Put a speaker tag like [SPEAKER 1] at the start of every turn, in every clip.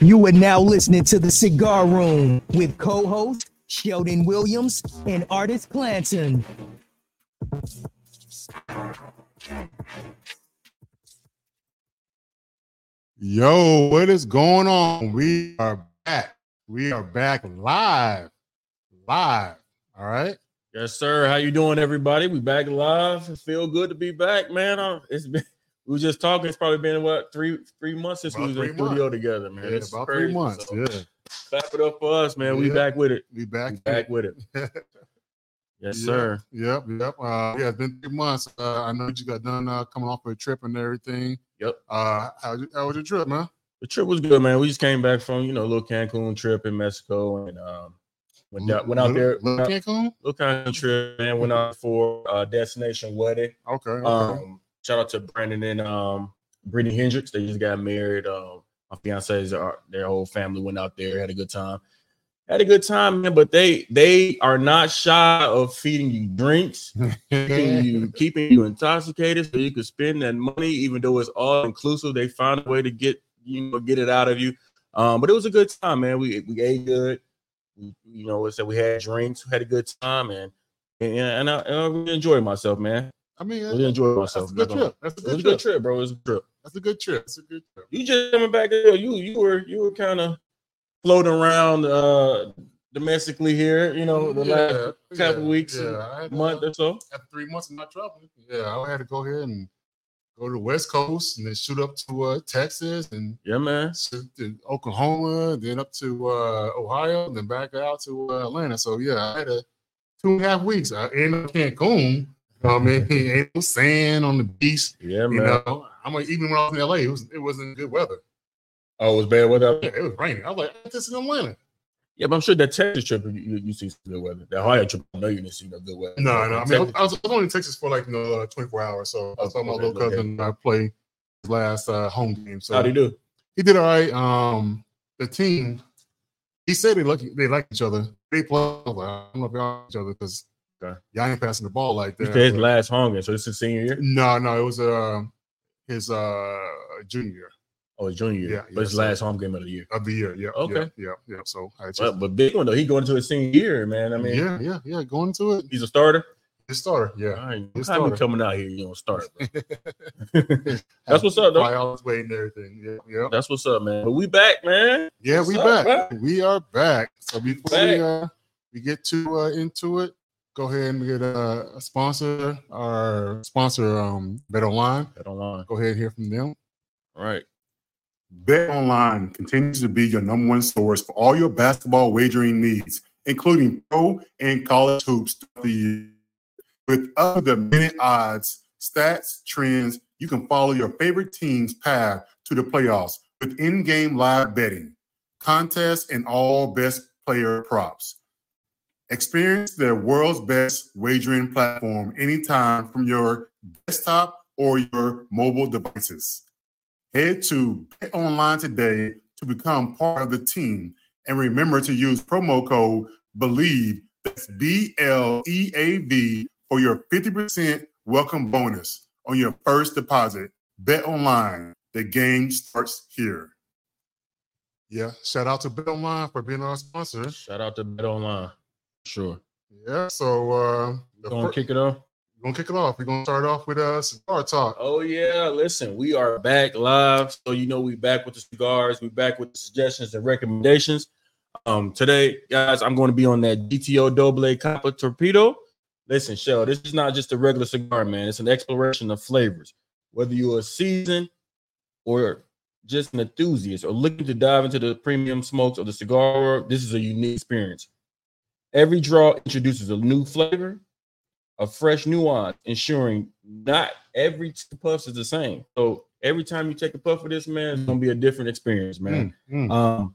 [SPEAKER 1] You are now listening to The Cigar Room with co host Sheldon Williams and artist Clanton.
[SPEAKER 2] Yo, what is going on? We are back. We are back live. Live. All right.
[SPEAKER 3] Yes, sir. How you doing, everybody? We back live. It Feel good to be back, man. I- It's been we were just talking. It's probably been what three three months since
[SPEAKER 2] About
[SPEAKER 3] we was in
[SPEAKER 2] three
[SPEAKER 3] studio together, man.
[SPEAKER 2] Yeah,
[SPEAKER 3] It's
[SPEAKER 2] about
[SPEAKER 3] crazy.
[SPEAKER 2] three months.
[SPEAKER 3] So,
[SPEAKER 2] Yeah.
[SPEAKER 3] Clap it up for us, man. We
[SPEAKER 2] Yeah.
[SPEAKER 3] back with it.
[SPEAKER 2] We back.
[SPEAKER 3] We back with it. Yes,
[SPEAKER 2] Yeah.
[SPEAKER 3] sir.
[SPEAKER 2] Yep. Yep. Uh, yeah, it's been three months. Uh, I know you got done uh, coming off of a trip and everything.
[SPEAKER 3] Yep.
[SPEAKER 2] Uh, how, how was your trip, man?
[SPEAKER 3] The trip was good, man. We just came back from you know a little Cancun trip in Mexico, and um, went out, went out there.
[SPEAKER 2] Little,
[SPEAKER 3] Went out,
[SPEAKER 2] Cancun?
[SPEAKER 3] little Cancun trip, man. Went out for uh, destination wedding.
[SPEAKER 2] Okay. okay.
[SPEAKER 3] Um, shout out to Brandon and um Brittany Hendricks. They just got married. Um, my fiance's are their whole family went out there, had a good time. Had a good time, man. But they they are not shy of feeding you drinks, keeping you keeping you intoxicated, so you can spend that money, even though it's all inclusive. They find a way to get you know get it out of you. Um, but it was a good time, man. We we ate good. We, you know, it's that we had drinks, we had a good time, and and, and I, and I really enjoyed myself, man.
[SPEAKER 2] I mean,
[SPEAKER 3] Really enjoyed myself.
[SPEAKER 2] that's a good
[SPEAKER 3] man.
[SPEAKER 2] trip. That's a
[SPEAKER 3] It was
[SPEAKER 2] good
[SPEAKER 3] a good
[SPEAKER 2] trip.
[SPEAKER 3] trip, bro. It was a good trip.
[SPEAKER 2] That's a good trip. That's a good trip.
[SPEAKER 3] You just coming back there. You you were you were kind of floating around uh domestically here, you know, the last couple weeks and
[SPEAKER 2] I had, uh,
[SPEAKER 3] month or so.
[SPEAKER 2] after three months of not traveling, yeah, I had to go ahead and go to the West Coast and then shoot up to uh, Texas and
[SPEAKER 3] Yeah, man.
[SPEAKER 2] shoot to Oklahoma, then up to uh, Ohio, then back out to uh, Atlanta. So yeah, I had a two and a half weeks. I ended up in Cancun. You know what I mean, ain't no sand on the beach.
[SPEAKER 3] Yeah,
[SPEAKER 2] You
[SPEAKER 3] man.
[SPEAKER 2] know, I'm like, even when I was in LA, it, was, it wasn't good weather.
[SPEAKER 3] Oh, it was bad weather.
[SPEAKER 2] Yeah, it was raining. I was like, this is Atlanta.
[SPEAKER 3] Yeah, but I'm sure that Texas trip you, you, you see some good weather. That Ohio trip, I know you didn't see no good weather.
[SPEAKER 2] No, no. I mean, I was,
[SPEAKER 3] Texas-
[SPEAKER 2] I was only in Texas for like you know, uh, 24 hours. So I saw my
[SPEAKER 3] Okay,
[SPEAKER 2] little
[SPEAKER 3] okay. Oh,
[SPEAKER 2] cousin I play his last uh, home game. So
[SPEAKER 3] how'd he do?
[SPEAKER 2] he did all right. Um, the team, he said they like they like each other. They play. I don't know if they like each other because
[SPEAKER 3] Okay.
[SPEAKER 2] y'all ain't passing the ball like
[SPEAKER 3] You
[SPEAKER 2] that.
[SPEAKER 3] said his
[SPEAKER 2] but-
[SPEAKER 3] last home game, so this is senior year.
[SPEAKER 2] no, no, it was uh, his uh, junior year
[SPEAKER 3] Oh, his junior year.
[SPEAKER 2] Yeah,
[SPEAKER 3] but his
[SPEAKER 2] yeah, so-
[SPEAKER 3] last home game of the year.
[SPEAKER 2] of the year. Yeah.
[SPEAKER 3] Okay.
[SPEAKER 2] Yeah. Yeah. yeah. So I just,
[SPEAKER 3] But, but big one though, he going to his senior year, man. I mean,
[SPEAKER 2] yeah, yeah, yeah. Going into it,
[SPEAKER 3] he's a starter.
[SPEAKER 2] his starter. Yeah.
[SPEAKER 3] All right,
[SPEAKER 2] He's a
[SPEAKER 3] how you
[SPEAKER 2] starter.
[SPEAKER 3] coming out here? You don't start. That's what's up, though.
[SPEAKER 2] Why I was waiting and everything. Yeah. Yeah.
[SPEAKER 3] That's what's up, man. But we back, man.
[SPEAKER 2] Yeah,
[SPEAKER 3] What's
[SPEAKER 2] we
[SPEAKER 3] up,
[SPEAKER 2] back. We are back. So before
[SPEAKER 3] back.
[SPEAKER 2] we uh, we get to uh, into it, go ahead and get uh, a sponsor. Our sponsor, um, Bet Online.
[SPEAKER 3] Bet online.
[SPEAKER 2] Go ahead and hear from them.
[SPEAKER 3] All right.
[SPEAKER 4] Bet Online continues to be your number one source for all your basketball wagering needs, including pro and college hoops throughout the year. With up to the minute odds, stats, trends, you can follow your favorite team's path to the playoffs with in game live betting, contests, and all best player props. Experience the world's best wagering platform anytime from your desktop or your mobile devices. Head to Bet Online today to become part of the team. And remember to use promo code BELIEVE, that's B L E A V, for your 50% welcome bonus on your first deposit. Bet Online, the game starts here.
[SPEAKER 2] Yeah, shout out to Bet Online for being our sponsor.
[SPEAKER 3] Shout out to Bet Online. Sure.
[SPEAKER 2] Yeah, so uh, the
[SPEAKER 3] Going
[SPEAKER 2] fir-
[SPEAKER 3] to kick it off.
[SPEAKER 2] we're gonna kick it off. We're gonna start off with uh, cigar talk.
[SPEAKER 3] Oh yeah, listen, we are back live, so you know we back with the cigars, we back with the suggestions and recommendations. Um, today, guys, I'm going to be on that GTO Double A Copper Torpedo. Listen, Shell, this is not just a regular cigar, man. It's an exploration of flavors. Whether you're a seasoned or just an enthusiast or looking to dive into the premium smokes of the cigar world, this is a unique experience. Every draw introduces a new flavor, a fresh nuance, ensuring not every two puffs is the same. So every time you take a puff of this, man, it's gonna be a different experience, Oh, man.
[SPEAKER 2] Mm, mm.
[SPEAKER 3] Um,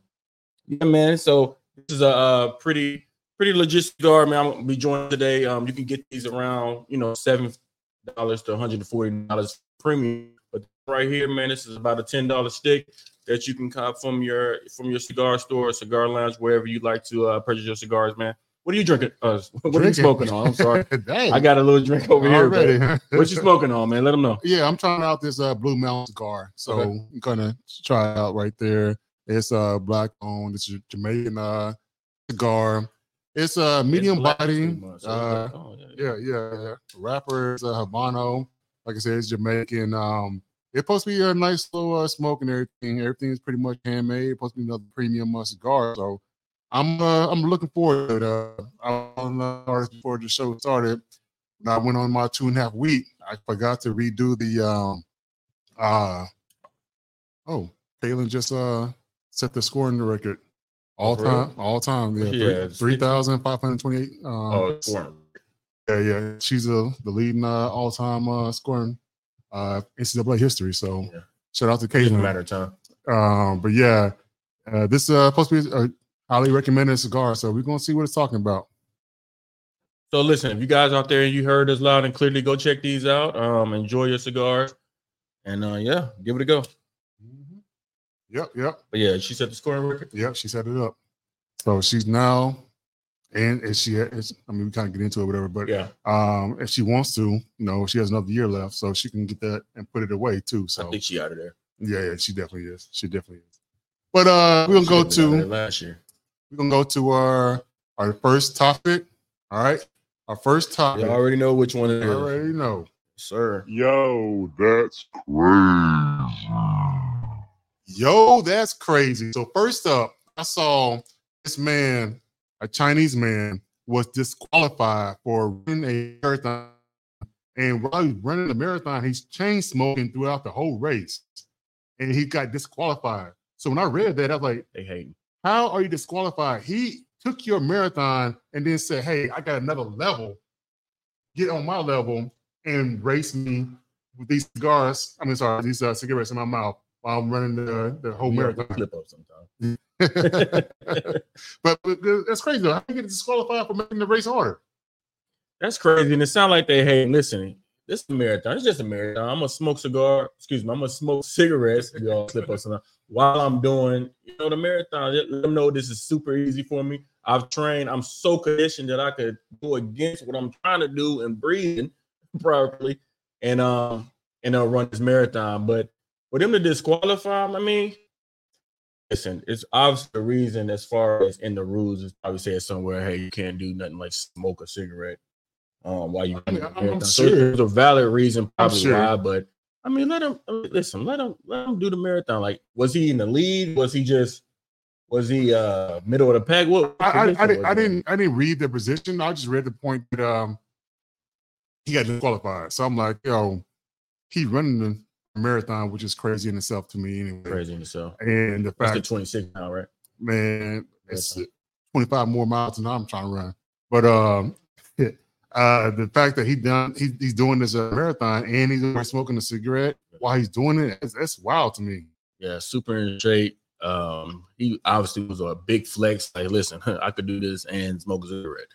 [SPEAKER 3] yeah, man. So this is a, uh pretty pretty legit cigar, man. I'm gonna be joined today. Um, you can get these around you know seven dollars to 140 dollars premium, but right here, man, this is about a ten dollar stick that you can cop from your from your cigar store, or cigar lounge, wherever you like to uh, purchase your cigars, man. What are you drinking? Uh, what are you
[SPEAKER 2] Drinking.
[SPEAKER 3] smoking on? I'm sorry.
[SPEAKER 2] Dang,
[SPEAKER 3] I got a little drink over here. but-
[SPEAKER 2] already.
[SPEAKER 3] what you smoking on, man? Let them know.
[SPEAKER 2] Yeah, I'm trying out this uh, Blue Mountain cigar, so
[SPEAKER 3] Okay.
[SPEAKER 2] I'm gonna try it out right there. It's uh black owned. It's a Jamaican uh cigar. It's a uh, medium
[SPEAKER 3] Black
[SPEAKER 2] body.
[SPEAKER 3] History Month, so
[SPEAKER 2] Uh,
[SPEAKER 3] it's like, oh, yeah.
[SPEAKER 2] yeah, yeah, yeah. Rapper is a Habano. Like I said, it's Jamaican. Um, it's supposed to be a nice little uh, smoke and everything. Everything is pretty much handmade. It's supposed to be another premium uh, cigar. So I'm uh, I'm looking forward to it. Uh, I was on the artist before the show started. When I went on my two and a half week, I forgot to redo the um uh oh Kalen just uh set the scoring record. All
[SPEAKER 3] For real?
[SPEAKER 2] time, all time, yeah,
[SPEAKER 3] Yeah, it's-
[SPEAKER 2] three thousand five hundred twenty-eight. Um,
[SPEAKER 3] Oh, it's warm.
[SPEAKER 2] yeah, yeah. She's uh, the leading uh, all-time uh, scoring uh, NCAA history. So
[SPEAKER 3] Yeah.
[SPEAKER 2] shout out to
[SPEAKER 3] Doesn't
[SPEAKER 2] Caitlin.
[SPEAKER 3] matter of time.
[SPEAKER 2] Um, but yeah, uh, this uh, supposed to be a highly recommended cigar. So we're gonna see what it's talking about.
[SPEAKER 3] So listen, if you guys out there and you heard us loud and clearly, go check these out. Um, enjoy your cigars, and uh, yeah, give it a go. Mm-hmm.
[SPEAKER 2] Yep, yep,
[SPEAKER 3] But yeah, she set the scoring record.
[SPEAKER 2] yep. She set it up. So she's now, and if she, is, I mean, we kind of get into it, whatever. But
[SPEAKER 3] Yeah,
[SPEAKER 2] um, if she wants to, you know, she has another year left, so she can get that and put it away too.
[SPEAKER 3] I
[SPEAKER 2] So
[SPEAKER 3] think she out of there.
[SPEAKER 2] yeah, yeah, she definitely is. She definitely is. But uh, we're gonna go
[SPEAKER 3] She was out
[SPEAKER 2] to.
[SPEAKER 3] of there last year.
[SPEAKER 2] we're gonna go to our our first topic. All right, our first
[SPEAKER 3] You
[SPEAKER 2] topic. I
[SPEAKER 3] already know which one it is,
[SPEAKER 2] already know.
[SPEAKER 3] sir.
[SPEAKER 4] Yo, that's crazy.
[SPEAKER 2] Yo, that's crazy. So first up, I saw this man, a Chinese man, was disqualified for running a marathon. And while he's running the marathon, he's chain smoking throughout the whole race, and he got disqualified. So when I read that, I was like,
[SPEAKER 3] They hate.
[SPEAKER 2] How are you disqualified? He took your marathon and then said, Hey, I got another level. Get on my level and race me with these cigars. I mean, sorry, these uh, cigarettes in my mouth while I'm running the, the whole
[SPEAKER 3] We have to
[SPEAKER 2] marathon.
[SPEAKER 3] Flip up sometime.
[SPEAKER 2] but, but that's crazy, though. How you get disqualified for making the race harder?
[SPEAKER 3] That's crazy. And it sounds like they hate listening. This is a marathon. It's just a marathon. I'm gonna smoke cigar. Excuse me. I'm gonna smoke cigarettes. if Y'all slip us around while I'm doing, you know, the marathon. Let let them know this is super easy for me. I've trained. I'm so conditioned that I could go against what I'm trying to do and breathing properly, and um, and I'll run this marathon. But for them to disqualify, 'em, I mean, listen, it's obviously a reason as far as in the rules. It's probably said somewhere, hey, you can't do nothing like smoke a cigarette um, while you.
[SPEAKER 2] I mean, I'm- I'm
[SPEAKER 3] So it's-
[SPEAKER 2] sure.
[SPEAKER 3] it's a valid reason
[SPEAKER 2] I'm
[SPEAKER 3] probably
[SPEAKER 2] sure.
[SPEAKER 3] why, but I mean, let him I mean, listen. Let him let him do the marathon. Like, was he in the lead? Was he just was he uh middle of the pack? What
[SPEAKER 2] I, I, I,
[SPEAKER 3] position
[SPEAKER 2] didn't, I
[SPEAKER 3] was he in?
[SPEAKER 2] didn't I didn't read the position. I just read the point that um he got disqualified. So I'm like, yo, he running the marathon, which is crazy in itself to me anyway.
[SPEAKER 3] crazy in itself.
[SPEAKER 2] And the
[SPEAKER 3] That's the
[SPEAKER 2] fact,
[SPEAKER 3] 26 now, right?
[SPEAKER 2] man, it's
[SPEAKER 3] Marathon.
[SPEAKER 2] 25 more miles than I'm trying to run. But um uh the fact that he done he, he's doing this uh, marathon and he's over smoking a cigarette while he's doing it, that's, that's wild to me.
[SPEAKER 3] Yeah, super in shape. Um, he obviously was a big flex. Like, listen, I could do this and smoke a cigarette.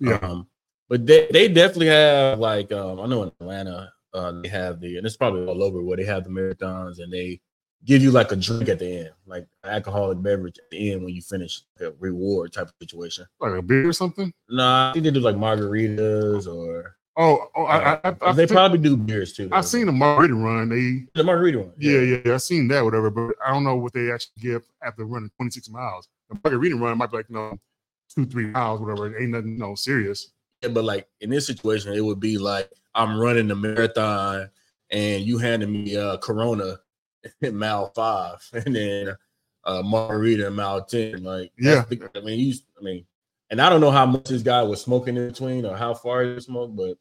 [SPEAKER 2] Yeah.
[SPEAKER 3] Um, but they, they definitely have like um, I know in Atlanta uh, they have the and it's probably all over where they have the marathons and they give you like a drink at the end, like an alcoholic beverage at the end when you finish a reward type of situation.
[SPEAKER 2] Like a beer or something.
[SPEAKER 3] No, I think they do like margaritas or
[SPEAKER 2] Oh, oh I, I, I, I,
[SPEAKER 3] they probably do beers too.
[SPEAKER 2] I've seen a margarita run. They
[SPEAKER 3] the margarita one.
[SPEAKER 2] Yeah, yeah, yeah. I've seen that, whatever, but I don't know what they actually give after running 26 miles. The margarita run might be like, you know, two, three miles, whatever. It ain't nothing, no, serious.
[SPEAKER 3] Yeah, but like in this situation, it would be like I'm running the marathon and you handed me uh Corona in mile five and then uh margarita in mile ten. Like
[SPEAKER 2] Yeah.
[SPEAKER 3] that's the- I mean you I mean and I don't know how much this guy was smoking in between or how far he smoked, but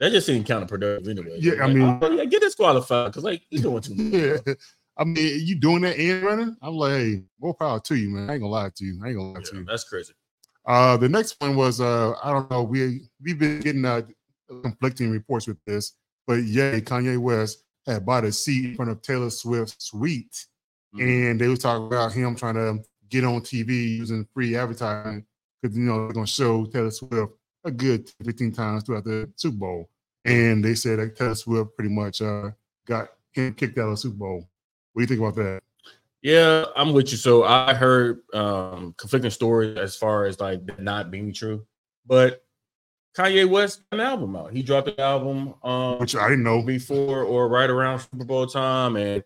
[SPEAKER 3] that just seemed counterproductive anyway.
[SPEAKER 2] Yeah, I
[SPEAKER 3] Like,
[SPEAKER 2] mean-
[SPEAKER 3] oh, yeah, get disqualified because like you're doing too much.
[SPEAKER 2] Yeah. I mean, you doing that and running? I'm like, hey, more power to you, man. I ain't gonna lie to you. I ain't gonna lie to
[SPEAKER 3] Yeah,
[SPEAKER 2] you.
[SPEAKER 3] that's crazy.
[SPEAKER 2] Uh, the next one was, uh, I don't know, we we've been getting uh, conflicting reports with this, but yeah, Kanye West had bought a seat in front of Taylor Swift's suite,
[SPEAKER 3] Mhm.
[SPEAKER 2] and they was talking about him trying to get on TV using free advertising because you know they're gonna show Taylor Swift a good 15 times throughout the Super Bowl, and they said that Taylor Swift pretty much uh, got him kicked out of the Super Bowl. What do you think about that?
[SPEAKER 3] Yeah, I'm with you. So I heard um conflicting stories as far as like them not being true, but Kanye West got an album out. He dropped an album um
[SPEAKER 2] Which I didn't know.
[SPEAKER 3] before or right around Super Bowl time, and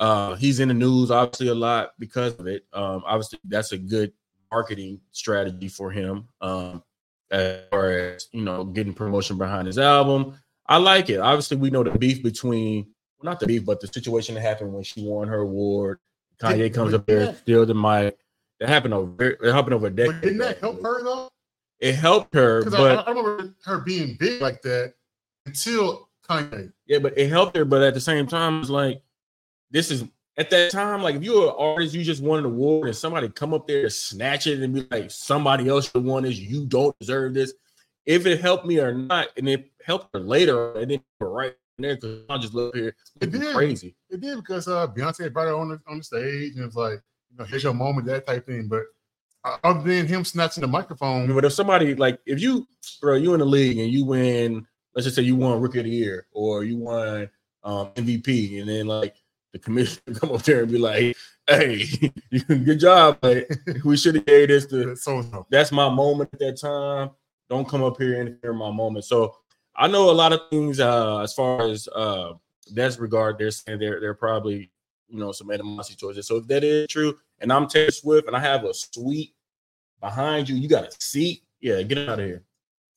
[SPEAKER 3] Uh, he's in the news obviously a lot because of it. Um, obviously, that's a good marketing strategy for him. Um, as far as you know, getting promotion behind his album, I like it. Obviously, we know the beef between well, not the beef, but the situation that happened when she won her award. Kanye comes up there, steal the mic. That happened over. It happened over a
[SPEAKER 2] But
[SPEAKER 3] decade.
[SPEAKER 2] didn't that
[SPEAKER 3] ago.
[SPEAKER 2] help her though?
[SPEAKER 3] It helped her,
[SPEAKER 2] Because
[SPEAKER 3] but
[SPEAKER 2] I, I remember her being big like that until Kanye.
[SPEAKER 3] Yeah, but it helped her. But at the same time, it's like this is at that time, like if you were an artist, you just won an award and somebody come up there to snatch it and be like, somebody else should have won this, you don't deserve this. If it helped me or not, and it helped her later, and then right in there, because I'll just look here,
[SPEAKER 2] It
[SPEAKER 3] it's
[SPEAKER 2] did.
[SPEAKER 3] crazy.
[SPEAKER 2] It did because uh, Beyonce brought her on the, on the stage and it was like, you know, here's your moment, that type thing. But uh, other than him snatching the
[SPEAKER 3] I
[SPEAKER 2] microphone,
[SPEAKER 3] mean, but if somebody like if you bro, you in the league and you win, let's just say you won rookie of the year or you won um MVP, and then like the commissioner come up there and be like, Hey, good job, but we should have gave this to
[SPEAKER 2] so so.
[SPEAKER 3] that's my moment at that time. Don't come up here and interfere in my moment. So I know a lot of things uh, as far as uh, that's regard. They're saying they're they're probably you know some animosity towards it. So if that is true, and I'm Taylor Swift and I have a suite behind you, you got a seat. Yeah, get out of here.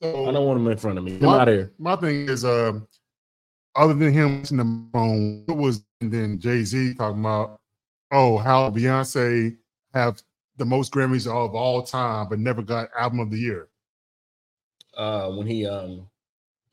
[SPEAKER 3] I don't want him in front of me. Get out of here.
[SPEAKER 2] my thing is, um, other than him in the phone, it was and then Jay Z talking about, oh, how Beyonce have the most Grammys of all time, but never got album of the year.
[SPEAKER 3] Uh, when he um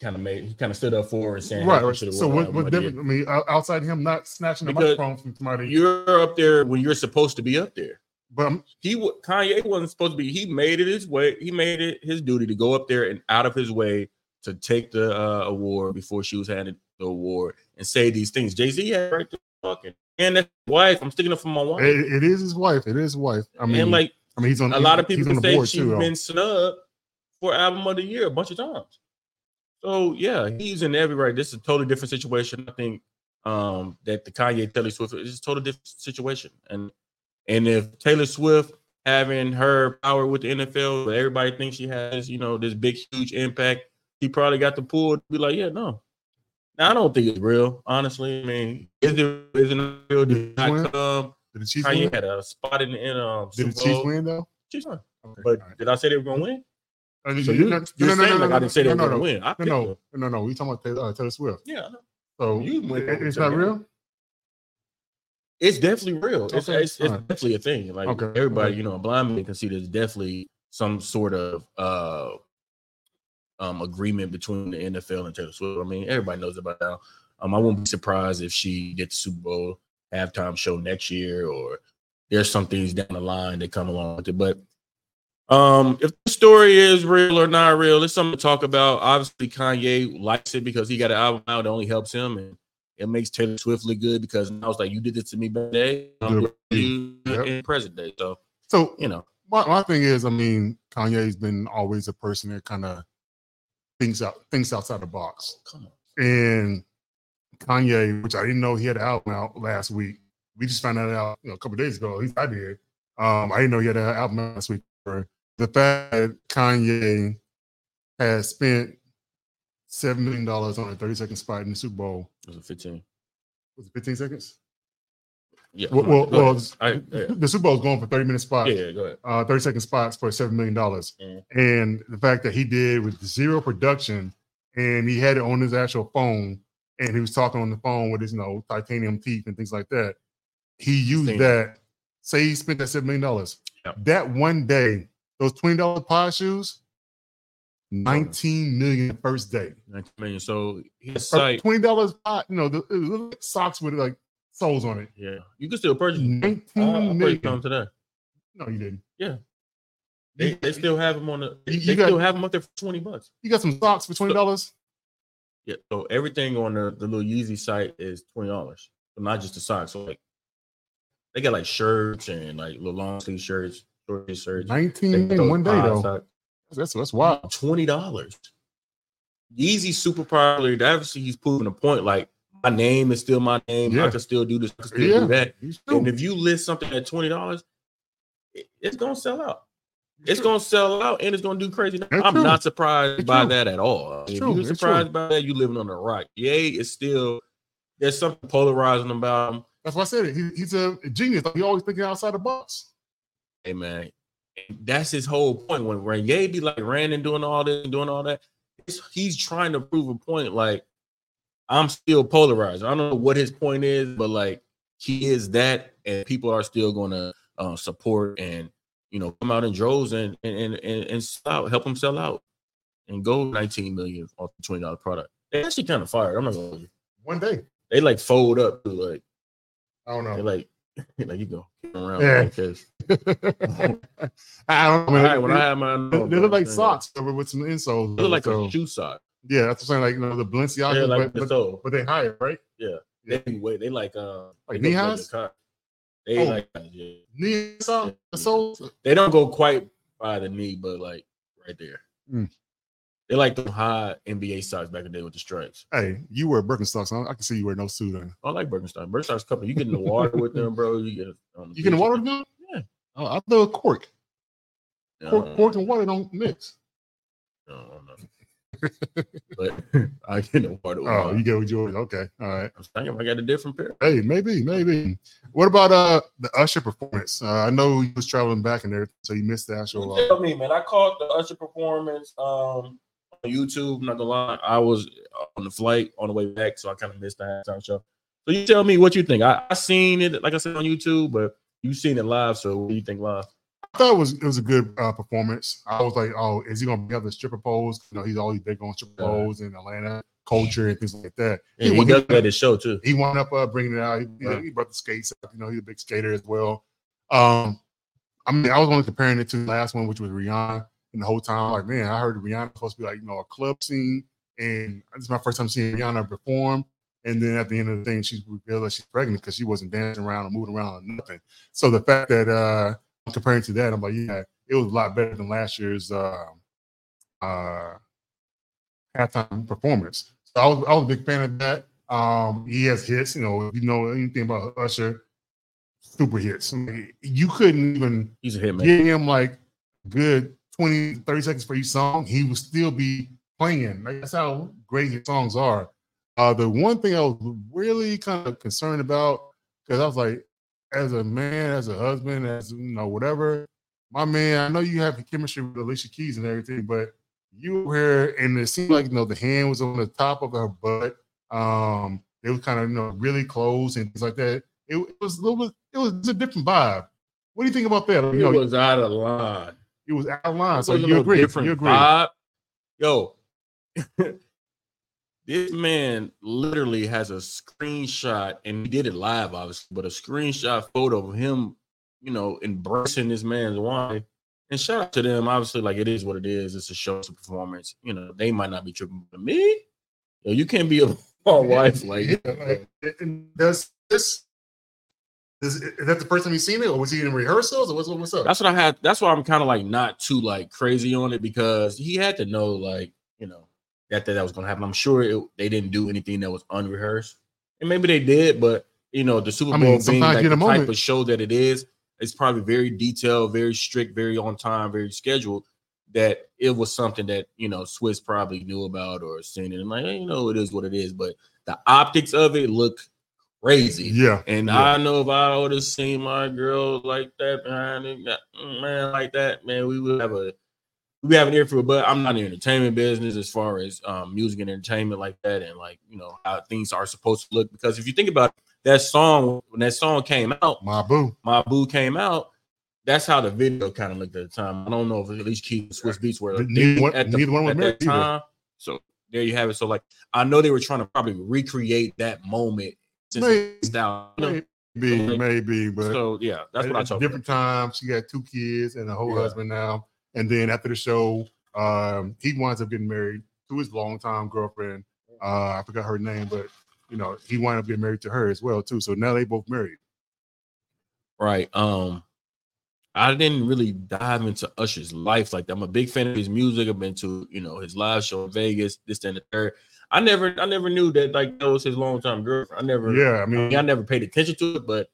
[SPEAKER 3] kind of made he kind of stood up for her and saying
[SPEAKER 2] right.
[SPEAKER 3] "Hey, you
[SPEAKER 2] right.
[SPEAKER 3] should've
[SPEAKER 2] So what?
[SPEAKER 3] won that
[SPEAKER 2] What
[SPEAKER 3] one."
[SPEAKER 2] different? I mean, o- outside him not snatching the
[SPEAKER 3] Because
[SPEAKER 2] microphone from somebody,
[SPEAKER 3] You're up there when you're supposed to be up there.
[SPEAKER 2] but I'm,
[SPEAKER 3] he wa- Kanye wasn't supposed to be. He made it his way. He made it his duty to go up there and out of his way to take the uh, award before she was handed the award and say these things. Jay Z had right to fucking and that's his wife. I'm sticking up for my wife.
[SPEAKER 2] it- it is his wife. It is his wife. I mean,
[SPEAKER 3] and like
[SPEAKER 2] I mean, he's on
[SPEAKER 3] a lot of
[SPEAKER 2] he's
[SPEAKER 3] people
[SPEAKER 2] on the
[SPEAKER 3] say
[SPEAKER 2] board,
[SPEAKER 3] she's
[SPEAKER 2] too, though.
[SPEAKER 3] been snubbed for album of the year a bunch of times. So yeah, he's in every right. This is a totally different situation. I think um that the Kanye Taylor Swift is a totally different situation. And and if Taylor Swift having her power with the NFL, that everybody thinks she has, you know, this big huge impact, he probably got the pull to be like, yeah, no. Now, I don't think it's real, honestly. I mean, is it is it not real? Did
[SPEAKER 2] Win?
[SPEAKER 3] not come.
[SPEAKER 2] Did the Chiefs win?
[SPEAKER 3] Kanye had a spot in the in um
[SPEAKER 2] Did the
[SPEAKER 3] Super
[SPEAKER 2] Chiefs
[SPEAKER 3] Bowl.
[SPEAKER 2] win though?
[SPEAKER 3] Chiefs won.
[SPEAKER 2] Okay,
[SPEAKER 3] But
[SPEAKER 2] all right.
[SPEAKER 3] did I say they were gonna win?
[SPEAKER 2] Uh, you-
[SPEAKER 3] So you,
[SPEAKER 2] no,
[SPEAKER 3] you're
[SPEAKER 2] no, no,
[SPEAKER 3] saying
[SPEAKER 2] no,
[SPEAKER 3] like
[SPEAKER 2] no,
[SPEAKER 3] I didn't say they
[SPEAKER 2] no,
[SPEAKER 3] were
[SPEAKER 2] no,
[SPEAKER 3] gonna
[SPEAKER 2] no.
[SPEAKER 3] win. I
[SPEAKER 2] No,
[SPEAKER 3] picked them.
[SPEAKER 2] no, no, no. We talking about Taylor, uh, Taylor Swift.
[SPEAKER 3] Yeah, I know.
[SPEAKER 2] So
[SPEAKER 3] You went
[SPEAKER 2] it-
[SPEAKER 3] on
[SPEAKER 2] it's
[SPEAKER 3] to
[SPEAKER 2] not
[SPEAKER 3] that.
[SPEAKER 2] real.
[SPEAKER 3] it's definitely real. It's
[SPEAKER 2] Okay,
[SPEAKER 3] it's, it's
[SPEAKER 2] alright.
[SPEAKER 3] definitely a thing. Like
[SPEAKER 2] Okay,
[SPEAKER 3] everybody,
[SPEAKER 2] okay.
[SPEAKER 3] you know, a blind man can see there's definitely some sort of uh um agreement between the NFL and Taylor Swift. I mean, everybody knows about now. Um, I wouldn't be surprised if she gets the Super Bowl halftime show next year, or there's some things down the line that come along with it. But um, if the story is real or not real, it's something to talk about. Obviously, Kanye likes it because he got an album out that only helps him, and it makes Taylor Swift look good because now it's like you did this to me back day,
[SPEAKER 2] Yep.
[SPEAKER 3] I'm doing it to you
[SPEAKER 2] Yep.
[SPEAKER 3] in present day. So
[SPEAKER 2] So
[SPEAKER 3] you know,
[SPEAKER 2] my, my thing is, I mean, Kanye's been always a person that kind of thinks out thinks outside the box.
[SPEAKER 3] come on.
[SPEAKER 2] And Kanye, which I didn't know he had an album out last week. We just found that out you know, a couple days ago. At least I did. Um, I didn't know he had an album out last week. The fact that Kanye has spent seven million dollars on a thirty second spot in the Super Bowl
[SPEAKER 3] It was a 15.
[SPEAKER 2] was it fifteen seconds?
[SPEAKER 3] Yeah.
[SPEAKER 2] Well,
[SPEAKER 3] come on.
[SPEAKER 2] well,
[SPEAKER 3] Go
[SPEAKER 2] well
[SPEAKER 3] ahead. I, yeah.
[SPEAKER 2] the Super Bowl's going for thirty minute spots.
[SPEAKER 3] yeah, yeah, go ahead.
[SPEAKER 2] uh, 30 second spots for $7 million.
[SPEAKER 3] Mhm.
[SPEAKER 2] And the fact that he did with zero production and he had it on his actual phone and he was talking on the phone with his, you know, titanium teeth and things like that. He used
[SPEAKER 3] Seen it.
[SPEAKER 2] that. Say he spent that $7 million.
[SPEAKER 3] Yep.
[SPEAKER 2] That one day, those $20 pie shoes, 19 million the first day.
[SPEAKER 3] 19 million. So his
[SPEAKER 2] Or
[SPEAKER 3] site,
[SPEAKER 2] $20 pie, you know, the, the little socks with like soles on it.
[SPEAKER 3] yeah, you can still purchase. it. I- I
[SPEAKER 2] 19
[SPEAKER 3] purchased
[SPEAKER 2] million.
[SPEAKER 3] them today.
[SPEAKER 2] No, you didn't.
[SPEAKER 3] Yeah.
[SPEAKER 2] You-
[SPEAKER 3] They, they still have them on the. They,
[SPEAKER 2] You- you
[SPEAKER 3] they
[SPEAKER 2] got-
[SPEAKER 3] still have them up there for twenty bucks.
[SPEAKER 2] you got some socks for $20?
[SPEAKER 3] Yeah. So everything on the, the little Yeezy site is twenty dollars, but not just the socks. So like, they got like shirts and like little long sleeve shirts, short sleeve shirts.
[SPEAKER 2] 19 in one day though. That's that's wild.
[SPEAKER 3] Twenty dollars. Yeezy super popular. Obviously, he's proving a point. Like my name is still my name. I
[SPEAKER 2] Yeah.
[SPEAKER 3] can still do this. I can still
[SPEAKER 2] Yeah.
[SPEAKER 3] do that.
[SPEAKER 2] He's
[SPEAKER 3] And if you list something at twenty dollars, it's gonna sell out. It's gonna sell out and it's gonna do crazy. I'm
[SPEAKER 2] true.
[SPEAKER 3] not surprised
[SPEAKER 2] It's
[SPEAKER 3] by
[SPEAKER 2] true.
[SPEAKER 3] that at all.
[SPEAKER 2] It's
[SPEAKER 3] if
[SPEAKER 2] true.
[SPEAKER 3] you're
[SPEAKER 2] It's true.
[SPEAKER 3] surprised by that, you living on the rock. Yay, it's still there's something polarizing about him.
[SPEAKER 2] That's why I said it. He, he's a genius. Like, he always thinking outside the box.
[SPEAKER 3] Hey man, that's his whole point. When Renier be like Randon doing all this and doing all that, it's- he's trying to prove a point. Like I'm still polarized. I don't know what his point is, but like he is that, and people are still gonna uh, support and you know come out in droves and and and and, and sell out, help him sell out and go 19 million off the twenty dollar product. They actually kind of fired. I'm not gonna. lie to you.
[SPEAKER 2] One day,
[SPEAKER 3] They like fold up, too, like
[SPEAKER 2] I don't
[SPEAKER 3] they
[SPEAKER 2] know.
[SPEAKER 3] like like you go around.
[SPEAKER 2] Yeah.
[SPEAKER 3] Like this.
[SPEAKER 2] I don't know.
[SPEAKER 3] All
[SPEAKER 2] man.
[SPEAKER 3] right, when I had mine,
[SPEAKER 2] they,
[SPEAKER 3] on,
[SPEAKER 2] they look
[SPEAKER 3] bro,
[SPEAKER 2] like
[SPEAKER 3] yeah.
[SPEAKER 2] socks covered with some insoles.
[SPEAKER 3] They look like
[SPEAKER 2] so,
[SPEAKER 3] a shoe sock.
[SPEAKER 2] yeah, that's what I'm saying. Like you know the Balenciaga,
[SPEAKER 3] Yeah, like
[SPEAKER 2] but,
[SPEAKER 3] the
[SPEAKER 2] but,
[SPEAKER 3] sole.
[SPEAKER 2] but they higher, right?
[SPEAKER 3] They be way. They like uh.
[SPEAKER 2] Like knee
[SPEAKER 3] they go way
[SPEAKER 2] highs?
[SPEAKER 3] to cock. They
[SPEAKER 2] Oh.
[SPEAKER 3] like uh, yeah.
[SPEAKER 2] Knee socks,
[SPEAKER 3] Yeah.
[SPEAKER 2] soles.
[SPEAKER 3] They don't go quite by the knee, but like right there.
[SPEAKER 2] Mm.
[SPEAKER 3] They like the high NBA socks back in the day with the stripes.
[SPEAKER 2] Hey, you wear Birkenstocks. I, I can see you wearing those too. Then
[SPEAKER 3] I like Birkenstock. Birkenstock's couple. You get in the water with them, bro. You get on the
[SPEAKER 2] you can
[SPEAKER 3] beach.
[SPEAKER 2] water them.
[SPEAKER 3] Yeah. Uh,
[SPEAKER 2] Oh, I throw a cork.
[SPEAKER 3] Yeah, I
[SPEAKER 2] Cork,
[SPEAKER 3] don't-
[SPEAKER 2] cork and water don't mix.
[SPEAKER 3] I don't know. but I get in the water. With
[SPEAKER 2] Oh,
[SPEAKER 3] mine.
[SPEAKER 2] you get with yours. Okay, all right.
[SPEAKER 3] I'm saying I got a different pair.
[SPEAKER 2] Hey, maybe, maybe. What about uh the Usher performance? Uh, I know you was traveling back in there, so you missed the actual.
[SPEAKER 3] You
[SPEAKER 2] Uh,
[SPEAKER 3] tell me, man. I caught the Usher performance um, on YouTube. I'm not gonna lie, I was on the flight on the way back, so I kind of missed the halftime show. So you tell me what you think. I, I seen it, like I said on YouTube, but you seen it live. So what do you think live?
[SPEAKER 2] I thought it was it was a good uh, performance. I was like, oh, is he gonna be up the stripper pose? You know, he's always big on stripper
[SPEAKER 3] Yeah.
[SPEAKER 2] poles and Atlanta culture and things like that.
[SPEAKER 3] Yeah, he
[SPEAKER 2] wound
[SPEAKER 3] does
[SPEAKER 2] up-
[SPEAKER 3] that at his show too.
[SPEAKER 2] he wound up uh, bringing it out. He, you know,
[SPEAKER 3] Right.
[SPEAKER 2] he brought the skates. Up. You know, he's a big skater as well. Um, I mean, I was only comparing it to the last one, which was Rihanna. And the whole time, like, man, I heard Rihanna supposed to be like, you know, a club scene, and this is my first time seeing Rihanna perform. And then at the end of the thing, she revealed that she's pregnant because she wasn't dancing around or moving around or nothing. So the fact that uh, I'm comparing to that, I'm like, yeah, it was a lot better than last year's uh, uh, halftime performance. So I was I was a big fan of that. Um, he has hits, you know, if you know anything about Usher, super hits. I mean, you couldn't even
[SPEAKER 3] He's a hitman.
[SPEAKER 2] give him like good 20, 30 seconds for each song, he would still be playing. Like that's how great his songs are. Uh, the one thing I was really kind of concerned about, because I was like, as a man, as a husband, as you know, whatever, my man, I know you have the chemistry with Alicia Keys and everything, but you were here and it seemed like you know the hand was on the top of her butt. Um, it was kind of you know really close and things like that. It, it was a little bit, it was a different vibe. What do you think about that? You
[SPEAKER 3] He
[SPEAKER 2] know,
[SPEAKER 3] was out of line.
[SPEAKER 2] it was out of line.
[SPEAKER 3] It
[SPEAKER 2] So
[SPEAKER 3] wasn't
[SPEAKER 2] you
[SPEAKER 3] no
[SPEAKER 2] agree?
[SPEAKER 3] different
[SPEAKER 2] You agree?
[SPEAKER 3] vibe. Yo, this man literally has a screenshot, and he did it live, obviously, but a screenshot photo of him, you know, embracing this man's wife. And shout out to them. Obviously, like it is what it is. It's a show, it's a performance. You know, they might not be tripping, but me, yo, you can't be a my wife like.
[SPEAKER 2] Yeah, like, and does this? Is, is that the first time you seen it, or was he in rehearsals, or what's what's up?
[SPEAKER 3] That's what I had. That's why I'm kind of like not too like crazy on it because he had to know like you know that that, that was gonna happen. I'm sure it, they didn't do anything that was unrehearsed, and maybe they did, but you know the Super
[SPEAKER 2] I
[SPEAKER 3] Bowl
[SPEAKER 2] mean,
[SPEAKER 3] being
[SPEAKER 2] sometimes
[SPEAKER 3] like
[SPEAKER 2] you're
[SPEAKER 3] the
[SPEAKER 2] the
[SPEAKER 3] type
[SPEAKER 2] moment.
[SPEAKER 3] of show that it is, it's probably very detailed, very strict, very on time, very scheduled. That it was something that you know Swiss probably knew about or seen it, and like hey, you know it is what it is, but the optics of it look crazy.
[SPEAKER 2] yeah,
[SPEAKER 3] And
[SPEAKER 2] Yeah.
[SPEAKER 3] I know if I would have seen my girl like that behind it, that- man, like that, man, we would have a we have an ear for it. But I'm not in the entertainment business as far as um, music and entertainment like that, and like you know how things are supposed to look. Because if you think about it, that song, when that song came out,
[SPEAKER 2] my boo.
[SPEAKER 3] my boo came out. That's how the video kind of looked at the time. I don't know if at least Keith and Swiss Beats were
[SPEAKER 2] But neither one-
[SPEAKER 3] at the
[SPEAKER 2] neither one was
[SPEAKER 3] at
[SPEAKER 2] married
[SPEAKER 3] that
[SPEAKER 2] either.
[SPEAKER 3] time. So there you have it. So like I know they were trying to probably recreate that moment since
[SPEAKER 2] Maybe,
[SPEAKER 3] it's down. you know?
[SPEAKER 2] maybe, maybe, but
[SPEAKER 3] so yeah, that's what I talk about.
[SPEAKER 2] different time. She got two kids and a whole
[SPEAKER 3] Yeah.
[SPEAKER 2] husband now. And then after the show, um, he winds up getting married to his longtime girlfriend. Uh, I forgot her name, but you know he wound up getting married to her as well too. So now they both married.
[SPEAKER 3] Right. Um, I didn't really dive into Usher's life like that. I'm a big fan of his music. I've been to you know his live show in Vegas, this that, and the third. I never, I never knew that like that was his longtime girlfriend. I never,
[SPEAKER 2] Yeah, I
[SPEAKER 3] I,
[SPEAKER 2] mean,
[SPEAKER 3] mean, I never paid attention to it, but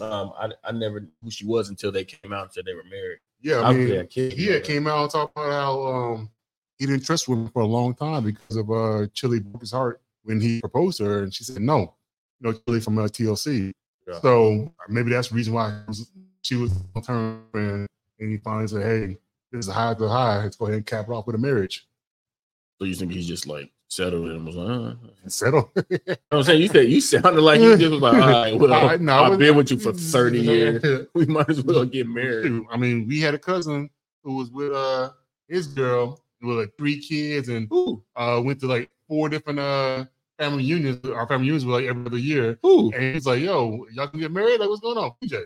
[SPEAKER 3] um, I, I never knew who she was until they came out and said they were married.
[SPEAKER 2] yeah, I mean,
[SPEAKER 3] was a kid,
[SPEAKER 2] he had came out and talked about how um, he didn't trust women for a long time because of uh Chili broke his heart when he proposed to her, and she said no, no Chili from uh, TLC.
[SPEAKER 3] Yeah.
[SPEAKER 2] So maybe that's the reason why she was- she was on turn and, and he finally said, "Hey, this is a high to high. Let's go ahead and cap it off with a marriage
[SPEAKER 3] So you think he's just like settled and was like, uh.
[SPEAKER 2] and settle."
[SPEAKER 3] I'm saying you said you sounded like you just was like, all right, well,
[SPEAKER 2] I- no, I
[SPEAKER 3] I've
[SPEAKER 2] was-
[SPEAKER 3] been with you for 30 years. We might as well get married.
[SPEAKER 2] Shoot, I mean, we had a cousin who was with uh his girl with like three kids and
[SPEAKER 3] Ooh,
[SPEAKER 2] uh went to like four different uh family unions. Our family unions were like every other year.
[SPEAKER 3] ooh.
[SPEAKER 2] And he's like, "Yo, y'all can get married? Like, what's going on, PJ?"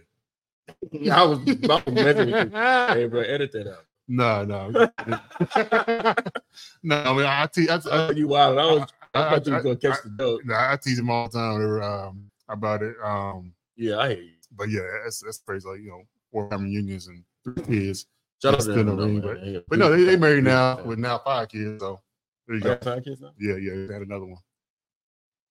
[SPEAKER 3] Yeah, I was about to mess with you. Hey, bro, edit that out.
[SPEAKER 2] No, no, no. I mean, I, te- I, I,
[SPEAKER 3] Oh, You wild. I, was, I
[SPEAKER 2] I,
[SPEAKER 3] thought you was going to catch the dog.
[SPEAKER 2] I, I tease him all the time whenever, um, about it. Um,
[SPEAKER 3] Yeah, I hear you.
[SPEAKER 2] but yeah, that's that's crazy. Like you know, four family unions and three kids.
[SPEAKER 3] Shout out
[SPEAKER 2] That's
[SPEAKER 3] to
[SPEAKER 2] good
[SPEAKER 3] them.
[SPEAKER 2] to me,
[SPEAKER 3] though, man. Yeah,
[SPEAKER 2] But no, they, they
[SPEAKER 3] appreciate
[SPEAKER 2] married
[SPEAKER 3] that.
[SPEAKER 2] now
[SPEAKER 3] Yeah.
[SPEAKER 2] with now five kids. So there you
[SPEAKER 3] They
[SPEAKER 2] go.
[SPEAKER 3] got five kids now?
[SPEAKER 2] Yeah, yeah, they had another one.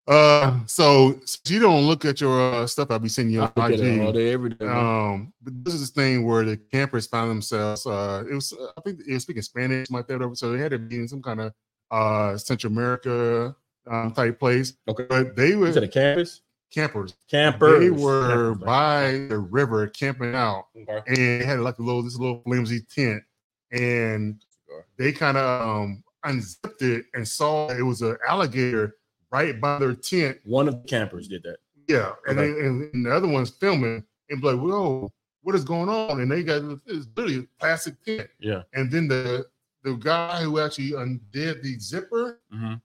[SPEAKER 2] Uh, so since you don't look at your uh, stuff, I'll be sending you on
[SPEAKER 3] Um, I look at
[SPEAKER 2] IG.
[SPEAKER 3] it all day, every day. man.
[SPEAKER 2] Um, but this is this thing where the campers found themselves. Uh, it was I think it was speaking Spanish, my third over. So they had to be in some kind of uh Central America um, type place.
[SPEAKER 3] okay.
[SPEAKER 2] But they were
[SPEAKER 3] You said a campus?
[SPEAKER 2] campers.
[SPEAKER 3] Campers.
[SPEAKER 2] They were
[SPEAKER 3] Campers.
[SPEAKER 2] by the river camping out,
[SPEAKER 3] Okay.
[SPEAKER 2] and they had like a little this little flimsy tent, and they kind of um unzipped it and saw it was an alligator right by their tent
[SPEAKER 3] One of the campers did that.
[SPEAKER 2] yeah, and,
[SPEAKER 3] Okay.
[SPEAKER 2] then, and, and the other one's filming and be like, "Whoa, what is going on?" And they got it's literally a plastic tent.
[SPEAKER 3] Yeah.
[SPEAKER 2] And then the the guy who actually undid the zipper,
[SPEAKER 3] Mm-hmm.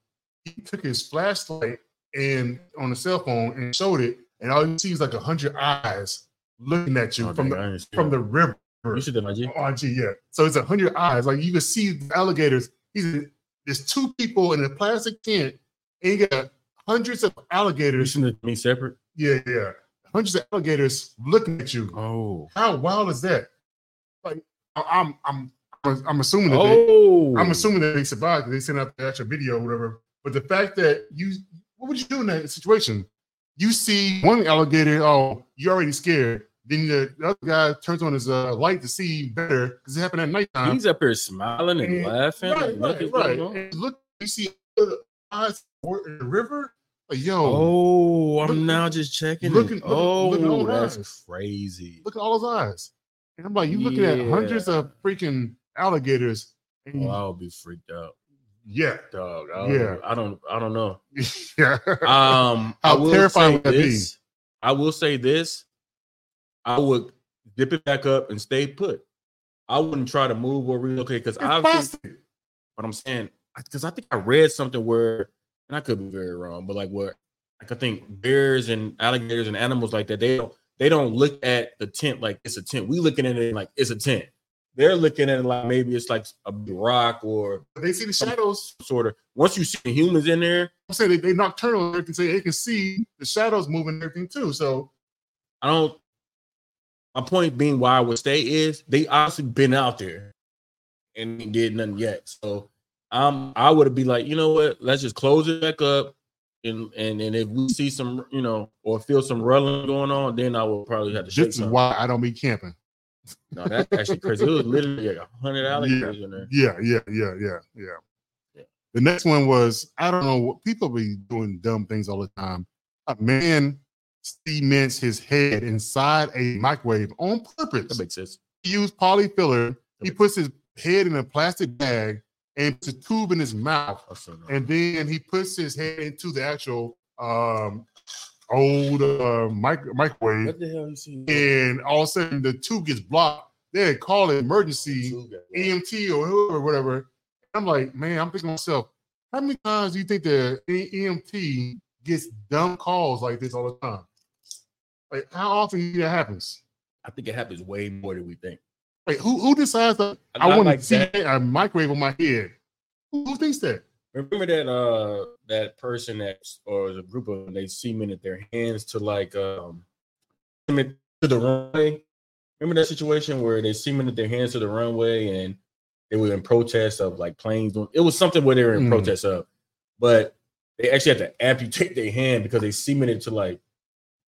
[SPEAKER 2] he took his flashlight and on the cell phone and showed it, and all you see is like a hundred eyes looking at you
[SPEAKER 3] Oh,
[SPEAKER 2] from
[SPEAKER 3] dang,
[SPEAKER 2] the
[SPEAKER 3] I didn't see
[SPEAKER 2] from
[SPEAKER 3] that.
[SPEAKER 2] the river.
[SPEAKER 3] You should have, IG.
[SPEAKER 2] Oh, gee, yeah. So it's a hundred eyes. Like you can see the alligators. He's there's two people in a plastic tent, and you got hundreds of
[SPEAKER 3] You
[SPEAKER 2] alligators
[SPEAKER 3] should have me separate.
[SPEAKER 2] yeah, yeah. Hundreds of alligators looking at you.
[SPEAKER 3] Oh.
[SPEAKER 2] How wild is that? Like, I- I'm, I'm, I'm I'm assuming that they,
[SPEAKER 3] Oh.
[SPEAKER 2] I'm assuming that they survived because they sent out the actual video or whatever. But the fact that you, what would you do in that situation? You see one alligator, oh, you're already scared. Then the, the other guy turns on his uh, light to see better because it happened at nighttime.
[SPEAKER 3] He's up here smiling and
[SPEAKER 2] Yeah.
[SPEAKER 3] laughing.
[SPEAKER 2] right,
[SPEAKER 3] like nothing's
[SPEAKER 2] right, right.
[SPEAKER 3] going on.
[SPEAKER 2] And look, you see the eyes or- in the river. Like, yo,
[SPEAKER 3] Oh, I'm
[SPEAKER 2] Look-
[SPEAKER 3] now just checking. it.
[SPEAKER 2] looking- looking-
[SPEAKER 3] oh,
[SPEAKER 2] looking all
[SPEAKER 3] that's
[SPEAKER 2] nice.
[SPEAKER 3] crazy.
[SPEAKER 2] look at all his eyes. And I'm like, you looking at
[SPEAKER 3] Yeah.
[SPEAKER 2] hundreds of freaking alligators. And
[SPEAKER 3] Oh, I'll be freaked out,
[SPEAKER 2] Yeah,
[SPEAKER 3] dog. I don't,
[SPEAKER 2] Yeah.
[SPEAKER 3] I don't. I don't know.
[SPEAKER 2] yeah.
[SPEAKER 3] Um, I
[SPEAKER 2] How
[SPEAKER 3] will
[SPEAKER 2] terrifying
[SPEAKER 3] say
[SPEAKER 2] would that be?
[SPEAKER 3] this. I will say this. I would dip it back up and stay put. I wouldn't try to move or relocate because
[SPEAKER 2] It's
[SPEAKER 3] obviously
[SPEAKER 2] plastic.
[SPEAKER 3] but I'm saying because I think I read something where, and I could be very wrong, but like where, like I think bears and alligators and animals like that, they don't they don't look at the tent like it's a tent. We looking at it like it's a tent. They're looking at it like maybe it's like a rock or
[SPEAKER 2] They see the shadows.
[SPEAKER 3] sort of. Once you see the humans in there,
[SPEAKER 2] I'm saying they, they nocturnal and everything, so they can see the shadows moving and everything too. So
[SPEAKER 3] I don't. My point being, why I would stay is they obviously been out there and ain't did nothing yet. So um, I would be like, you know what? Let's just close it back up, and and and if we see some, you know, or feel some rumbling going on, then I would probably have to shake
[SPEAKER 2] this is
[SPEAKER 3] something.
[SPEAKER 2] why I don't be camping.
[SPEAKER 3] No, that's actually crazy. It was literally like a hundred alligators in there.
[SPEAKER 2] Yeah, yeah, yeah, yeah, yeah,
[SPEAKER 3] Yeah.
[SPEAKER 2] The next one was I don't know what people be doing dumb things all the time. A man cements his head inside a microwave on
[SPEAKER 3] That
[SPEAKER 2] purpose.
[SPEAKER 3] makes sense.
[SPEAKER 2] He used polyfiller. He puts his head in a plastic bag and puts a tube in his mouth,
[SPEAKER 3] I've seen that.
[SPEAKER 2] and then he puts his head into the actual um, old uh, mic- microwave,
[SPEAKER 3] What the hell you seen?
[SPEAKER 2] and all of a sudden the tube gets blocked. They had called it emergency EMT or whoever, whatever. I'm like, man, I'm thinking to myself, how many times do you think the E- EMT gets dumb calls like this all the time? Like, how often do you think that happens?
[SPEAKER 3] I think it happens way more than we think.
[SPEAKER 2] Like, who who decides that I
[SPEAKER 3] Not
[SPEAKER 2] want
[SPEAKER 3] like
[SPEAKER 2] to see
[SPEAKER 3] that.
[SPEAKER 2] a microwave on my head. Who, who thinks that?
[SPEAKER 3] Remember that uh that person that or the group of them, they cemented their hands to like um cement to the runway. Remember that situation where they cemented their hands to the runway and they were in protest of like planes. doing- It was something where they were in
[SPEAKER 2] Mm.
[SPEAKER 3] protest of, but they actually had to amputate their hand because they cemented to like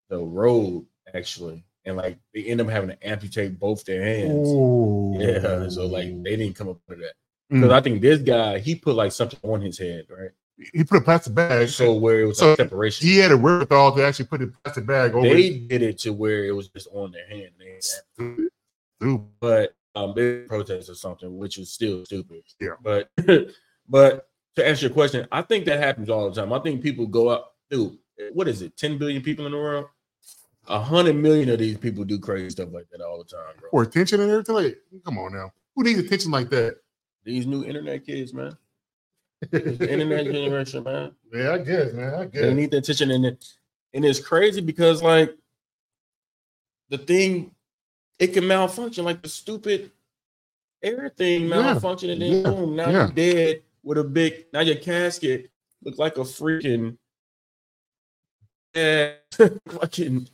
[SPEAKER 3] the road actually, and like they end up having to amputate both their hands.
[SPEAKER 2] Oh, Mm.
[SPEAKER 3] Yeah, so like they didn't come up with that because I think this guy he put like something on his head, right?
[SPEAKER 2] he put a plastic bag.
[SPEAKER 3] So where it was
[SPEAKER 2] So,
[SPEAKER 3] like separation.
[SPEAKER 2] he had a wherewithal to actually put a plastic bag over.
[SPEAKER 3] They
[SPEAKER 2] his-
[SPEAKER 3] did it to where it was just on their hand. They-
[SPEAKER 2] Dude, dude,
[SPEAKER 3] but um they protest or something, which is still stupid.
[SPEAKER 2] Yeah.
[SPEAKER 3] But but to answer your question, I think that happens all the time. I think people go up, dude. What is it? Ten billion people in the world. A hundred million of these people do crazy stuff like that all the time, bro.
[SPEAKER 2] for attention and everything. Like, come on now, who needs attention like that?
[SPEAKER 3] These new internet kids, man. This internet generation, man.
[SPEAKER 2] yeah, I guess, man. I
[SPEAKER 3] They
[SPEAKER 2] guess.
[SPEAKER 3] need the attention, and it, and it's crazy because like the thing, it can malfunction. Like the stupid air thing
[SPEAKER 2] Yeah.
[SPEAKER 3] malfunction, and then
[SPEAKER 2] Yeah.
[SPEAKER 3] boom, now
[SPEAKER 2] Yeah.
[SPEAKER 3] you're dead with a big. Now your casket look like a freaking yeah, fucking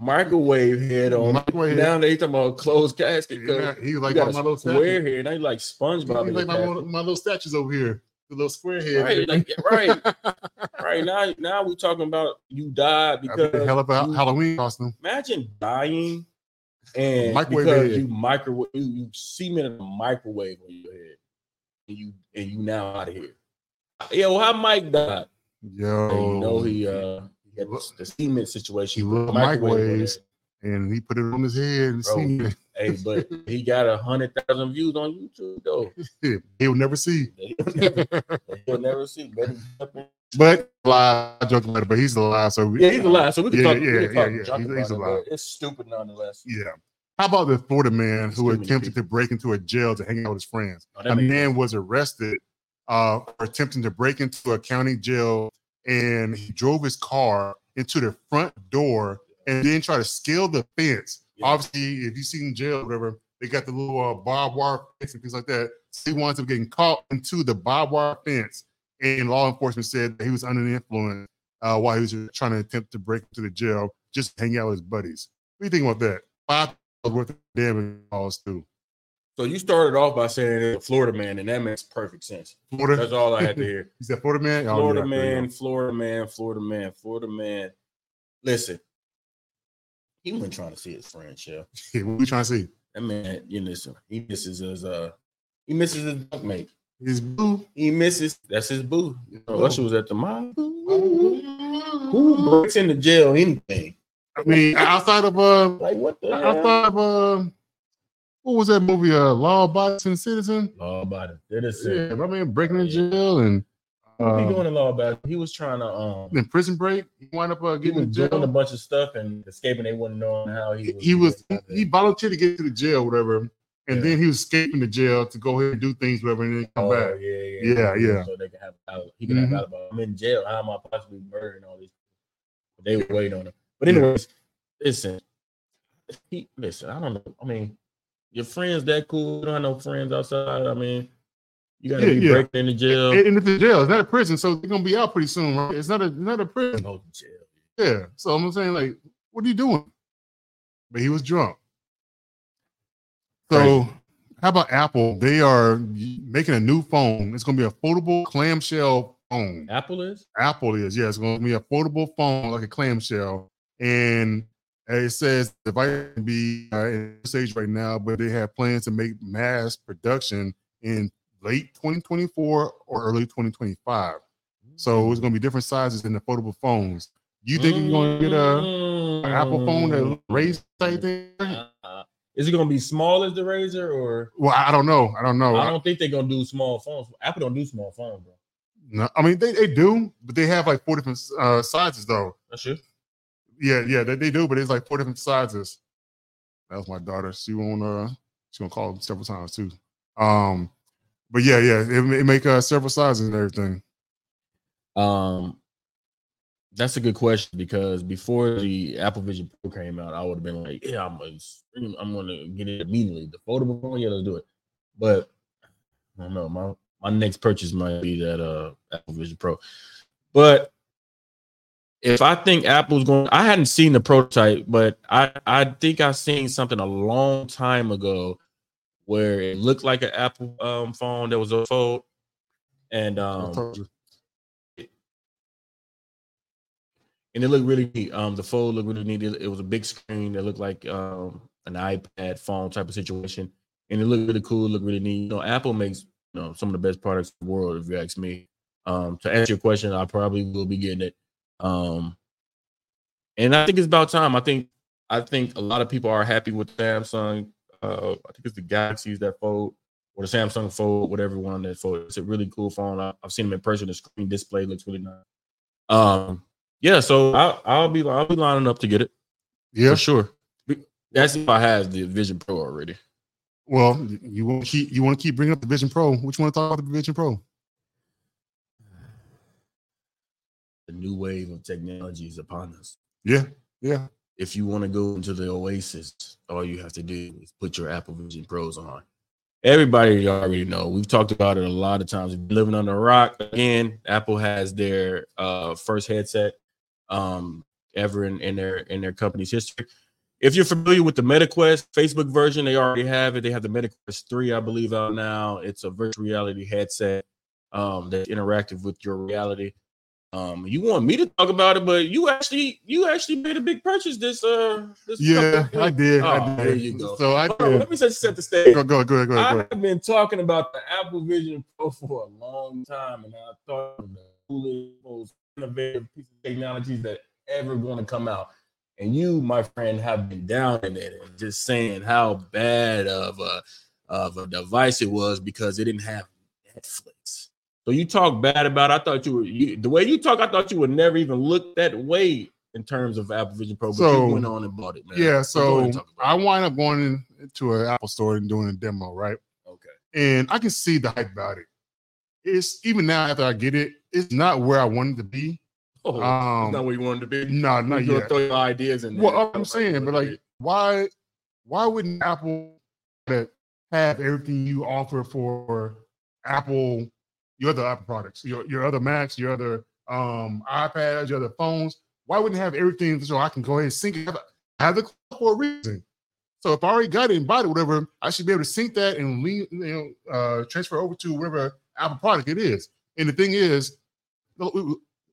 [SPEAKER 3] microwave head on.
[SPEAKER 2] Microwave.
[SPEAKER 3] Now they talking about a closed casket because
[SPEAKER 2] Yeah, he was
[SPEAKER 3] you
[SPEAKER 2] like
[SPEAKER 3] got
[SPEAKER 2] one
[SPEAKER 3] a
[SPEAKER 2] of my little
[SPEAKER 3] square
[SPEAKER 2] statues.
[SPEAKER 3] here, and they like
[SPEAKER 2] He
[SPEAKER 3] SpongeBob.
[SPEAKER 2] was
[SPEAKER 3] in
[SPEAKER 2] like
[SPEAKER 3] the
[SPEAKER 2] my,
[SPEAKER 3] casket.
[SPEAKER 2] little- my little statues over here, the little square head.
[SPEAKER 3] Right, like, right, right. Now, now we talking about you died
[SPEAKER 2] I bet
[SPEAKER 3] because
[SPEAKER 2] the hell of a
[SPEAKER 3] you-
[SPEAKER 2] Halloween costume.
[SPEAKER 3] imagine dying and
[SPEAKER 2] Microwave
[SPEAKER 3] because
[SPEAKER 2] head.
[SPEAKER 3] you microwave you, you semen in a microwave on your head and you and you now out of here. Yeah, well, how Mike died?
[SPEAKER 2] Yo,
[SPEAKER 3] And you know he uh he had the semen situation.
[SPEAKER 2] He
[SPEAKER 3] with the
[SPEAKER 2] loved
[SPEAKER 3] microwave on
[SPEAKER 2] microwaves. and he put it on his head and
[SPEAKER 3] Bro.
[SPEAKER 2] seen it.
[SPEAKER 3] there. Hey, but he got a hundred thousand views on YouTube though.
[SPEAKER 2] Yeah, He'll never see.
[SPEAKER 3] You'll never see. Baby.
[SPEAKER 2] But live, I joke about it, but he's alive. So we-
[SPEAKER 3] Yeah, he's alive, so we can
[SPEAKER 2] Yeah,
[SPEAKER 3] talk. we
[SPEAKER 2] yeah,
[SPEAKER 3] can talk
[SPEAKER 2] yeah, yeah.
[SPEAKER 3] junk
[SPEAKER 2] He's-
[SPEAKER 3] about
[SPEAKER 2] he's
[SPEAKER 3] it, but
[SPEAKER 2] alive.
[SPEAKER 3] It's stupid nonetheless.
[SPEAKER 2] Yeah. How about the Florida man who
[SPEAKER 3] Too many
[SPEAKER 2] attempted to break into a jail to hang out with his friends?
[SPEAKER 3] Oh, that
[SPEAKER 2] a
[SPEAKER 3] makes-
[SPEAKER 2] man was arrested uh, for attempting to break into a county jail and he drove his car into the front door and then tried to scale the fence.
[SPEAKER 3] Yeah.
[SPEAKER 2] Obviously, if you see in jail, whatever, they got the little uh, barbed wire fence and things like that. So he winds up getting caught into the barbed wire fence, and law enforcement said that he was under the influence uh, while he was trying to attempt to break into the jail just to hang out with his buddies. What do you think about that? Five dollars worth of damage caused too.
[SPEAKER 3] So you started off by saying it's a Florida man, and that makes perfect sense.
[SPEAKER 2] Florida,
[SPEAKER 3] That's all I had to hear.
[SPEAKER 2] is that Florida man? Oh, yeah,
[SPEAKER 3] Florida
[SPEAKER 2] I feel you.
[SPEAKER 3] man, Florida man, Florida man, Florida man. Listen, he wasn't trying to see his friend, yeah.
[SPEAKER 2] Yeah, what we trying to see?
[SPEAKER 3] That man, you listen, he misses his uh he misses his dunk mate.
[SPEAKER 2] Is blue?
[SPEAKER 3] He misses that's his boo. You know, Usher was at the mall. Who
[SPEAKER 2] I
[SPEAKER 3] breaks into jail anything?
[SPEAKER 2] mean, outside of uh,
[SPEAKER 3] Like what the hell?
[SPEAKER 2] outside of uh, what was that movie? Uh, Law Abiding Citizen.
[SPEAKER 3] Law abiding. That is
[SPEAKER 2] Yeah,
[SPEAKER 3] it.
[SPEAKER 2] my man breaking in jail and
[SPEAKER 3] What he
[SPEAKER 2] uh,
[SPEAKER 3] doing in law abiding? He was trying to um
[SPEAKER 2] in prison break. He wound up uh,
[SPEAKER 3] he
[SPEAKER 2] getting
[SPEAKER 3] was
[SPEAKER 2] in
[SPEAKER 3] doing a
[SPEAKER 2] jail.
[SPEAKER 3] bunch of stuff and escaping. They wouldn't know how he was.
[SPEAKER 2] He was he volunteered to get to the jail, whatever, and
[SPEAKER 3] Yeah.
[SPEAKER 2] then he was escaping the jail to go ahead and do things, whatever, and then come
[SPEAKER 3] Oh,
[SPEAKER 2] back.
[SPEAKER 3] Yeah, yeah,
[SPEAKER 2] Yeah, yeah.
[SPEAKER 3] So they can have out. He can
[SPEAKER 2] Mhm.
[SPEAKER 3] have out about. I'm in jail. How am I possibly murdering all these? people? They were waiting on him. But anyways, listen. He, listen, I don't know. I mean, your friends that cool? You don't have no friends outside. I mean, you gotta
[SPEAKER 2] Yeah,
[SPEAKER 3] be
[SPEAKER 2] yeah.
[SPEAKER 3] breaking into jail.
[SPEAKER 2] And, and it's a jail. It's not a prison, so they're gonna be out pretty soon, right? It's not a not a prison.
[SPEAKER 3] Go to jail.
[SPEAKER 2] Yeah. So I'm saying, like, what are you doing? But he was drunk. So how about Apple? They are making a new phone. It's gonna be a foldable clamshell phone.
[SPEAKER 3] Apple is.
[SPEAKER 2] Apple is, yeah, it's gonna be a foldable phone like a clamshell. And it says the device can be uh, in this stage right now, but they have plans to make mass production in late 2024 or early 2025. So it's gonna be different sizes in the foldable phones. You think you're gonna get a an Apple phone that
[SPEAKER 3] Mm-hmm.
[SPEAKER 2] raised type thing?
[SPEAKER 3] Uh, Is it gonna be small as the razor or?
[SPEAKER 2] Well, I I don't know. I don't know.
[SPEAKER 3] I
[SPEAKER 2] Oh, I,
[SPEAKER 3] don't think they're gonna do small phones. Apple don't do small phones, bro.
[SPEAKER 2] no, I mean, they, they do, but they have like four different uh, sizes though.
[SPEAKER 3] That's true.
[SPEAKER 2] Yeah, yeah, they, they do, but it's like four different sizes. That was my daughter. She won't. Uh, she gonna call several times too. Um, but yeah, yeah, it, ma- it make uh, several sizes and everything.
[SPEAKER 3] Um, that's a good question because before the Apple Vision Pro came out, I would have been like, "Yeah, I'm gonna, stream- I'm gonna get it immediately." The foldable phone, yeah, let's do it. But I don't know. My my next purchase might be that uh Apple Vision Pro. But if I think Apple's going, I hadn't seen the prototype, but I I think I seen something a long time ago where it looked like an Apple um phone that was a fold, and
[SPEAKER 2] I
[SPEAKER 3] um.
[SPEAKER 2] told you.
[SPEAKER 3] and it looked really neat. Um, the fold looked really neat. It, it was a big screen that looked like um an iPad phone type of situation, and it looked really cool. Looked really neat. You know, Apple makes you know some of the best products in the world, if you ask me. Um, to answer your question, I probably will be getting it. Um, and I think it's about time. I think I think a lot of people are happy with Samsung. Uh, I think it's the Galaxies that fold or the Samsung fold, whatever one that fold. It's a really cool phone. I, have seen them in person. The screen display looks really nice. Um, yeah, so I, I'll be I'll be lining up to get it
[SPEAKER 2] Yeah.
[SPEAKER 3] for sure. That's if I have the Vision Pro already.
[SPEAKER 2] Well, you want to keep you want to keep bringing up the Vision Pro. Which one to talk about the Vision Pro?
[SPEAKER 3] The new wave of technology is upon us.
[SPEAKER 2] Yeah, yeah.
[SPEAKER 3] If you want to go into the Oasis, all you have to do is put your Apple Vision Pros on. Everybody already know. We've talked about it a lot of times. We've been living under a rock again. Apple has their uh, first headset um, ever in, in their in their company's history. If you're familiar with the MetaQuest Facebook version, they already have it. They have the MetaQuest 3, I believe, out now. It's a virtual reality headset um, that's interactive with your reality. Um, you want me to talk about it, but you actually you actually made a big purchase this uh this
[SPEAKER 2] Yeah,
[SPEAKER 3] couple-
[SPEAKER 2] I did. I
[SPEAKER 3] Oh,
[SPEAKER 2] did.
[SPEAKER 3] there you go.
[SPEAKER 2] So I
[SPEAKER 3] Hold on,
[SPEAKER 2] did.
[SPEAKER 3] let me set, set
[SPEAKER 2] Go,
[SPEAKER 3] the stage.
[SPEAKER 2] go, go, go, go.
[SPEAKER 3] I've been talking about the Apple Vision Pro for a long time, and I thought it was the coolest, most innovative piece of technology that ever going to come out. And you, my friend, have been down in it and just saying how bad of a of a device it was because it didn't have Netflix. So you talk bad about. It. I thought you were you, the way you talk. I thought you would never even look that way in terms of Apple Vision Pro. But
[SPEAKER 2] So-
[SPEAKER 3] you went on and bought it, man.
[SPEAKER 2] Yeah,
[SPEAKER 3] go ahead
[SPEAKER 2] so
[SPEAKER 3] and talk about
[SPEAKER 2] I wind up going in- to an Apple store and doing a demo, right?
[SPEAKER 3] it. okay.
[SPEAKER 2] And I can see the hype about it. It's even now after I get it, it's not where I wanted to be.
[SPEAKER 3] Oh,
[SPEAKER 2] Um,
[SPEAKER 3] that's not where you wanted to be.
[SPEAKER 2] No, not
[SPEAKER 3] you
[SPEAKER 2] yet.
[SPEAKER 3] throw your ideas in. there.
[SPEAKER 2] Oh, Well, I'm saying, but like, why, why wouldn't Apple that have everything you offer for Apple, your other Apple products, your your other Macs, your other um iPads, your other phones? Why wouldn't it have everything so I can go ahead and sync it? I have the clock for a reason. So if I already got it and bought it, whatever, I should be able to sync that and lean, you know, uh, transfer over to whatever Apple product it is. And the thing is,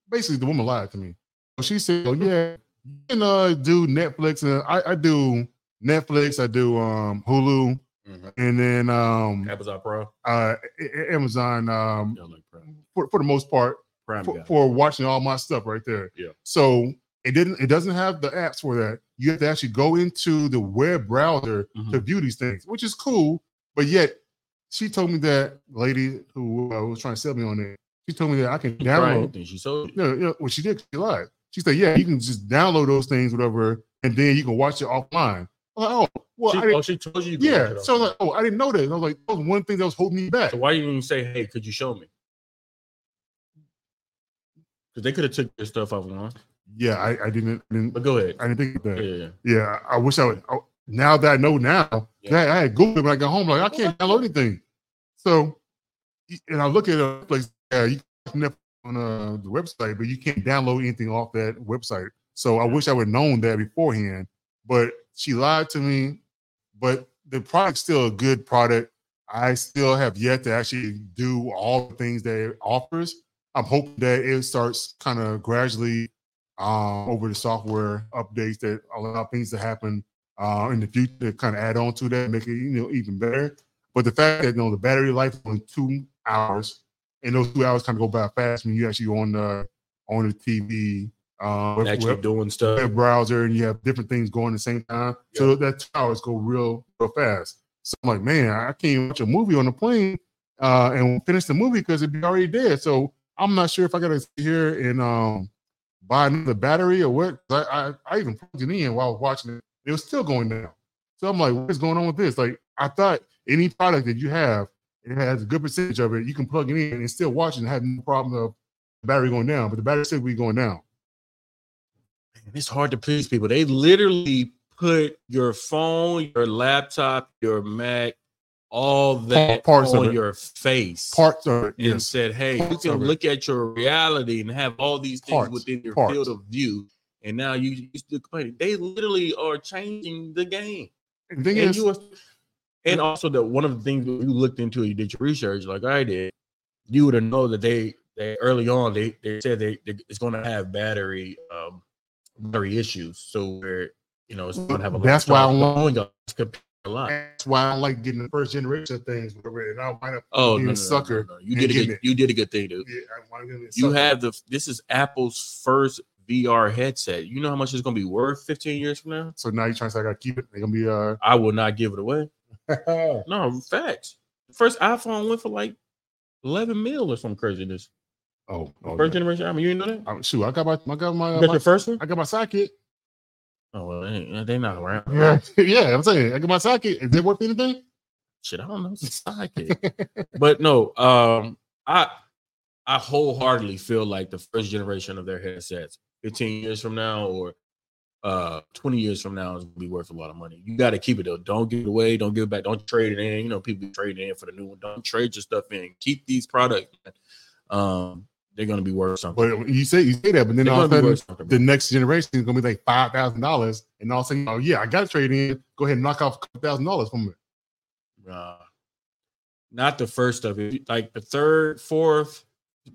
[SPEAKER 2] basically, the woman lied to me. She said, "Oh yeah, you can uh, do Netflix and I, I do Netflix, I do um Hulu,
[SPEAKER 3] Mhm.
[SPEAKER 2] and then um
[SPEAKER 3] Amazon Pro,
[SPEAKER 2] uh A- A- Amazon um
[SPEAKER 3] yeah, like Prime,
[SPEAKER 2] for, for the most part
[SPEAKER 3] Prime
[SPEAKER 2] for,
[SPEAKER 3] guy.
[SPEAKER 2] for watching all my stuff right there.
[SPEAKER 3] Yeah.
[SPEAKER 2] So it didn't it doesn't have the apps for that. You have to actually go into the web browser
[SPEAKER 3] Mm-hmm.
[SPEAKER 2] to view these things, which is cool. But yet she told me that lady who uh, was trying to sell me on it, she told me that I can
[SPEAKER 3] Prime,
[SPEAKER 2] download
[SPEAKER 3] anything she sold you.
[SPEAKER 2] no, no, well, she did. She lied. She said, "Yeah, you can just download those things, whatever, and then you can watch it offline." I'm like, oh, well,
[SPEAKER 3] she,
[SPEAKER 2] I didn't,
[SPEAKER 3] oh, she told you. you could watch
[SPEAKER 2] yeah.
[SPEAKER 3] it
[SPEAKER 2] So I
[SPEAKER 3] off.
[SPEAKER 2] was like, oh, I didn't know that. And I was like, that was one thing that was holding me back.
[SPEAKER 3] So why you even say, "Hey, could you show me"? Because they could have took their stuff offline.
[SPEAKER 2] Yeah, I, I didn't, I didn't,
[SPEAKER 3] But go ahead.
[SPEAKER 2] I didn't think of
[SPEAKER 3] Yeah,
[SPEAKER 2] that.
[SPEAKER 3] yeah.
[SPEAKER 2] Yeah, I wish I would. I, now that I know now,
[SPEAKER 3] Yeah.
[SPEAKER 2] that I had Google when I got home. Like, I can't download anything. So, and I look at a place. Yeah, you can watch Netflix on uh, the website, but you can't download anything off that website. So I wish I would known that beforehand. But she lied to me. But the product's still a good product. I still have yet to actually do all the things that it offers. I'm hoping that it starts kind of gradually um, over the software updates that allow things to happen uh, in the future to kind of add on to that, make it you know even better. But the fact that you know the battery life is only two hours, and those two hours kind of go by fast when you actually on the on the TV uh,
[SPEAKER 3] And
[SPEAKER 2] web-
[SPEAKER 3] Actually,
[SPEAKER 2] web-
[SPEAKER 3] doing stuff.
[SPEAKER 2] web browser and you have different things going at the same time. So that two hours go real, real fast. So I'm like, man, I can't even watch a movie on the plane uh, and finish the movie because it'd be already dead. So I'm not sure if I gotta sit here and um, buy another battery or what. I, I I even plugged it in while I was watching it. It was still going down. So I'm like, what's going on with this? Like I thought any product that you have, it has a good percentage of it, you can plug it in and still watch it and have no problem of the battery going down, but the battery still be going down.
[SPEAKER 3] And it's hard to please people. They literally put your phone, your laptop, your Mac, all that
[SPEAKER 2] parts of
[SPEAKER 3] on
[SPEAKER 2] it.
[SPEAKER 3] your face.
[SPEAKER 2] Parts of it,
[SPEAKER 3] and
[SPEAKER 2] yes.
[SPEAKER 3] said, "Hey, you
[SPEAKER 2] Parts
[SPEAKER 3] can
[SPEAKER 2] of it.
[SPEAKER 3] look at your reality and have all these things
[SPEAKER 2] Parts,
[SPEAKER 3] within your
[SPEAKER 2] parts.
[SPEAKER 3] field of view." And now you you still complaining. They literally are changing the game.
[SPEAKER 2] And the thing
[SPEAKER 3] and
[SPEAKER 2] is,
[SPEAKER 3] you are, and also that one of the things that you looked into, you did your research like I did. You would have known that they they early on they they said they, they it's going to have battery um battery issues. So where you know it's going to have a lot
[SPEAKER 2] That's
[SPEAKER 3] of
[SPEAKER 2] why I
[SPEAKER 3] charge
[SPEAKER 2] want-
[SPEAKER 3] going up. It's comp- a lot.
[SPEAKER 2] That's why I don't like getting the first generation of things. whatever, And I wind up,
[SPEAKER 3] Oh,
[SPEAKER 2] You
[SPEAKER 3] no, no, no,
[SPEAKER 2] sucker.
[SPEAKER 3] no, no. You
[SPEAKER 2] You
[SPEAKER 3] did a
[SPEAKER 2] give
[SPEAKER 3] good,
[SPEAKER 2] it.
[SPEAKER 3] you did a good thing, dude.
[SPEAKER 2] yeah, I wind up getting
[SPEAKER 3] You
[SPEAKER 2] sucker.
[SPEAKER 3] have the this is Apple's first VR headset. You know how much it's gonna be worth 15 years from now?
[SPEAKER 2] So now you're trying to say I gotta keep it. They're gonna be uh.
[SPEAKER 3] I will not give it away.
[SPEAKER 2] oh
[SPEAKER 3] No, facts. The first iPhone went for like 11 mil or some craziness.
[SPEAKER 2] oh.
[SPEAKER 3] First
[SPEAKER 2] yeah.
[SPEAKER 3] generation. I mean, you didn't know that?
[SPEAKER 2] Um, shoot, I got my, I got my,
[SPEAKER 3] You
[SPEAKER 2] uh,
[SPEAKER 3] got
[SPEAKER 2] my
[SPEAKER 3] your first one?
[SPEAKER 2] I got my socket.
[SPEAKER 3] Oh, well, they- they not around.
[SPEAKER 2] Yeah, yeah. I'm saying I got my socket. Is it worth anything?
[SPEAKER 3] Shit, I don't know. It's a sidekick. but no, um, I I wholeheartedly feel like the first generation of their headsets, 15 years from now or uh 20 years from now, is gonna be worth a lot of money. You gotta keep it though. Don't give it away, don't give it back, don't trade it in. You know, people trade it in for the new one. Don't trade your stuff in. Keep these products. man. Um, they're gonna be worth something.
[SPEAKER 2] But you say you say that, but then
[SPEAKER 3] They're
[SPEAKER 2] all
[SPEAKER 3] gonna
[SPEAKER 2] of
[SPEAKER 3] be
[SPEAKER 2] a sudden
[SPEAKER 3] worth something.
[SPEAKER 2] the next generation is gonna be like five thousand dollars, and all of a sudden, oh yeah, I got to trade in. Go ahead and knock off a couple thousand dollars from it.
[SPEAKER 3] uh, not the first of it, like the third, fourth,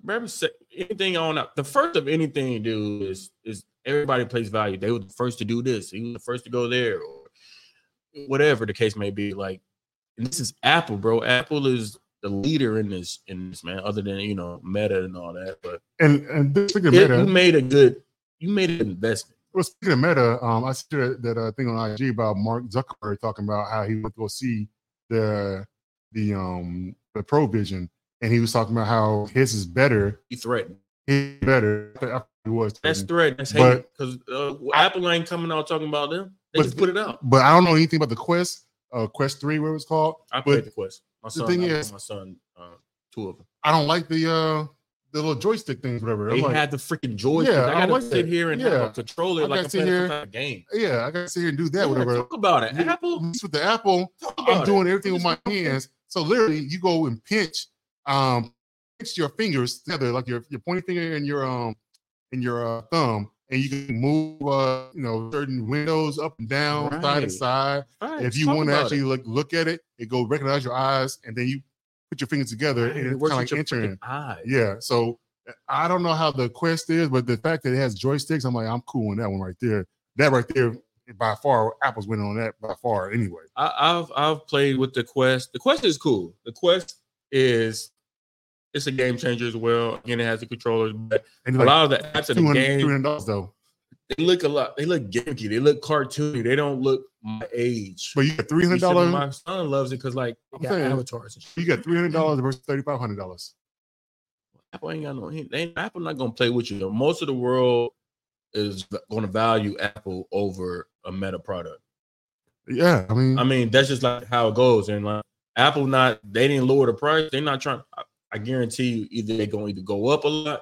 [SPEAKER 3] remember se- anything on up. The first of anything, dude, is is everybody plays value. They were the first to do this. He was the first to go there, or whatever the case may be. Like, and this is Apple, bro. Apple is the leader in this in this man. Other than you know Meta and all that, but
[SPEAKER 2] And and this speaking of
[SPEAKER 3] it-
[SPEAKER 2] meta,
[SPEAKER 3] you made a good, you made an investment.
[SPEAKER 2] well, speaking of meta, um, I see that, that uh, thing on IG about Mark Zuckerberg talking about how he went to go see the the um the Pro Vision, and he was talking about how his is better,
[SPEAKER 3] You threatened.
[SPEAKER 2] his better. I forget what it was
[SPEAKER 3] That's threat. That's hate.
[SPEAKER 2] Mm-hmm. But-
[SPEAKER 3] Because uh, Apple ain't coming out talking about them. They
[SPEAKER 2] But-
[SPEAKER 3] just put it out.
[SPEAKER 2] but I don't know anything about the Quest, uh, Quest Three, where it was called.
[SPEAKER 3] I
[SPEAKER 2] But
[SPEAKER 3] played the Quest. My son,
[SPEAKER 2] thing
[SPEAKER 3] I bought
[SPEAKER 2] is-
[SPEAKER 3] my son, uh, two of them.
[SPEAKER 2] I don't like the uh the little joystick things, whatever. I'm
[SPEAKER 3] They
[SPEAKER 2] like,
[SPEAKER 3] had the freaking joy.
[SPEAKER 2] Yeah,
[SPEAKER 3] I
[SPEAKER 2] I
[SPEAKER 3] gotta
[SPEAKER 2] like
[SPEAKER 3] sit
[SPEAKER 2] that.
[SPEAKER 3] here and
[SPEAKER 2] Yeah.
[SPEAKER 3] have a controller
[SPEAKER 2] I
[SPEAKER 3] like
[SPEAKER 2] gotta
[SPEAKER 3] I'm
[SPEAKER 2] sit
[SPEAKER 3] playing some
[SPEAKER 2] here.
[SPEAKER 3] kind of game.
[SPEAKER 2] yeah, I gotta sit here and do that,
[SPEAKER 3] Yeah,
[SPEAKER 2] whatever.
[SPEAKER 3] talk about it.
[SPEAKER 2] Yeah.
[SPEAKER 3] Apple,
[SPEAKER 2] Mess with the Apple,
[SPEAKER 3] talk
[SPEAKER 2] I'm
[SPEAKER 3] about
[SPEAKER 2] doing
[SPEAKER 3] it.
[SPEAKER 2] everything with my
[SPEAKER 3] Just-
[SPEAKER 2] hands. So literally, you go and pinch, um, pinch your fingers together, like your your pointing finger and your um and your uh, thumb, and you can move, uh, you know, certain windows up and down, side to
[SPEAKER 3] Right.
[SPEAKER 2] side.
[SPEAKER 3] Right,
[SPEAKER 2] if you
[SPEAKER 3] talk
[SPEAKER 2] want to
[SPEAKER 3] about
[SPEAKER 2] actually look look at it, it go recognize your eyes, and then you put your fingers together,
[SPEAKER 3] Right,
[SPEAKER 2] and
[SPEAKER 3] it
[SPEAKER 2] it's
[SPEAKER 3] works
[SPEAKER 2] kind
[SPEAKER 3] with
[SPEAKER 2] of like
[SPEAKER 3] your
[SPEAKER 2] entering.
[SPEAKER 3] freaking eyes.
[SPEAKER 2] Yeah. So uh, I don't know how the Quest is, but the fact that it has joysticks, I'm like, I'm cool on that one right there. That right there, by far, Apple's winning on that by far anyway.
[SPEAKER 3] I, I've I've played with the Quest. The Quest is cool. The Quest is it's a game changer as well. Again, it has the controllers, but
[SPEAKER 2] And
[SPEAKER 3] a
[SPEAKER 2] like
[SPEAKER 3] lot of the apps in the
[SPEAKER 2] 200
[SPEAKER 3] game
[SPEAKER 2] 300 dollars though.
[SPEAKER 3] they look a lot. They look gimmicky. They look cartoony. They don't look my age.
[SPEAKER 2] But you got
[SPEAKER 3] You
[SPEAKER 2] $300,
[SPEAKER 3] said My son loves it because like
[SPEAKER 2] I'm
[SPEAKER 3] they got
[SPEAKER 2] saying-
[SPEAKER 3] avatars. And shit.
[SPEAKER 2] you got $300 versus $3,500.
[SPEAKER 3] Apple ain't got no. They ain't, Apple not gonna play with you. Most of the world is gonna value Apple over a Meta product.
[SPEAKER 2] Yeah. I mean,
[SPEAKER 3] I mean, that's just like how it goes. And like Apple, not they didn't lower the price. They're not trying. I, I guarantee you, either they're gonna either go up a lot,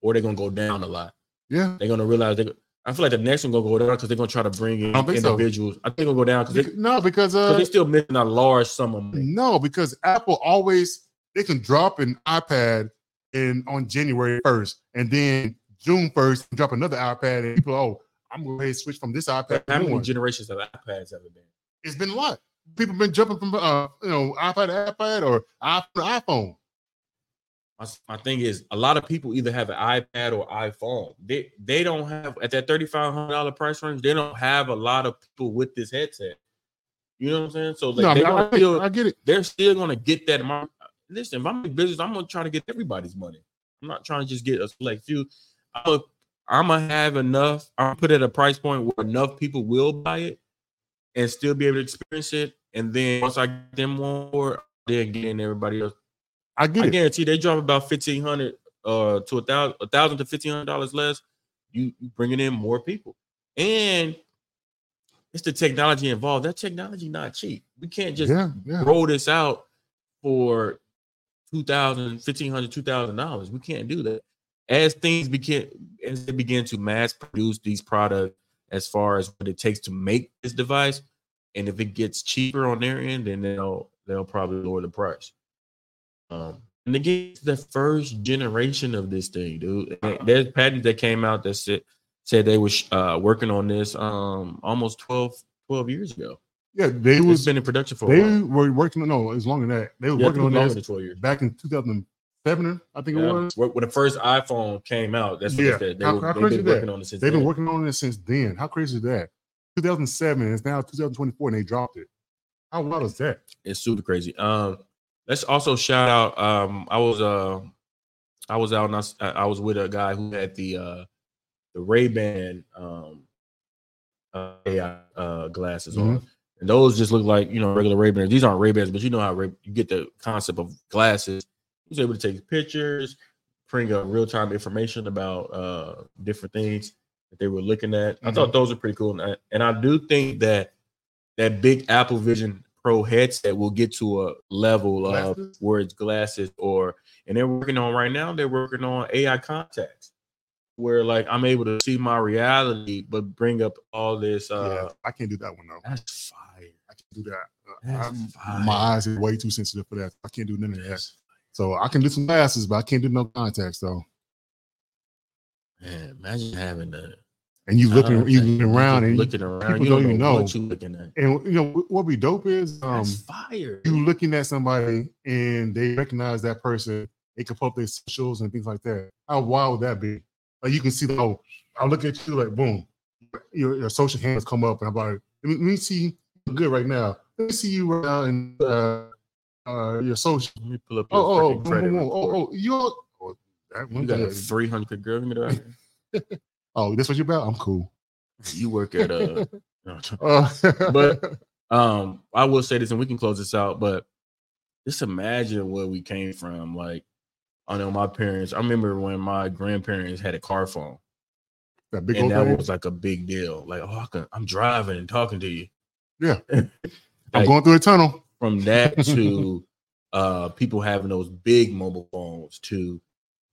[SPEAKER 3] or they're gonna go down a lot.
[SPEAKER 2] yeah.
[SPEAKER 3] They're gonna realize they. I feel like the next one gonna go down because they're gonna try to bring in
[SPEAKER 2] I don't think so.
[SPEAKER 3] individuals. I think it'll go down because they,
[SPEAKER 2] No, because
[SPEAKER 3] 'cause
[SPEAKER 2] uh
[SPEAKER 3] they still missing a large sum of money.
[SPEAKER 2] no, because Apple always they can drop an iPad in on January 1st and then June 1st drop another iPad and people, oh, I'm gonna go ahead and switch from this iPad to the
[SPEAKER 3] How
[SPEAKER 2] new
[SPEAKER 3] many
[SPEAKER 2] one.
[SPEAKER 3] generations of iPads have there been?
[SPEAKER 2] it's been a lot. People been jumping from uh you know iPad to iPad or iPhone to iPhone.
[SPEAKER 3] my, my thing is a lot of people either have an iPad or iPhone. They they don't have at that thirty five hundred dollar price range. They don't have a lot of people with this headset. You know what I'm saying? So like
[SPEAKER 2] no, I,
[SPEAKER 3] they
[SPEAKER 2] mean, I,
[SPEAKER 3] gonna
[SPEAKER 2] get it.
[SPEAKER 3] feel-
[SPEAKER 2] I get it.
[SPEAKER 3] they're still gonna get that. Mar- Listen, if I'm in business, I'm gonna try to get everybody's money. I'm not trying to just get a select few. I'm gonna have enough. I'm put at a price point where enough people will buy it and still be able to experience it. And then once I get them on board, then get in everybody else.
[SPEAKER 2] I get
[SPEAKER 3] I
[SPEAKER 2] it.
[SPEAKER 3] guarantee they drop about fifteen hundred uh to a thousand a thousand to fifteen hundred dollars less. You you bringing in more people, and it's the technology involved. That technology not cheap. We can't just
[SPEAKER 2] yeah, yeah.
[SPEAKER 3] roll this out for two thousand, fifteen hundred, two thousand dollars. We can't do that. As things begin, as they begin to mass produce these products, as far as what it takes to make this device, and if it gets cheaper on their end, then they'll they'll probably lower the price. Um, and again, it's the first generation of this thing, dude. And There's patents that came out that said said they was uh, working on this um almost 12, 12 years ago.
[SPEAKER 2] Yeah, they
[SPEAKER 3] It was
[SPEAKER 2] was
[SPEAKER 3] been in production for a
[SPEAKER 2] they
[SPEAKER 3] while.
[SPEAKER 2] were working on no, it was longer than that. They were
[SPEAKER 3] Yeah,
[SPEAKER 2] working on
[SPEAKER 3] longer
[SPEAKER 2] this
[SPEAKER 3] than 12 years.
[SPEAKER 2] back in 2007, I think it
[SPEAKER 3] Yeah.
[SPEAKER 2] was.
[SPEAKER 3] When when the first iPhone came out, that's what
[SPEAKER 2] Yeah.
[SPEAKER 3] they said. They
[SPEAKER 2] How-
[SPEAKER 3] were,
[SPEAKER 2] how
[SPEAKER 3] they've
[SPEAKER 2] crazy
[SPEAKER 3] been
[SPEAKER 2] that?
[SPEAKER 3] working on it since
[SPEAKER 2] They've been
[SPEAKER 3] then.
[SPEAKER 2] working on it since then. How crazy is that? 2007. and It's now 2024, and they dropped it. How wild is that?
[SPEAKER 3] It's super crazy. Um, let's also shout out. Um, I was uh, I was out and I, s- I- I was with a guy who had the uh, the Ray Ban um, uh, AI uh, glasses on, and those just look like you know regular Ray Bans. These aren't Ray Bans, but you know how Ray, you get the concept of glasses. He was able to take pictures, bring up real time information about uh, different things that they were looking at. I thought those were pretty cool, and I, and I do think that that big Apple Vision Pro headset will get to a level of
[SPEAKER 2] Glasses?
[SPEAKER 3] where it's glasses or and they're working on right now. They're working on AI contacts, where like I'm able to see my reality, but bring up all this.
[SPEAKER 2] yeah,
[SPEAKER 3] Uh,
[SPEAKER 2] I can't do that one though.
[SPEAKER 3] That's fire.
[SPEAKER 2] I can't do that. Uh,
[SPEAKER 3] That's
[SPEAKER 2] I'm-
[SPEAKER 3] fire.
[SPEAKER 2] my eyes are way too sensitive for that. I can't do none of that.
[SPEAKER 3] That's-
[SPEAKER 2] So I can do some glasses, but I can't do no contacts though.
[SPEAKER 3] Man, imagine having that.
[SPEAKER 2] And you looking, you looking around, and you,
[SPEAKER 3] looking around.
[SPEAKER 2] people
[SPEAKER 3] You don't,
[SPEAKER 2] don't
[SPEAKER 3] even
[SPEAKER 2] even
[SPEAKER 3] know
[SPEAKER 2] know.
[SPEAKER 3] what you looking at.
[SPEAKER 2] and you know what be dope is um
[SPEAKER 3] That's fire.
[SPEAKER 2] you looking at somebody and they recognize that person. It could pop their socials and things like that. How wild would that be? Like you can see, like, oh, I look at you like boom, your, your social handles come up, and I'm like, let me, let me see you good right now. Let me see you right now in uh, uh, your social.
[SPEAKER 3] Let me pull up your
[SPEAKER 2] Oh, oh, oh,
[SPEAKER 3] freaking
[SPEAKER 2] boom,
[SPEAKER 3] credit
[SPEAKER 2] boom, boom.
[SPEAKER 3] report.
[SPEAKER 2] oh, oh, you're. Oh, that one
[SPEAKER 3] You got a
[SPEAKER 2] thing.
[SPEAKER 3] three hundred girl. give me that.
[SPEAKER 2] Oh, that's what you're about. I'm cool.
[SPEAKER 3] You work at a.
[SPEAKER 2] Uh,
[SPEAKER 3] But- um i will say this and we can close this out but just imagine where we came from like i know my parents i remember when my grandparents had a car phone
[SPEAKER 2] that big old
[SPEAKER 3] and that
[SPEAKER 2] thing.
[SPEAKER 3] was like a big deal like oh I can, i'm driving and talking to you
[SPEAKER 2] I'm
[SPEAKER 3] like-
[SPEAKER 2] going through a tunnel.
[SPEAKER 3] from that to uh people having those big mobile phones to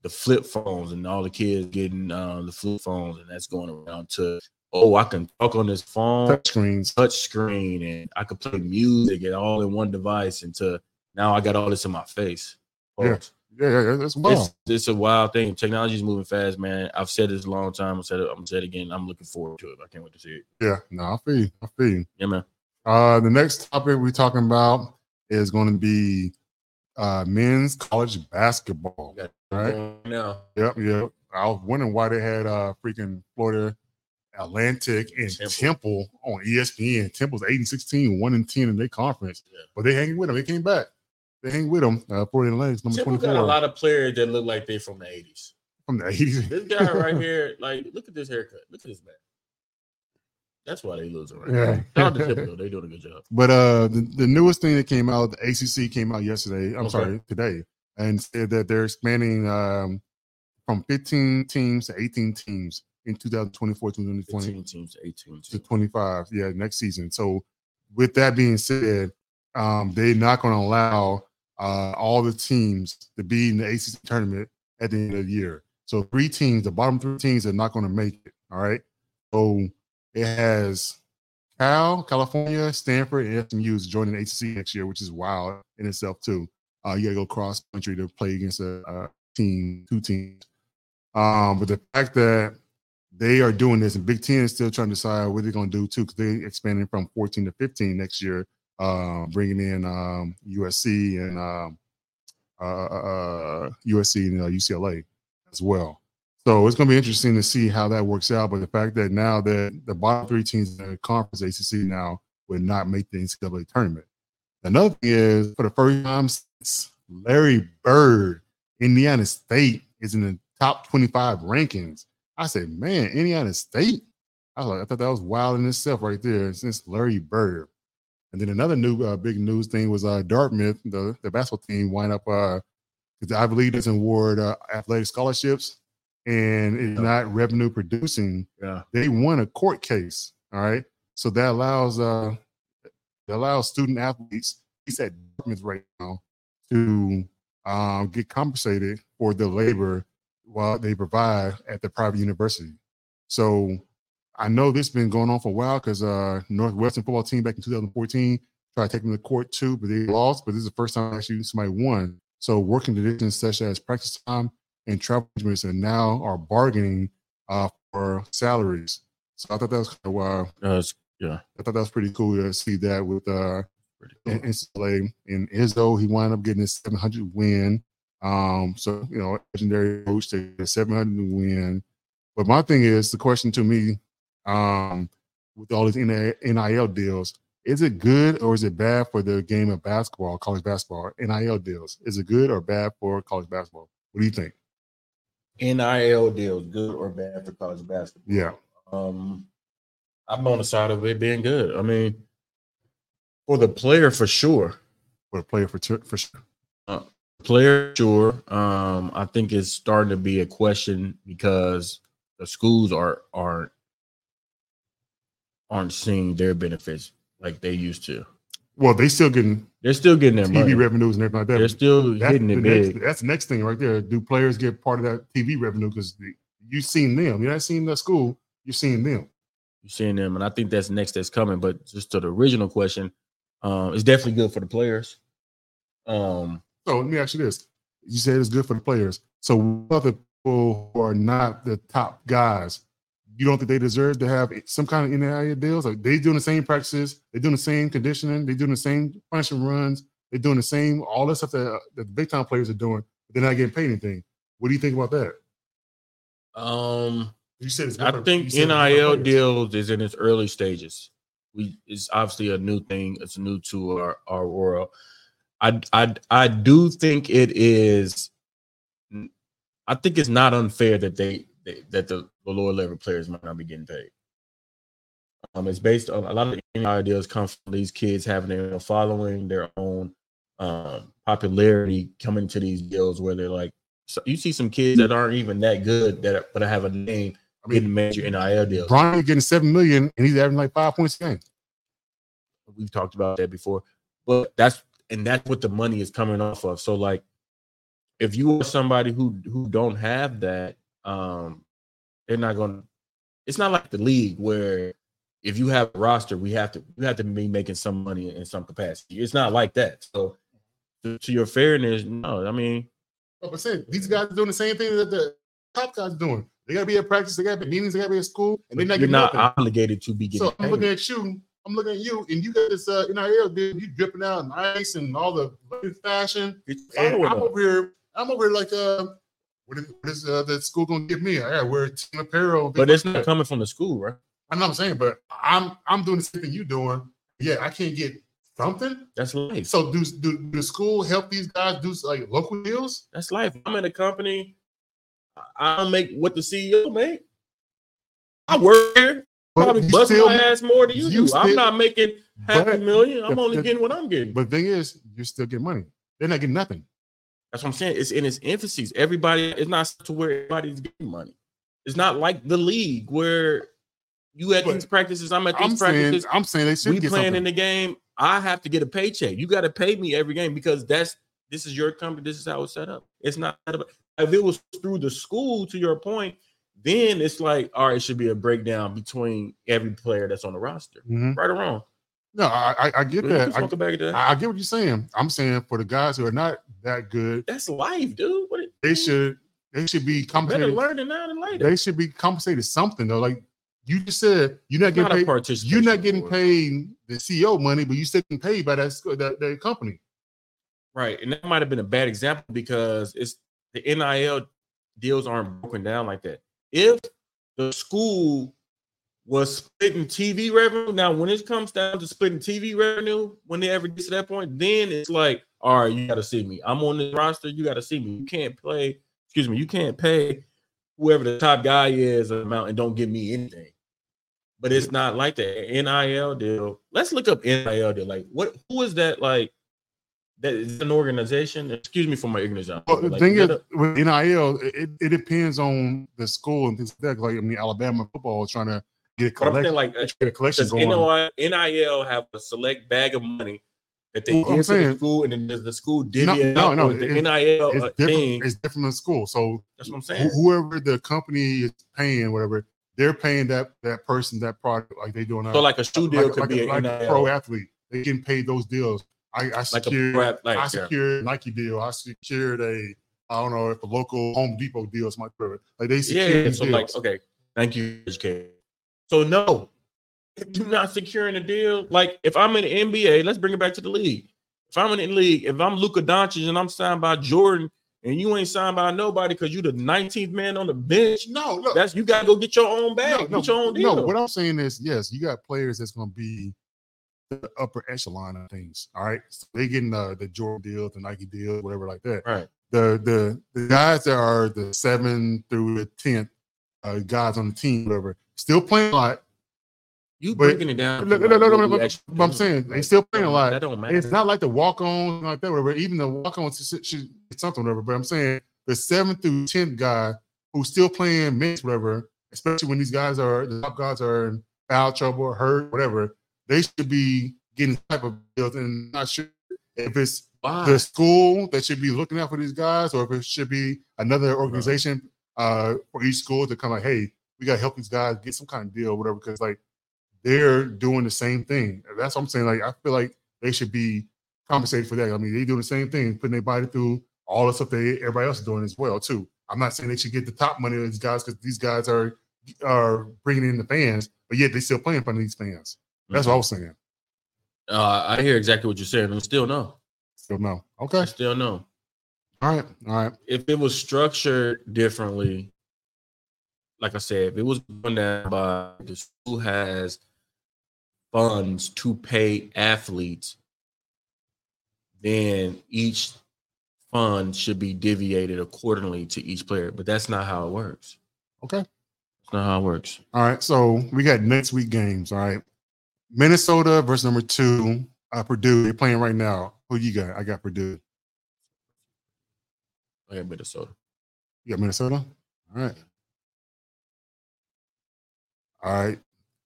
[SPEAKER 3] the flip phones and all the kids getting uh, the flip phones and that's going around to oh i can talk on this phone
[SPEAKER 2] Touch screens.
[SPEAKER 3] touch screen and I could play music and all in one device and to now I got all this in my face.
[SPEAKER 2] Yeah,
[SPEAKER 3] Folks,
[SPEAKER 2] Yeah, yeah, yeah, that's wild.
[SPEAKER 3] It's, it's a wild thing. Technology is moving fast, man. I've said this a long time. I said it, I'm said it again. I'm looking forward to it. I can't wait to see it.
[SPEAKER 2] yeah, no, I feel you. I feel you.
[SPEAKER 3] Yeah, man.
[SPEAKER 2] Uh, the next topic we're talking about is going to be uh, men's college basketball.
[SPEAKER 3] Got it.
[SPEAKER 2] Right?
[SPEAKER 3] now,
[SPEAKER 2] Yep, yep. I was wondering why they had uh, freaking Florida Atlantic and Temple,
[SPEAKER 3] Temple.
[SPEAKER 2] on E ESPN. Temple's 8 and 16, 1 and 10 in their conference,
[SPEAKER 3] Yeah.
[SPEAKER 2] but they hanging with them. They came back. They hang with them. Uh, Florida Atlantic's number
[SPEAKER 3] Temple
[SPEAKER 2] 24
[SPEAKER 3] got a lot of players that look like they from the 80s.
[SPEAKER 2] from the 80s.
[SPEAKER 3] This guy right here, like, look at this haircut. Look at this man. That's why they losing right now.
[SPEAKER 2] Yeah.
[SPEAKER 3] Shout out to Temple, though. They doing a good job.
[SPEAKER 2] But uh, the, the newest thing that came out, the ACC came out yesterday. I'm
[SPEAKER 3] Okay.
[SPEAKER 2] sorry, today, and said that they're expanding um, from 15 teams to 18 teams in 2024 2020
[SPEAKER 3] 15 teams, 18
[SPEAKER 2] to
[SPEAKER 3] teams.
[SPEAKER 2] 25. Yeah, next season. So, with that being said, um, they're not going to allow uh, all the teams to be in the ACC tournament at the end of the year. So, three teams, the bottom three teams, are not going to make it. All right. So, it has Cal, California, Stanford, and SMU is joining ACC next year, which is wild in itself too. Uh, you gotta go cross country to play against a, a team, two teams. Um, but the fact that they are doing this, and Big Ten is still trying to decide what they're gonna do too, because they're expanding from 14 to 15 next year, uh, bringing in um, USC and um, uh, uh, uh, USC and uh, UCLA as well. So it's going to be interesting to see how that works out. But the fact that now that the bottom three teams in the conference ACC now would not make the NCAA tournament. Another thing is for the first time since Larry Bird, Indiana State is in the top 25 rankings. I said, man, Indiana State. I was like, I thought that was wild in itself right there since Larry Bird. And then another new uh, big news thing was uh, Dartmouth, the, the basketball team, wind up uh, the Ivy League doesn't award uh, athletic scholarships and it's not revenue producing.
[SPEAKER 3] Yeah.
[SPEAKER 2] They won a court case. All right. So that allows uh that allows student athletes, he's at Dartmouth right now, to um, get compensated for the labor while they provide at the private university. So I know this has been going on for a while because uh Northwestern football team back in 2014 tried taking the court too, but they lost. But this is the first time actually somebody won. So working conditions such as practice time and travel arrangements are now are bargaining uh, for salaries. So I thought that was kind of, uh,
[SPEAKER 3] Uh, it's
[SPEAKER 2] I thought that was pretty cool to see that with uh,
[SPEAKER 3] pretty
[SPEAKER 2] in
[SPEAKER 3] cool.
[SPEAKER 2] NCAA. And Izzo, he wound up getting his 700 win. Um, so you know, legendary coach to get a 700 win. But my thing is the question to me, um, with all these NIL deals. Is it good or is it bad for the game of basketball, college basketball, NIL deals? Is it good or bad for college basketball? What do you think?
[SPEAKER 3] NIL deals, good or bad for college basketball?
[SPEAKER 2] Yeah.
[SPEAKER 3] Um, I'm on the side of it being good. I mean, for the player, for sure.
[SPEAKER 2] For a player for tur- for sure.
[SPEAKER 3] Player, sure. Um, I think it's starting to be a question because the schools are aren't aren't seeing their benefits like they used to.
[SPEAKER 2] Well, they still getting
[SPEAKER 3] They're still getting their
[SPEAKER 2] TV
[SPEAKER 3] money.
[SPEAKER 2] revenues and everything like that.
[SPEAKER 3] They're still
[SPEAKER 2] that's
[SPEAKER 3] hitting
[SPEAKER 2] the
[SPEAKER 3] it
[SPEAKER 2] next,
[SPEAKER 3] big.
[SPEAKER 2] That's the next thing right there. Do players get part of that TV revenue? Because you seen them. You're not seeing that school. You're seeing them.
[SPEAKER 3] You're seeing them, and I think that's next that's coming. But just to the original question, um, it's definitely good for the players. Um,
[SPEAKER 2] So let me ask you this: You said it's good for the players. So what other people who are not the top guys, you don't think they deserve to have some kind of NIL deals? Like they doing the same practices, they doing the same conditioning, they doing the same punishing runs, they doing the same all that stuff that, uh, that the big time players are doing. But they're not getting paid anything. What do you think about that?
[SPEAKER 3] um,
[SPEAKER 2] You said it's good
[SPEAKER 3] I
[SPEAKER 2] for- you
[SPEAKER 3] think
[SPEAKER 2] said it's good for
[SPEAKER 3] NIL
[SPEAKER 2] players.
[SPEAKER 3] deals is in its early stages. We it's obviously a new thing. It's new to our, our world. I I I do think it is. I think it's not unfair that they, they that the, the lower level players might not be getting paid. Um, it's based on a lot of the NIL deals come from these kids having their own following, their own um, popularity coming to these deals where they're like, so you see some kids that aren't even that good that are- but have a name
[SPEAKER 2] I mean,
[SPEAKER 3] getting major NIL deals.
[SPEAKER 2] Bronny getting seven million and he's averaging like five points a game.
[SPEAKER 3] We've talked about that before, but that's and that's what the money is coming off of. So like, if you are somebody who who don't have that, um, they're not going. to It's not like the league where if you have a roster, we have to you have to be making some money in some capacity. It's not like that. So to, to your fairness, no, I mean
[SPEAKER 2] But I'm saying these guys are doing the same thing that the top guys are doing. They gotta be at practice, they gotta be at meetings, they gotta be at school, and they're not
[SPEAKER 3] you're
[SPEAKER 2] getting
[SPEAKER 3] not
[SPEAKER 2] nothing.
[SPEAKER 3] obligated to be getting.
[SPEAKER 2] So I'm
[SPEAKER 3] paid.
[SPEAKER 2] looking at you. I'm looking at you, and you got this uh, NIL dude. You dripping out nice and all the latest fashion.
[SPEAKER 3] Get your
[SPEAKER 2] And
[SPEAKER 3] following
[SPEAKER 2] I'm
[SPEAKER 3] up.
[SPEAKER 2] over here. I'm over here like, uh, what is, what is uh, the school gonna give me? I gotta wear team apparel.
[SPEAKER 3] but it's not
[SPEAKER 2] that.
[SPEAKER 3] coming from the school, right?
[SPEAKER 2] I know what I'm saying, but I'm I'm doing the same thing you doing. Yeah, I can't get something.
[SPEAKER 3] That's life.
[SPEAKER 2] So do do, do the school help these guys do like local deals?
[SPEAKER 3] That's life. I'm in a company. I- I don't make what the CEO make. I work here.
[SPEAKER 2] But
[SPEAKER 3] Probably
[SPEAKER 2] you
[SPEAKER 3] bust
[SPEAKER 2] still-
[SPEAKER 3] my ass more than you,
[SPEAKER 2] you
[SPEAKER 3] do. I'm
[SPEAKER 2] still-
[SPEAKER 3] not making half a
[SPEAKER 2] but-
[SPEAKER 3] million. I'm
[SPEAKER 2] the-
[SPEAKER 3] only
[SPEAKER 2] the-
[SPEAKER 3] getting what I'm getting.
[SPEAKER 2] But the thing is, you still get money. They're not getting nothing.
[SPEAKER 3] That's what I'm saying. It's in its infancies. Everybody, it's not to where everybody's getting money. It's not like the league where you at
[SPEAKER 2] But
[SPEAKER 3] these practices, I'm at these
[SPEAKER 2] I'm saying,
[SPEAKER 3] practices.
[SPEAKER 2] I'm saying they should
[SPEAKER 3] we
[SPEAKER 2] get
[SPEAKER 3] playing
[SPEAKER 2] something.
[SPEAKER 3] in the game. I have to get a paycheck. You got to pay me every game because that's this is your company. This is how it's set up. It's not set up- if it was through the school. To your point, then it's like all right, it should be a breakdown between every player that's on the roster,
[SPEAKER 2] Mhm.
[SPEAKER 3] right or wrong.
[SPEAKER 2] No, I, I, I get
[SPEAKER 3] We can
[SPEAKER 2] that. I,
[SPEAKER 3] circle back to that.
[SPEAKER 2] I I get what you're saying. I'm saying for the guys who are not that good,
[SPEAKER 3] that's life, dude. What it,
[SPEAKER 2] they should they should be
[SPEAKER 3] better
[SPEAKER 2] compensated.
[SPEAKER 3] learn it now than later.
[SPEAKER 2] They should be compensated something though. Like you just said, you're not
[SPEAKER 3] It's not a
[SPEAKER 2] getting paid.
[SPEAKER 3] participation
[SPEAKER 2] You're not getting
[SPEAKER 3] award.
[SPEAKER 2] paid the CEO money, but you still getting paid by that sc- that, that company.
[SPEAKER 3] Right. And that might have been a bad example because it's the NIL deals aren't broken down like that. If the school was splitting TV revenue, now when it comes down to splitting TV revenue, when they ever gets to that point, then it's like, all right, you got to see me. I'm on this roster. You got to see me. You can't play, excuse me, you can't pay whoever the top guy is an amount and don't give me anything. But it's not like that. NIL deal. Let's look up NIL deal. Like, what? Who is that? Like, that is an organization. Excuse me for my ignorance. John,
[SPEAKER 2] Well,
[SPEAKER 3] but,
[SPEAKER 2] the
[SPEAKER 3] like,
[SPEAKER 2] thing
[SPEAKER 3] is
[SPEAKER 2] is,
[SPEAKER 3] that
[SPEAKER 2] with NIL, it, it depends on the school and things like that. Like I mean, Alabama football is trying to get a
[SPEAKER 3] a- what I'm saying,
[SPEAKER 2] collection,
[SPEAKER 3] like, uh,
[SPEAKER 2] get a collection
[SPEAKER 3] does
[SPEAKER 2] going.
[SPEAKER 3] NIL, NIL have a select bag of money that they
[SPEAKER 2] Well, I'm
[SPEAKER 3] give to the
[SPEAKER 2] saying-
[SPEAKER 3] school, and then does the school divvy
[SPEAKER 2] No,
[SPEAKER 3] it
[SPEAKER 2] no,
[SPEAKER 3] up
[SPEAKER 2] no,
[SPEAKER 3] with the
[SPEAKER 2] it's-
[SPEAKER 3] NIL
[SPEAKER 2] it's
[SPEAKER 3] uh, thing?
[SPEAKER 2] different. It's different than school. So
[SPEAKER 3] That's what I'm
[SPEAKER 2] wh-
[SPEAKER 3] saying.
[SPEAKER 2] whoever the company is paying, whatever they're paying that that person that product, like they doing.
[SPEAKER 3] So,
[SPEAKER 2] now.
[SPEAKER 3] like a shoe deal could
[SPEAKER 2] uh, like,
[SPEAKER 3] be
[SPEAKER 2] a, like
[SPEAKER 3] an
[SPEAKER 2] a
[SPEAKER 3] NIL,
[SPEAKER 2] pro athlete, they getting paid those deals. I, I
[SPEAKER 3] like
[SPEAKER 2] secured,
[SPEAKER 3] a rap,
[SPEAKER 2] I
[SPEAKER 3] like yeah.
[SPEAKER 2] secured Nike deal. I secured a, I don't know if a local Home Depot deal is my favorite. Like they
[SPEAKER 3] Yeah,
[SPEAKER 2] secured
[SPEAKER 3] yeah,
[SPEAKER 2] these
[SPEAKER 3] so
[SPEAKER 2] deals.
[SPEAKER 3] like, okay, thank you, educator. So no, if you're not securing a deal, like if I'm in the NBA, let's bring it back to the league. If I'm in the league, if I'm Luka Doncic and I'm signed by Jordan and you ain't signed by nobody because you the 19th man on the bench.
[SPEAKER 2] No, look,
[SPEAKER 3] That's you gotta go get your own bag,
[SPEAKER 2] no, no,
[SPEAKER 3] get your own
[SPEAKER 2] no.
[SPEAKER 3] deal.
[SPEAKER 2] What I'm saying is, yes, you got players that's going to be the upper echelon of things. All right, so they getting uh, the the Jordan deal, the Nike deal, whatever like that.
[SPEAKER 3] right.
[SPEAKER 2] The the the guys that are the seven through the tenth uh, guys on the team, whatever, still playing a lot.
[SPEAKER 3] You
[SPEAKER 2] But-
[SPEAKER 3] breaking it down.
[SPEAKER 2] Look,
[SPEAKER 3] to,
[SPEAKER 2] look, look,
[SPEAKER 3] like,
[SPEAKER 2] look,
[SPEAKER 3] what
[SPEAKER 2] look,
[SPEAKER 3] we
[SPEAKER 2] look,
[SPEAKER 3] actually
[SPEAKER 2] but I'm
[SPEAKER 3] doing.
[SPEAKER 2] saying, they
[SPEAKER 3] Like,
[SPEAKER 2] still playing a lot.
[SPEAKER 3] That don't matter.
[SPEAKER 2] It's not like the walk on like that, whatever. Even the walk on should something, whatever. But I'm saying the seventh through tenth guy who's still playing minutes, whatever. Especially when these guys are the top guys are in foul trouble, hurt, whatever. They should be getting type of deals, and not sure if it's
[SPEAKER 3] Why?
[SPEAKER 2] the school that should be looking out for these guys, or if it should be another organization uh, for each school to come like, hey, we gotta help these guys get some kind of deal, whatever, because like they're doing the same thing. That's what I'm saying. Like I feel like they should be compensated for that. I mean, they do the same thing, putting their body through all the stuff that everybody else is doing as well too. I'm not saying they should get the top money of these guys because these guys are are bringing in the fans, but yet they still playing in front of these fans.
[SPEAKER 3] Mm-hmm.
[SPEAKER 2] That's what I was saying.
[SPEAKER 3] Uh, I hear exactly what you're saying. I still no.
[SPEAKER 2] Still no.
[SPEAKER 3] I
[SPEAKER 2] Okay.
[SPEAKER 3] still no.
[SPEAKER 2] All right. All right.
[SPEAKER 3] If it was structured differently, like I said, if it was run down by the school has funds to pay athletes, then each fund should be deviated accordingly to each player. But that's not how it works.
[SPEAKER 2] Okay.
[SPEAKER 3] That's not how it works.
[SPEAKER 2] All right, so we got next week games. All right, Minnesota versus number two, uh, Purdue. They're playing right now. Who you got? I got Purdue.
[SPEAKER 3] Okay, Minnesota.
[SPEAKER 2] You got Minnesota. All right. All right.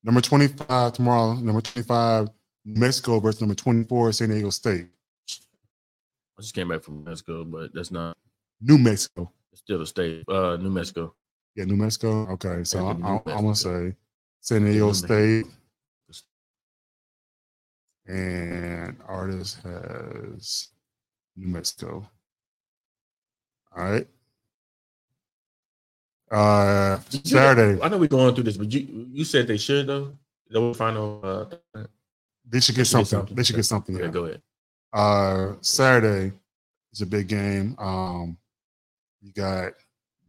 [SPEAKER 2] Number twenty-five tomorrow. Number twenty-five, New Mexico versus number twenty-four, San Diego State.
[SPEAKER 3] I just came back from Mexico, but that's not
[SPEAKER 2] New Mexico.
[SPEAKER 3] it's still a state. Uh, New Mexico.
[SPEAKER 2] Yeah, New Mexico. Okay, so
[SPEAKER 3] Yeah,
[SPEAKER 2] I,
[SPEAKER 3] New
[SPEAKER 2] I, I'm
[SPEAKER 3] Mexico.
[SPEAKER 2] gonna say San Diego
[SPEAKER 3] New
[SPEAKER 2] State.
[SPEAKER 3] Mexico.
[SPEAKER 2] And artist has New Mexico. All right. Uh,
[SPEAKER 3] Did you-
[SPEAKER 2] Saturday,
[SPEAKER 3] I know we're going through this, but you you said they should though. That was final. Uh, yeah,
[SPEAKER 2] they should get something. They should get something. yeah.
[SPEAKER 3] go ahead.
[SPEAKER 2] Uh, Saturday is a big game. Um, you got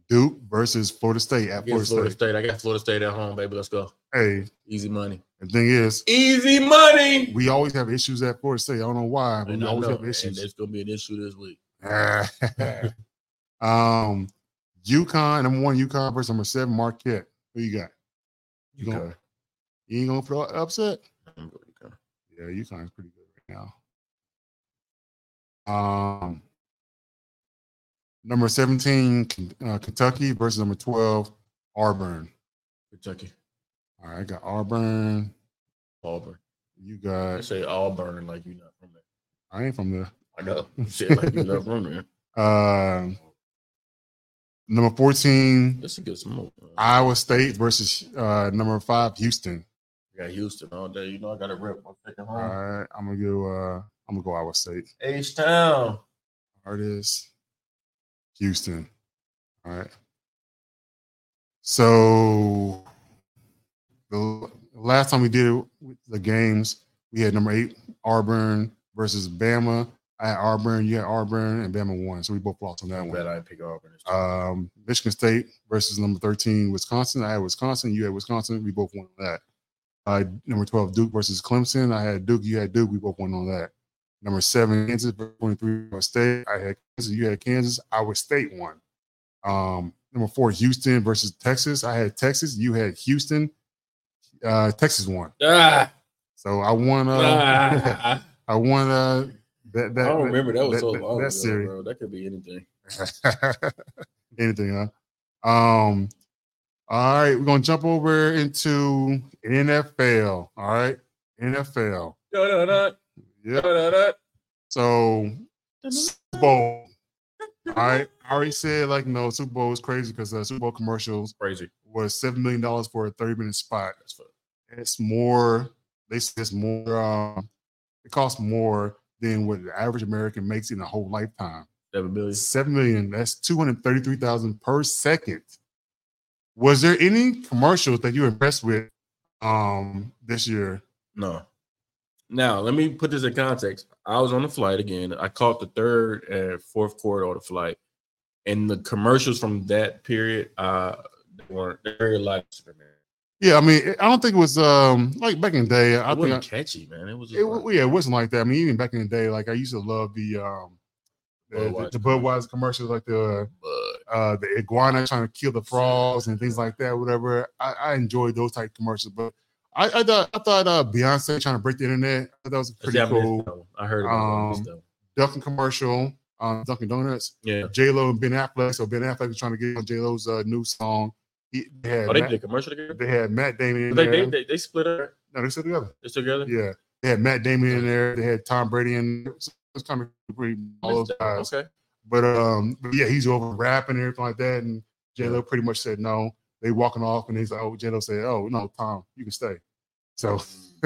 [SPEAKER 2] Duke versus Florida State at
[SPEAKER 3] Against
[SPEAKER 2] Florida,
[SPEAKER 3] Florida
[SPEAKER 2] State.
[SPEAKER 3] State. I got Florida State at home, baby. Let's go.
[SPEAKER 2] Hey,
[SPEAKER 3] Easy money.
[SPEAKER 2] the thing is,
[SPEAKER 3] Easy money.
[SPEAKER 2] we always have issues at Florida State. I don't know why, but
[SPEAKER 3] And
[SPEAKER 2] we
[SPEAKER 3] I
[SPEAKER 2] always
[SPEAKER 3] know,
[SPEAKER 2] have
[SPEAKER 3] and
[SPEAKER 2] issues.
[SPEAKER 3] There's gonna be an issue this week.
[SPEAKER 2] um, UConn number one, UConn versus number seven, Marquette. Who you got? You
[SPEAKER 3] UConn.
[SPEAKER 2] gonna- you ain't gonna feel upset?
[SPEAKER 3] I'm going to UConn.
[SPEAKER 2] Yeah, UConn's pretty good right now. Um, number seventeen, K- uh, Kentucky versus number twelve, Auburn.
[SPEAKER 3] Kentucky,
[SPEAKER 2] All right, I got Auburn.
[SPEAKER 3] Auburn.
[SPEAKER 2] You
[SPEAKER 3] I
[SPEAKER 2] got.
[SPEAKER 3] say Auburn like you're not from there.
[SPEAKER 2] I ain't from there.
[SPEAKER 3] I know. You said like you're not from there.
[SPEAKER 2] Um, number fourteen,
[SPEAKER 3] That's a good smoke. I
[SPEAKER 2] Iowa State versus uh, number five, Houston.
[SPEAKER 3] got Houston all day. You know I got to rip. I'm taking
[SPEAKER 2] All
[SPEAKER 3] home.
[SPEAKER 2] right, I'm gonna go. Uh, I'm gonna go Iowa State.
[SPEAKER 3] H Town.
[SPEAKER 2] Artist, Houston. All right. So the l- last time we did the games, we had number eight Auburn versus Bama. I had Auburn, you had Auburn, and Bama won. So we both lost on that
[SPEAKER 3] I'm
[SPEAKER 2] one.
[SPEAKER 3] glad I Uh, didn't pick Auburn. this time.
[SPEAKER 2] Um, Michigan State versus number 13 Wisconsin. I had Wisconsin, you had Wisconsin. We both won on that. Uh, number 12 Duke versus Clemson. I had Duke, you had Duke. We both won on that. Number seven Kansas versus 23 Iowa State. I had Kansas, you had Kansas. Iowa State won. Um, number four Houston versus Texas. I had Texas, you had Houston. Uh, Texas won.
[SPEAKER 3] Ah,
[SPEAKER 2] So I won. Uh,
[SPEAKER 3] ah. Oh,
[SPEAKER 2] I won. Uh, that, that
[SPEAKER 3] I don't remember that was so long
[SPEAKER 2] that
[SPEAKER 3] ago,
[SPEAKER 2] series.
[SPEAKER 3] bro. That could be anything.
[SPEAKER 2] Anything, huh? Um, all right, we're gonna jump over into NFL. All right, NFL. Yeah. So Super Bowl. All right. I already said like no Super Bowl is crazy because the Super Bowl commercials
[SPEAKER 3] Crazy.
[SPEAKER 2] was seven million dollars for a thirty minute spot.
[SPEAKER 3] That's fuck.
[SPEAKER 2] It's more. They said it's more. Um, it costs more than what the average American makes in a whole lifetime.
[SPEAKER 3] Seven billion.
[SPEAKER 2] Seven million. That's two hundred thirty-three thousand per second. Was there any commercials that you were impressed with um this year?
[SPEAKER 3] No. Now let me put this in context. I was on the flight again. I caught the third and fourth quarter of the flight. and the commercials from that period uh weren't very like Superman.
[SPEAKER 2] Yeah, I mean, I don't think it was um like back in the day. I
[SPEAKER 3] It
[SPEAKER 2] think I-
[SPEAKER 3] wasn't catchy, man. It was just
[SPEAKER 2] it,
[SPEAKER 3] like-
[SPEAKER 2] wa- yeah, it wasn't like that. I mean, even back in the day, like I used to love the um the, the,
[SPEAKER 3] Budweiser.
[SPEAKER 2] the Budweiser commercials, like the
[SPEAKER 3] but
[SPEAKER 2] uh the iguana trying to kill the frogs and things like that. Whatever, I, I enjoyed those type of commercials. But I, I thought I thought uh, Beyonce trying to break the internet. I thought that was
[SPEAKER 3] the
[SPEAKER 2] pretty
[SPEAKER 3] Japanese
[SPEAKER 2] cool.
[SPEAKER 3] style. I heard about
[SPEAKER 2] Um,
[SPEAKER 3] this though.
[SPEAKER 2] Dunkin' commercial, um, Dunkin' Donuts,
[SPEAKER 3] Yeah.
[SPEAKER 2] J Lo and Ben Affleck. So Ben Affleck was trying to get on J Lo's uh, new song. He, they, had
[SPEAKER 3] Oh, they
[SPEAKER 2] Matt,
[SPEAKER 3] did a commercial together.
[SPEAKER 2] they had Matt Damon. In
[SPEAKER 3] They,
[SPEAKER 2] there.
[SPEAKER 3] they, they, they split up.
[SPEAKER 2] no, they still together.
[SPEAKER 3] They still together.
[SPEAKER 2] Yeah, they had Matt Damon in there. They had Tom Brady in. There. So It's kind of pretty all those guys.
[SPEAKER 3] Okay.
[SPEAKER 2] But um, but yeah, he's over rapping and everything like that. And J Lo pretty much said no. They walking off, and he's like, "Oh, J Lo said, oh no, Tom, you can stay." So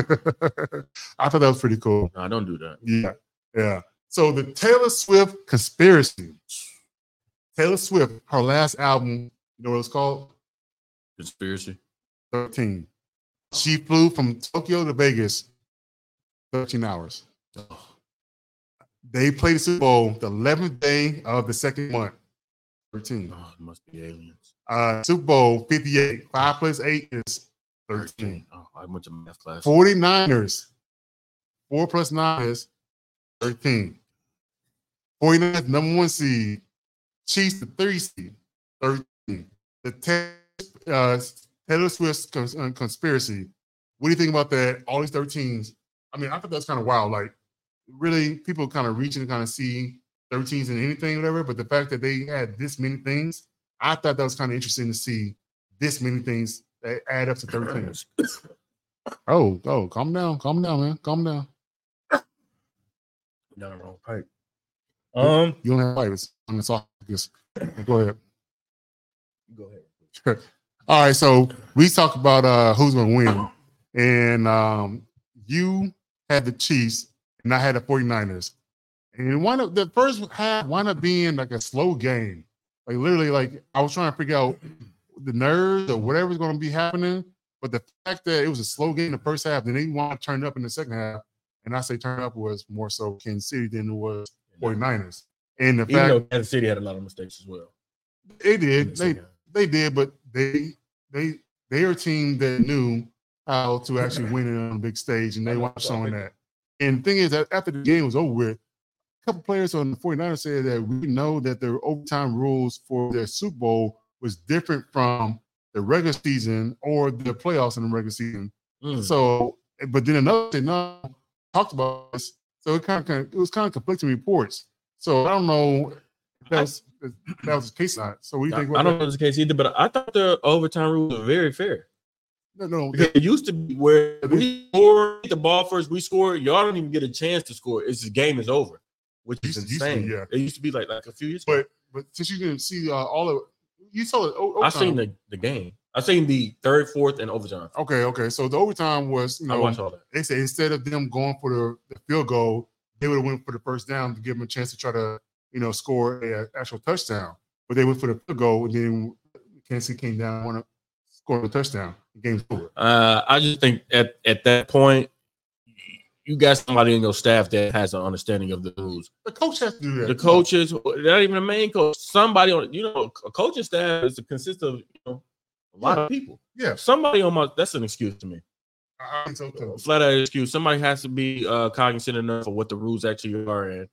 [SPEAKER 2] I thought that was pretty cool.
[SPEAKER 3] No, don't do that.
[SPEAKER 2] Yeah, yeah. So the Taylor Swift conspiracy. Taylor Swift, her last album, you know what it's called?
[SPEAKER 3] Conspiracy.
[SPEAKER 2] 13. She flew from Tokyo to Vegas 13 hours. They played the Super Bowl the 11th day of the second month. 13.
[SPEAKER 3] Oh, it must be aliens.
[SPEAKER 2] Uh, Super Bowl 58. 5 plus 8 is 13.
[SPEAKER 3] Oh, I went to math class.
[SPEAKER 2] 49ers. 4 plus 9 is 13. 49ers, number one seed. Chiefs, the three seed. 13. The Taylor, uh, Taylor Swift cons- uh, conspiracy. What do you think about that? All these 13s. I mean, I thought that's kind of wild. Like, really, people kind of reaching to kind of see 13s in anything, whatever. But the fact that they had this many things, I thought that was kind of interesting to see this many things that add up to 13. Oh, oh, calm down, calm down, man, calm down.
[SPEAKER 3] Down the wrong pipe. Um,
[SPEAKER 2] You don't have virus. I'm gonna talk this. Go ahead.
[SPEAKER 3] go ahead.
[SPEAKER 2] All right, so we talk about uh who's gonna win, and um you had the Chiefs, and I had the 49ers, and one of the first half wound up being like a slow game, like literally, like I was trying to figure out the nerves or whatever's gonna be happening, but the fact that it was a slow game in the first half, then they want to turn up in the second half, and I say turn up was more so Kansas City than it was 49ers, and the
[SPEAKER 3] Even
[SPEAKER 2] fact
[SPEAKER 3] though Kansas City had a lot of mistakes as well.
[SPEAKER 2] they did, they they did, but they they they are a team that knew how to actually win it on a big stage, and they watched on that. And the thing is that after the game was over with, a couple players on the 49ers said that we know that their overtime rules for their Super Bowl was different from the regular season or the playoffs in the regular season.
[SPEAKER 3] Mm.
[SPEAKER 2] So, but then another thing, no, talked about this. So it kind of it was kind of conflicting reports. So I don't know if that was if that was the case or not. So what do you
[SPEAKER 3] I,
[SPEAKER 2] think?
[SPEAKER 3] I
[SPEAKER 2] about
[SPEAKER 3] don't know this case either, but I thought the overtime rules were very fair.
[SPEAKER 2] that? no, no,
[SPEAKER 3] Because it used to be where we score hit the ball first, we score, y'all don't even get a chance to score. It's the game is over, which is
[SPEAKER 2] Used- used to be,
[SPEAKER 3] insane.
[SPEAKER 2] yeah.
[SPEAKER 3] It used to be like like a few years
[SPEAKER 2] But but since you didn't see uh, all of you saw it. o-
[SPEAKER 3] I
[SPEAKER 2] overtime.
[SPEAKER 3] seen the, the game. I seen the third, fourth, and overtime.
[SPEAKER 2] Okay, okay. So the overtime was you
[SPEAKER 3] I
[SPEAKER 2] know
[SPEAKER 3] watched all that.
[SPEAKER 2] they said instead of them going for the, the field goal, they would have went for the first down to give them a chance to try to you know score a actual touchdown. But they went for the field goal and then Kansas City came down want to score a touchdown. Game's over.
[SPEAKER 3] Uh, I just think at, at that point, you got somebody in your staff that has an understanding of the rules.
[SPEAKER 2] The coach has to do that.
[SPEAKER 3] The coaches, not even the main coach, somebody on you know, a coaching staff is consists of you know, a lot of people.
[SPEAKER 2] Yeah.
[SPEAKER 3] Somebody on my that's an excuse to me.
[SPEAKER 2] I I think so too.
[SPEAKER 3] Flat out excuse. Somebody has to be uh cognizant enough of what the rules actually are and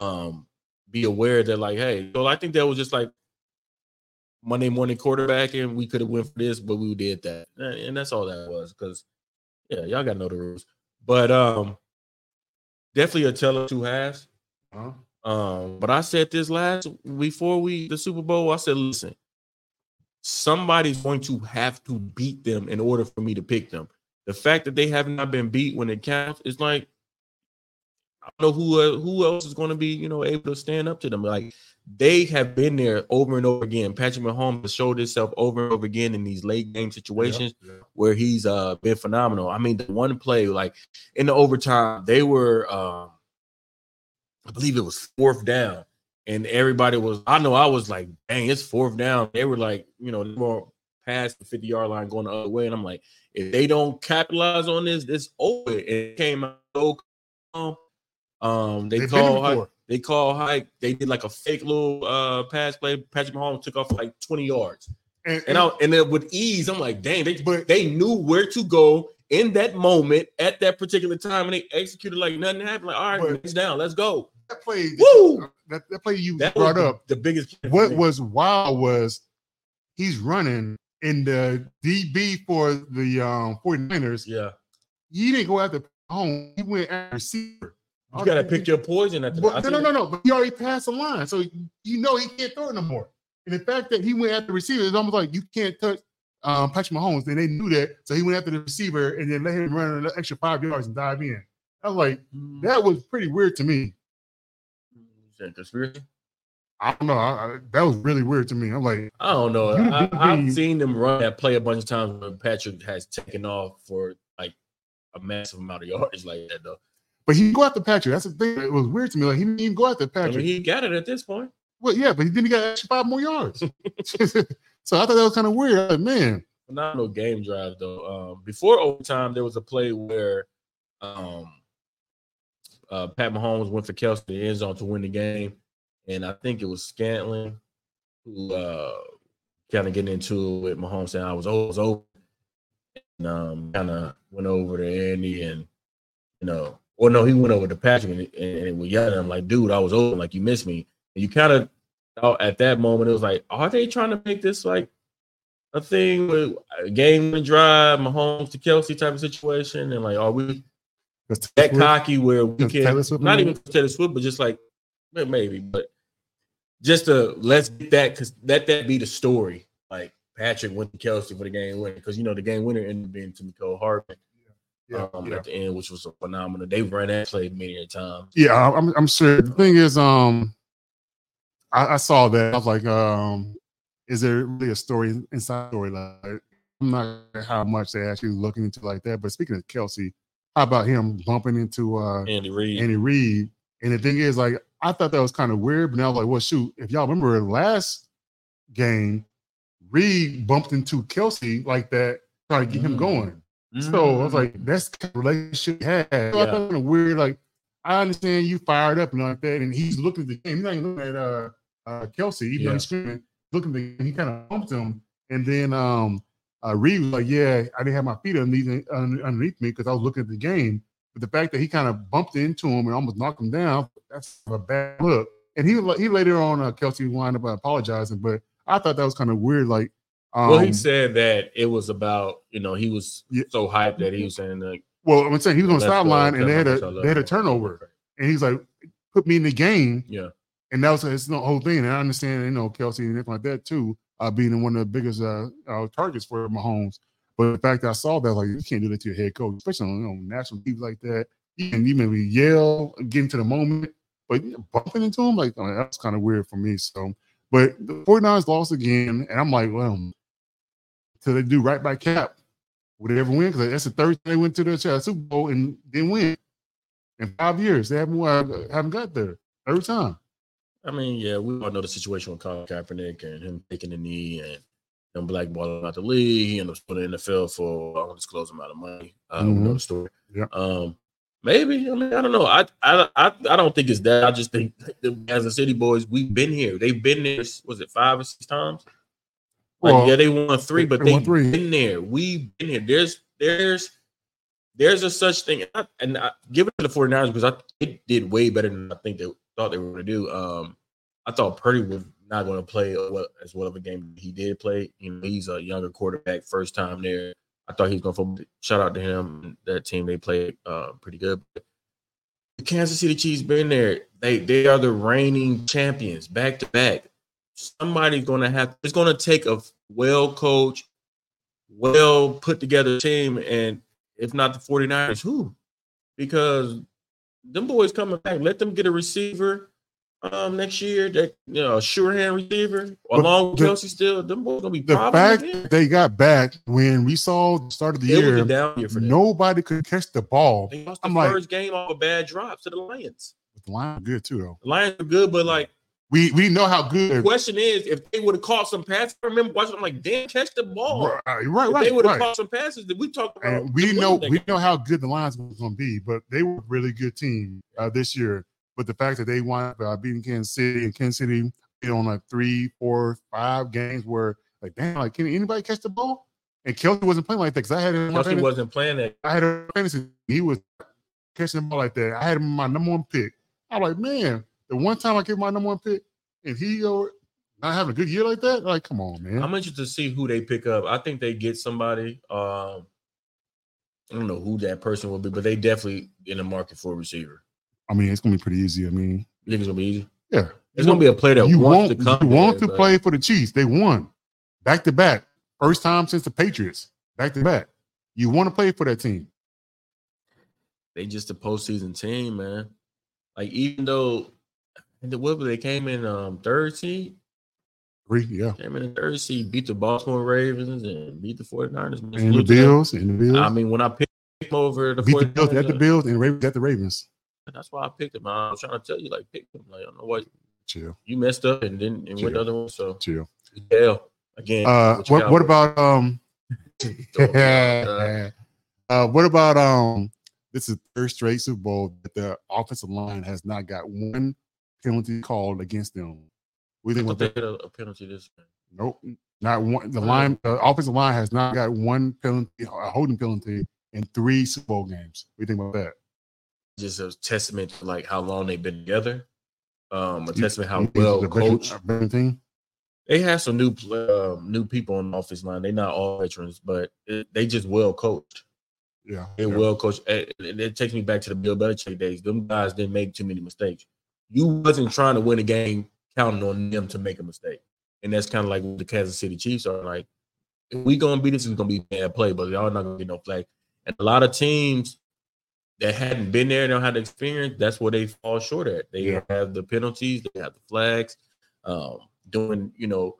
[SPEAKER 3] um be aware that like, hey, so I think that was just like Monday morning quarterback and we could have went for this, but we did that. And and that's all that was because yeah, y'all gotta know the rules. But um definitely a tell of two halves. Uh-huh.
[SPEAKER 2] Huh?
[SPEAKER 3] Um, but I said this last before we the Super Bowl. I said, listen, somebody's going to have to beat them in order for me to pick them. The fact that they have not been beat when it counts is like I don't know who uh, who else is going to be you know able to stand up to them. Like they have been there over and over again. Patrick Mahomes has showed himself over and over again in these late game situations where he's uh been phenomenal. I mean, the one play like in the overtime, they were uh, I believe it was fourth down, and everybody was I know I was like, dang, it's fourth down. They were like, you know, they were past the 50 yard line going the other way. And I'm like, if they don't capitalize on this, it's over. And it came out so calm. Um, they
[SPEAKER 2] They've been
[SPEAKER 3] call
[SPEAKER 2] here
[SPEAKER 3] Hype,
[SPEAKER 2] before.
[SPEAKER 3] they call Hype. They did like a fake little uh pass play. Patrick Mahomes took off like twenty yards,
[SPEAKER 2] and,
[SPEAKER 3] and I and then with ease, I'm like, dang, they
[SPEAKER 2] But-
[SPEAKER 3] they knew where to go in that moment at that particular time, and they executed like nothing happened. Like, all right,
[SPEAKER 2] But-
[SPEAKER 3] he's down, let's go.
[SPEAKER 2] that play uh,
[SPEAKER 3] Woo!
[SPEAKER 2] that, that play you
[SPEAKER 3] That
[SPEAKER 2] brought
[SPEAKER 3] was
[SPEAKER 2] up.
[SPEAKER 3] the biggest.
[SPEAKER 2] What was wild was he's running in the DB for the um 49ers.
[SPEAKER 3] Yeah,
[SPEAKER 2] He didn't go after home. He went after receiver.
[SPEAKER 3] you gotta pick your poison at the. I
[SPEAKER 2] But, no,
[SPEAKER 3] think-
[SPEAKER 2] no, no, no. But he already passed the line, so you know he can't throw it no more. And the fact that he went after the receiver is almost like you can't touch um, Patrick Mahomes, and they knew that, so he went after the receiver and then let him run an extra five yards and dive in. I was like,
[SPEAKER 3] Mm.
[SPEAKER 2] that was pretty weird to me.
[SPEAKER 3] Is that conspiracy?
[SPEAKER 2] I don't know. I, I, that was really weird to me. I'm like,
[SPEAKER 3] I don't know.
[SPEAKER 2] You
[SPEAKER 3] I,
[SPEAKER 2] did
[SPEAKER 3] I've
[SPEAKER 2] the-
[SPEAKER 3] seen them run that play a bunch of times when Patrick has taken off for like a massive amount of yards like that though.
[SPEAKER 2] but he didn't go after Patrick. That's the thing. It was weird to me. Like he didn't even go after
[SPEAKER 3] I
[SPEAKER 2] Patrick.
[SPEAKER 3] mean, he got it at this point.
[SPEAKER 2] well, yeah, but he didn't get extra five more yards. so I thought that was kind of weird. I was like, man,
[SPEAKER 3] Phenomenal game drive though. Um, before overtime, there was a play where um, uh, Pat Mahomes went for Kelsey in the end zone to win the game, and I think it was Scantling who uh, kind of getting into it with Mahomes saying I was always over, and um, kind of went over to Andy and you know, or no, he went over to Patrick and, and, and was yelling. I'm like, dude, I was open, like you missed me. And you kind of thought at that moment it was like, are they trying to make this like a thing with a game and drive, Mahomes to Kelsey type of situation? And like, are we
[SPEAKER 2] that's
[SPEAKER 3] that cocky where we
[SPEAKER 2] Just Taylor
[SPEAKER 3] can
[SPEAKER 2] Swift
[SPEAKER 3] not
[SPEAKER 2] movie?
[SPEAKER 3] even Taylor Swift, but just like may- maybe, but just to let's get that because let that be the story. Like Patrick went to Kelsey for the game winner because you know the game winner ended up being to Nicole Hartman
[SPEAKER 2] yeah,
[SPEAKER 3] um,
[SPEAKER 2] yeah.
[SPEAKER 3] at the end, which was a phenomenal. They ran that play many a time.
[SPEAKER 2] Yeah, I- I'm I'm sure. The thing is, um, I, I saw that. I was like, um, is there really a story in- inside story? Like, I'm not sure how much they actually looking into like that. But speaking of Kelsey, how about him bumping into uh
[SPEAKER 3] Andy Reid.
[SPEAKER 2] Andy Reid? And the thing is, like, I thought that was kind of weird, but now like, well, shoot, if y'all remember last game, Reed bumped into Kelsey like that, trying to get him
[SPEAKER 3] Mm.
[SPEAKER 2] going. So I was like, that's the kind of relationship he had. So I
[SPEAKER 3] Mm-hmm. Yeah.
[SPEAKER 2] thought it was weird. Like, I understand you fired up and like that, and he's looking at the game. He's not even looking at uh, uh Kelsey, even though
[SPEAKER 3] Yeah.
[SPEAKER 2] he's screaming, looking at the game, he kind of bumped him. And then um uh Reed was like, Yeah, I didn't have my feet underneath, un- underneath me because I was looking at the game. But the fact that he kind of bumped into him and almost knocked him down, that's a bad look. And he was like- he later on uh, Kelsey wound up apologizing, but I thought that was kind of weird. Like, um,
[SPEAKER 3] well, he said that it was about you know he was
[SPEAKER 2] Yeah.
[SPEAKER 3] so hyped that he was saying like
[SPEAKER 2] well, I'm saying he was on the
[SPEAKER 3] "Let's go,
[SPEAKER 2] sideline
[SPEAKER 3] let's
[SPEAKER 2] and they had
[SPEAKER 3] go,
[SPEAKER 2] a
[SPEAKER 3] let's go,
[SPEAKER 2] they had a
[SPEAKER 3] let's go."
[SPEAKER 2] turnover. and he's like, put me in the game.
[SPEAKER 3] Yeah.
[SPEAKER 2] And that was his whole thing. And I understand, you know, Kelsey and everything like that too, uh, being one of the biggest uh, uh, targets for Mahomes. But the fact that I saw that, like, you can't do that to your head coach, especially on you know, national TV like that. You can even yell, get into the moment, but bumping into him, like, I mean, that's kind of weird for me. So, but the 49ers lost again. And I'm like, well, till they do right by cap, would they ever win? Because that's the third time they went to the uh, Super Bowl and didn't win in five years. They haven't uh, haven't got there every time.
[SPEAKER 3] I mean, yeah, we all know the situation with Colin Kaepernick and him taking the knee and him blackballing out the league. He ended up going to the NFL for an undisclosed amount of money. Uh, We
[SPEAKER 2] Mm-hmm.
[SPEAKER 3] know the story.
[SPEAKER 2] Yeah.
[SPEAKER 3] Um, maybe. I mean, I don't know. I, I, I, I don't think it's that. I just think the Kansas City boys, we've been here. They've been there. Was it five or six times? Like,
[SPEAKER 2] Well,
[SPEAKER 3] yeah, they won three, but
[SPEAKER 2] they
[SPEAKER 3] they've
[SPEAKER 2] won three.
[SPEAKER 3] been there. We've been here. There's, there's, there's a such thing, and I, and I give it to the 49ers because I it did way better than I think they thought they were going to do. Um, I thought Purdy was not going to play a- well- as well of a game he did play. You know, he's a younger quarterback, first time there. I thought he was going to shout out to him. and That team they played uh, pretty good. The Kansas City Chiefs been there. They they are the reigning champions back to back. Somebody's going to have. It's going to take a well coached, well put together team, and if not the 49ers, who? Because them boys coming back. Let them get a receiver um next year. That you know, a sure hand receiver
[SPEAKER 2] But
[SPEAKER 3] along with
[SPEAKER 2] the-
[SPEAKER 3] Kelsey. Still, them boys gonna be
[SPEAKER 2] The
[SPEAKER 3] problems
[SPEAKER 2] fact
[SPEAKER 3] again.
[SPEAKER 2] that they got back when we saw the start of the
[SPEAKER 3] It was a
[SPEAKER 2] year,
[SPEAKER 3] down year for them.
[SPEAKER 2] nobody could catch the ball.
[SPEAKER 3] They lost the
[SPEAKER 2] I'm like,
[SPEAKER 3] first game off a bad drop to the Lions.
[SPEAKER 2] the line was good too, though.
[SPEAKER 3] The Lions are good, but like
[SPEAKER 2] We we know how good.
[SPEAKER 3] Question is, if they would have caught some passes, I remember watching. I'm like, damn, catch the ball.
[SPEAKER 2] Right, right,
[SPEAKER 3] If
[SPEAKER 2] right.
[SPEAKER 3] they would have
[SPEAKER 2] right.
[SPEAKER 3] caught some passes, then we talked about.
[SPEAKER 2] And we
[SPEAKER 3] the
[SPEAKER 2] know
[SPEAKER 3] winning
[SPEAKER 2] we know how good the Lions was going to be, but they were a really good team uh, this year. But the fact that they won uh, beating Kansas City and Kansas City you know, on like three, four, five games where like damn, like can anybody catch the ball? And Kelsey wasn't playing like that because I had him. in my
[SPEAKER 3] Kelsey
[SPEAKER 2] fantasy-
[SPEAKER 3] wasn't playing that.
[SPEAKER 2] I had a fantasy. He was catching the ball like that. I had him in my number one pick. I'm like, man, the one time I give my number one pick and he go not having a good year like that, like come on, man.
[SPEAKER 3] I'm interested to see who they pick up. I think they get somebody. Um, I don't know who that person will be, but they definitely in the market for a receiver.
[SPEAKER 2] I mean, it's gonna be pretty easy. I mean,
[SPEAKER 3] You think it's gonna be easy?
[SPEAKER 2] yeah.
[SPEAKER 3] It's gonna be a player that
[SPEAKER 2] you
[SPEAKER 3] wants
[SPEAKER 2] want,
[SPEAKER 3] to come.
[SPEAKER 2] you want
[SPEAKER 3] there,
[SPEAKER 2] to
[SPEAKER 3] but
[SPEAKER 2] play for the Chiefs. They won back to back, first time since the Patriots, back to back. You want to play for that team.
[SPEAKER 3] They just a postseason team, man. Like even though, and the- what they came in um third seed,
[SPEAKER 2] Three, yeah.
[SPEAKER 3] came in third seed, beat the Baltimore Ravens and beat the 49ers. man.
[SPEAKER 2] And the
[SPEAKER 3] Salute to them.
[SPEAKER 2] Bills, and the Bills.
[SPEAKER 3] I mean, when I picked them over the
[SPEAKER 2] beat the
[SPEAKER 3] 49ers,
[SPEAKER 2] Bills at the
[SPEAKER 3] uh,
[SPEAKER 2] Bills and Ravens at the Ravens.
[SPEAKER 3] that's why I picked them. I'm trying to tell you, like, pick them. Like, I don't know what
[SPEAKER 2] Chill,
[SPEAKER 3] you messed up and then and
[SPEAKER 2] Yeah.
[SPEAKER 3] went the other one. So
[SPEAKER 2] chill.
[SPEAKER 3] yeah, again.
[SPEAKER 2] Uh,
[SPEAKER 3] with
[SPEAKER 2] what, what
[SPEAKER 3] Cowboys.
[SPEAKER 2] about um?
[SPEAKER 3] Uh,
[SPEAKER 2] uh, what about um? This is third straight Super Bowl that the offensive line has not got one penalty called against them. We
[SPEAKER 3] I
[SPEAKER 2] think what
[SPEAKER 3] thought they
[SPEAKER 2] the,
[SPEAKER 3] had a, a penalty this. game.
[SPEAKER 2] nope, not one. The line, the offensive line has not got one penalty, a holding penalty in three Super Bowl games. We think about that.
[SPEAKER 3] Just a testament to like how long they've been together. Um, a
[SPEAKER 2] You-
[SPEAKER 3] testament how
[SPEAKER 2] you think
[SPEAKER 3] well
[SPEAKER 2] it's a veteran-
[SPEAKER 3] coached.
[SPEAKER 2] a veteran team?
[SPEAKER 3] They have some new pl- um, new people on the office line. They're not all veterans, but it, they just well coached.
[SPEAKER 2] Yeah,
[SPEAKER 3] They
[SPEAKER 2] yeah.
[SPEAKER 3] well coached. It, it, it takes me back to the Bill Belichick days. Them guys didn't make too many mistakes. You wasn't trying to win a game counting on them to make a mistake, and that's kind of like what the Kansas City Chiefs are like. If we gonna be this is gonna be bad play, but y'all not gonna get no flag. And a lot of teams that hadn't been there, don't have the experience. That's where they fall short at. They
[SPEAKER 2] Yeah.
[SPEAKER 3] have the penalties, they have the flags, um, doing you know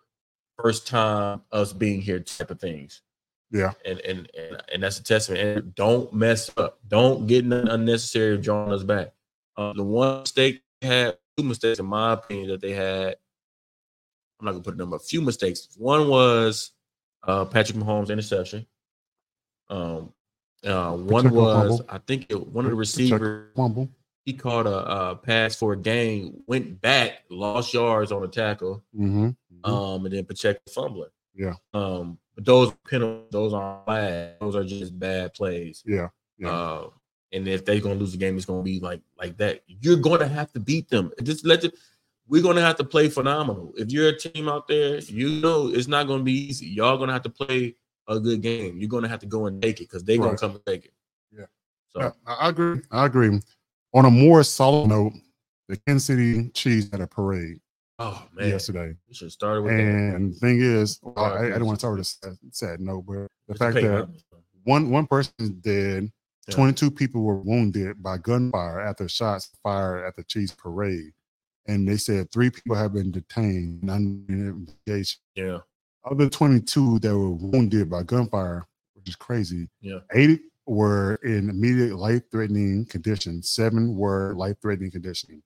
[SPEAKER 3] first time us being here type of things.
[SPEAKER 2] Yeah.
[SPEAKER 3] and and and, and that's a testament. And don't mess up. Don't get nothing unnecessary drawing us back. Um, the one mistake they had two mistakes in my opinion that they had. I'm not gonna put a number. A few mistakes. One was uh, Patrick Mahomes interception. Um, uh, one
[SPEAKER 2] Pacheco
[SPEAKER 3] was
[SPEAKER 2] fumble.
[SPEAKER 3] I think it, one of
[SPEAKER 2] Pacheco
[SPEAKER 3] the receivers
[SPEAKER 2] Fumble.
[SPEAKER 3] he caught a, uh pass for a gain, went back, lost yards on a tackle,
[SPEAKER 2] Mm-hmm.
[SPEAKER 3] um, and then Pacheco fumbling.
[SPEAKER 2] Yeah.
[SPEAKER 3] Um, but those penalties, those aren't bad. Those are just bad plays.
[SPEAKER 2] yeah, yeah.
[SPEAKER 3] Uh, and if they're gonna lose the game, it's gonna be like like that. You're gonna have to beat them. Just let the, we're gonna have to play phenomenal. If you're a team out there, you know it's not gonna be easy. Y'all gonna have to play a good game. You're gonna have to go and take it because they're gonna
[SPEAKER 2] Right.
[SPEAKER 3] come and take it.
[SPEAKER 2] Yeah.
[SPEAKER 3] So
[SPEAKER 2] Yeah, I I agree. I agree. On a more solid note, the Kansas City Chiefs had a parade
[SPEAKER 3] oh man,
[SPEAKER 2] yesterday.
[SPEAKER 3] we should have started with that.
[SPEAKER 2] And the thing is, well, I, I
[SPEAKER 3] Alright,
[SPEAKER 2] didn't want to start with a sad, sad note, but the
[SPEAKER 3] Mr.
[SPEAKER 2] fact
[SPEAKER 3] Payton,
[SPEAKER 2] that one one person is dead,
[SPEAKER 3] Yeah.
[SPEAKER 2] 22 people were wounded by gunfire after shots fired at the Chiefs parade. And they said three people have been detained and under investigation.
[SPEAKER 3] Yeah,
[SPEAKER 2] Of the 22 that were wounded by gunfire, which is crazy,
[SPEAKER 3] Yeah.
[SPEAKER 2] eight were in immediate life threatening condition, seven were life threatening conditioning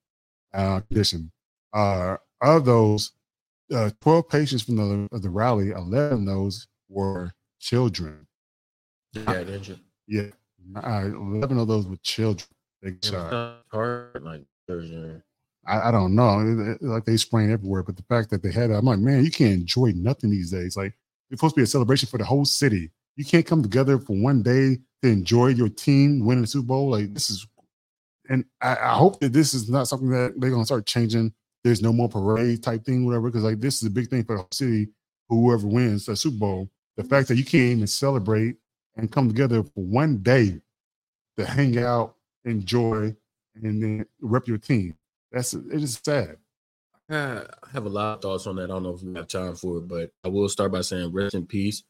[SPEAKER 2] uh, condition. Uh, of those, uh, 12 patients from the, of the rally, 11 of those were children.
[SPEAKER 3] they got injured.
[SPEAKER 2] Yeah, uh, 11 of those were children. They got
[SPEAKER 3] It was
[SPEAKER 2] shot.
[SPEAKER 3] not hard, like uh, version.
[SPEAKER 2] I, I don't know. It- it- Like they spraying everywhere, but the fact that they had it, I'm like, man, you can't enjoy nothing these days. Like it's supposed to be a celebration for the whole city. You can't come together for one day to enjoy your team winning the Super Bowl. Like this is, and I, I hope that this is not something that they're gonna start changing. There's no more parade type thing, whatever. Because like this is a big thing for the whole city. Whoever wins the Super Bowl, the fact that you can't even celebrate and come together for one day to hang out, enjoy, and then rep your team. That's it is sad.
[SPEAKER 3] Uh, I have a lot of thoughts on that. I don't know if we have time for it, but I will start by saying rest in peace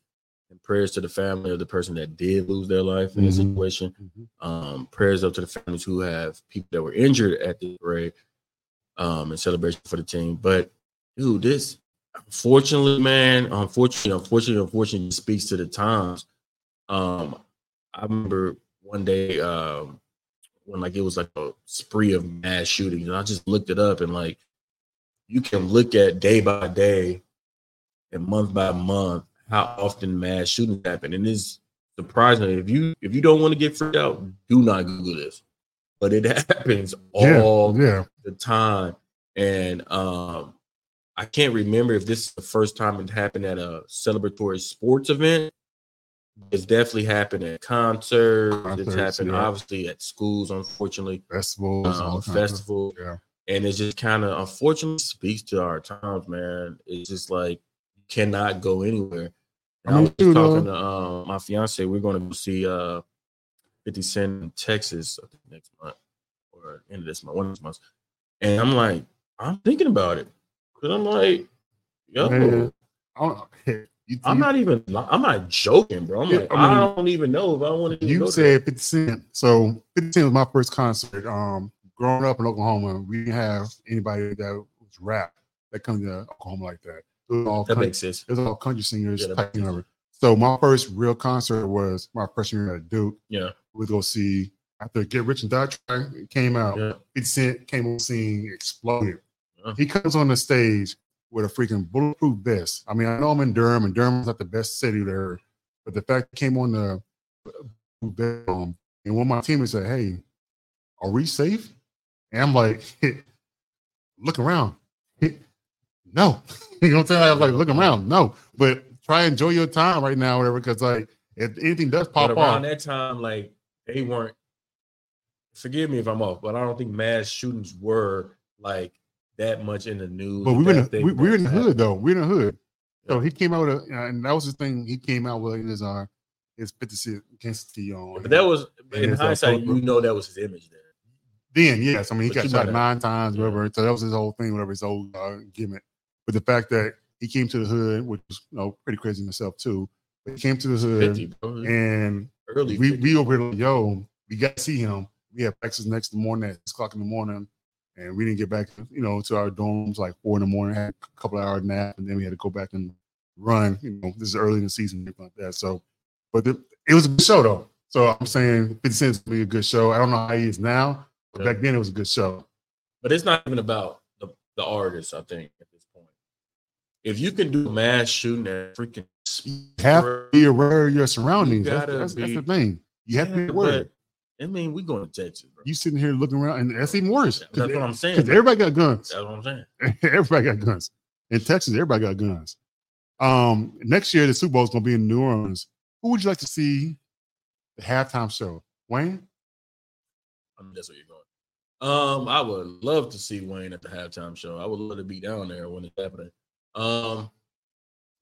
[SPEAKER 3] and prayers to the family of the person that did lose their life in this
[SPEAKER 2] Mhm.
[SPEAKER 3] situation. Um, prayers up to the families who have people that were injured at the parade um, and celebration for the team. But dude, this unfortunately, man, unfortunately, unfortunately, unfortunately, it speaks to the times. Um, I remember one day um, when like it was like a spree of mass shootings, and I just looked it up and like you can look at day by day and month by month how often mass shootings happen. And it's surprising if you if you don't want to get freaked out, do not Google this. But it happens all
[SPEAKER 2] yeah, yeah.
[SPEAKER 3] the time. And um I can't remember if this is the first time it happened at a celebratory sports event. It's definitely happened at concerts. it's
[SPEAKER 2] Concerts,
[SPEAKER 3] happened
[SPEAKER 2] yeah.
[SPEAKER 3] obviously at schools, unfortunately,
[SPEAKER 2] Festivals, all
[SPEAKER 3] um,
[SPEAKER 2] kinds of-
[SPEAKER 3] festival,
[SPEAKER 2] Yeah.
[SPEAKER 3] and it just kind of unfortunately speaks to our times, man. It's just like you cannot go anywhere. And I,
[SPEAKER 2] I mean,
[SPEAKER 3] was
[SPEAKER 2] too,
[SPEAKER 3] just talking to um, my fiance. We're going to go see uh, 50 Cent in Texas I think, next month or end of this month, one of these months. And I'm like, I'm thinking about it because I'm like, yo,
[SPEAKER 2] Man, I don't- you,
[SPEAKER 3] I'm
[SPEAKER 2] you-
[SPEAKER 3] not even, li- I'm not joking, bro. I'm
[SPEAKER 2] Yeah,
[SPEAKER 3] like,
[SPEAKER 2] I mean,
[SPEAKER 3] I don't even know if I want to.
[SPEAKER 2] You said 50 Cent. So 50 Cent was my first concert. Um, growing up in Oklahoma, we didn't have anybody that was rap that come to Oklahoma like that. It was all
[SPEAKER 3] that
[SPEAKER 2] country,
[SPEAKER 3] makes sense.
[SPEAKER 2] it was all country singers.
[SPEAKER 3] Yeah, that
[SPEAKER 2] type
[SPEAKER 3] makes
[SPEAKER 2] number. So my first real concert was my freshman year at Duke.
[SPEAKER 3] Yeah.
[SPEAKER 2] We go see after Get Rich and Die Trying came out.
[SPEAKER 3] Yeah.
[SPEAKER 2] 50 Cent came on scene, exploded.
[SPEAKER 3] Yeah.
[SPEAKER 2] He comes on the stage with a freaking bulletproof vest. I mean, I know I'm in Durham, and Durham's not the best city there, but the fact he came on the bulletproof vest, um, and one of my teammates said, "Hey, are we safe?" And I'm like, "Look around." No, you know what I'm saying? I was like, "Look around." No, but try and enjoy your time right now, whatever. Because like, if anything does pop
[SPEAKER 3] but
[SPEAKER 2] off,
[SPEAKER 3] around that time, like they weren't. Forgive me if I'm off, but I don't think mass shootings were like that much in the news.
[SPEAKER 2] But we were
[SPEAKER 3] that
[SPEAKER 2] in the,
[SPEAKER 3] thing
[SPEAKER 2] we, we were in the
[SPEAKER 3] that-
[SPEAKER 2] hood though. We were in the hood. So he came out with a, and that was the thing. He came out with his uh his fifty six against the on.
[SPEAKER 3] But that was in
[SPEAKER 2] it's, uh,
[SPEAKER 3] hindsight, you
[SPEAKER 2] Oprah.
[SPEAKER 3] know that was his image there.
[SPEAKER 2] then yes, I mean he
[SPEAKER 3] But
[SPEAKER 2] got
[SPEAKER 3] you
[SPEAKER 2] shot
[SPEAKER 3] know that.
[SPEAKER 2] nine times,
[SPEAKER 3] Yeah.
[SPEAKER 2] whatever. So that was his whole thing, whatever his old uh, gimmick. But the fact that he came to the hood, which was you know pretty crazy in itself too. But he came to the hood
[SPEAKER 3] 50, bro.
[SPEAKER 2] and
[SPEAKER 3] early.
[SPEAKER 2] we
[SPEAKER 3] 50.
[SPEAKER 2] we over here like, yo, we got to see him. We had practice next morning at six o'clock in the morning, and we didn't get back, you know, to our dorms like four in the morning. Had a couple hour nap, and then we had to go back and run. You know, this is early in the season, everything like that. So, but the, it was a good show though. So I'm saying 50 Cent's gonna be a good show. I don't know how he is now, but
[SPEAKER 3] Yeah.
[SPEAKER 2] back then it was a good show.
[SPEAKER 3] but it's not even about the, the artist, I think, at this point. If you can do mass shooting at freaking
[SPEAKER 2] You have to be aware of your surroundings.
[SPEAKER 3] You
[SPEAKER 2] That's,
[SPEAKER 3] gotta
[SPEAKER 2] that's- that's the
[SPEAKER 3] be-
[SPEAKER 2] thing. You have to
[SPEAKER 3] Yeah,
[SPEAKER 2] be aware.
[SPEAKER 3] but, I mean, we going to Texas, bro.
[SPEAKER 2] You sitting here looking around, and that's even worse.
[SPEAKER 3] that's what I'm saying.
[SPEAKER 2] Because
[SPEAKER 3] bro.
[SPEAKER 2] everybody got guns.
[SPEAKER 3] that's what I'm saying.
[SPEAKER 2] everybody got guns. In Texas, everybody got guns. Um, next year the Super Bowl is gonna be in New Orleans. Who would you like to see the halftime show? Wayne?
[SPEAKER 3] I mean, that's where you're going. Um, I would love to see Wayne at the halftime show. I would love to be down there when it's happening. Um,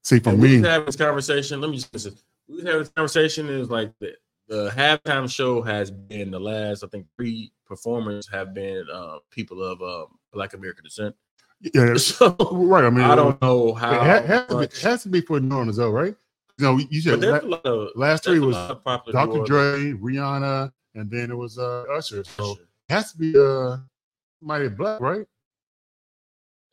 [SPEAKER 2] See, for
[SPEAKER 3] and we
[SPEAKER 2] me,
[SPEAKER 3] was having this conversation. Let me just listen. We was having this conversation. It was like the, the halftime show has been the last. I think three performers have been uh, people of uh, Black American descent.
[SPEAKER 2] yeah,
[SPEAKER 3] So
[SPEAKER 2] right. I mean,
[SPEAKER 3] I don't know
[SPEAKER 2] It
[SPEAKER 3] how.
[SPEAKER 2] ha- has, to be,
[SPEAKER 3] much-
[SPEAKER 2] has to be for New Orleans, though, right? You know, you
[SPEAKER 3] but
[SPEAKER 2] said
[SPEAKER 3] there's
[SPEAKER 2] la-
[SPEAKER 3] a lot of
[SPEAKER 2] last
[SPEAKER 3] there's
[SPEAKER 2] three
[SPEAKER 3] a
[SPEAKER 2] was
[SPEAKER 3] lot of popular
[SPEAKER 2] Dr.
[SPEAKER 3] New
[SPEAKER 2] Dre, Rihanna, and then it was uh, Usher. So
[SPEAKER 3] Orleans-
[SPEAKER 2] it has to be uh, somebody black, right?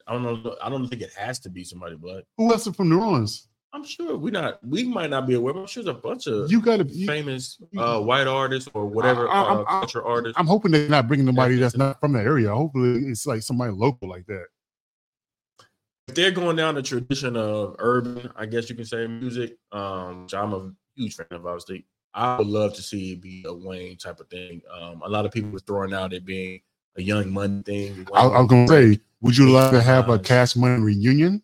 [SPEAKER 3] I don't know. I don't think it has to be somebody black.
[SPEAKER 2] Who else is from New Orleans?
[SPEAKER 3] I'm sure we not. We might not be aware. But I'm sure there's a bunch of
[SPEAKER 2] You got to.
[SPEAKER 3] famous
[SPEAKER 2] you-
[SPEAKER 3] uh, white artists or whatever
[SPEAKER 2] I- I'm-
[SPEAKER 3] uh,
[SPEAKER 2] I'm-
[SPEAKER 3] culture artists.
[SPEAKER 2] I'm hoping they're not bringing nobody that's not from that area. Hopefully, it's like somebody local like that.
[SPEAKER 3] If they're going down the tradition of urban, I guess you can say music, um, which I'm a huge fan of, obviously. I would love to see it be a Wayne type of thing. Um, a lot of people were throwing out it being a Young Money thing.
[SPEAKER 2] I, I was gonna say, would you like to have a
[SPEAKER 3] Nice.
[SPEAKER 2] Cash Money reunion?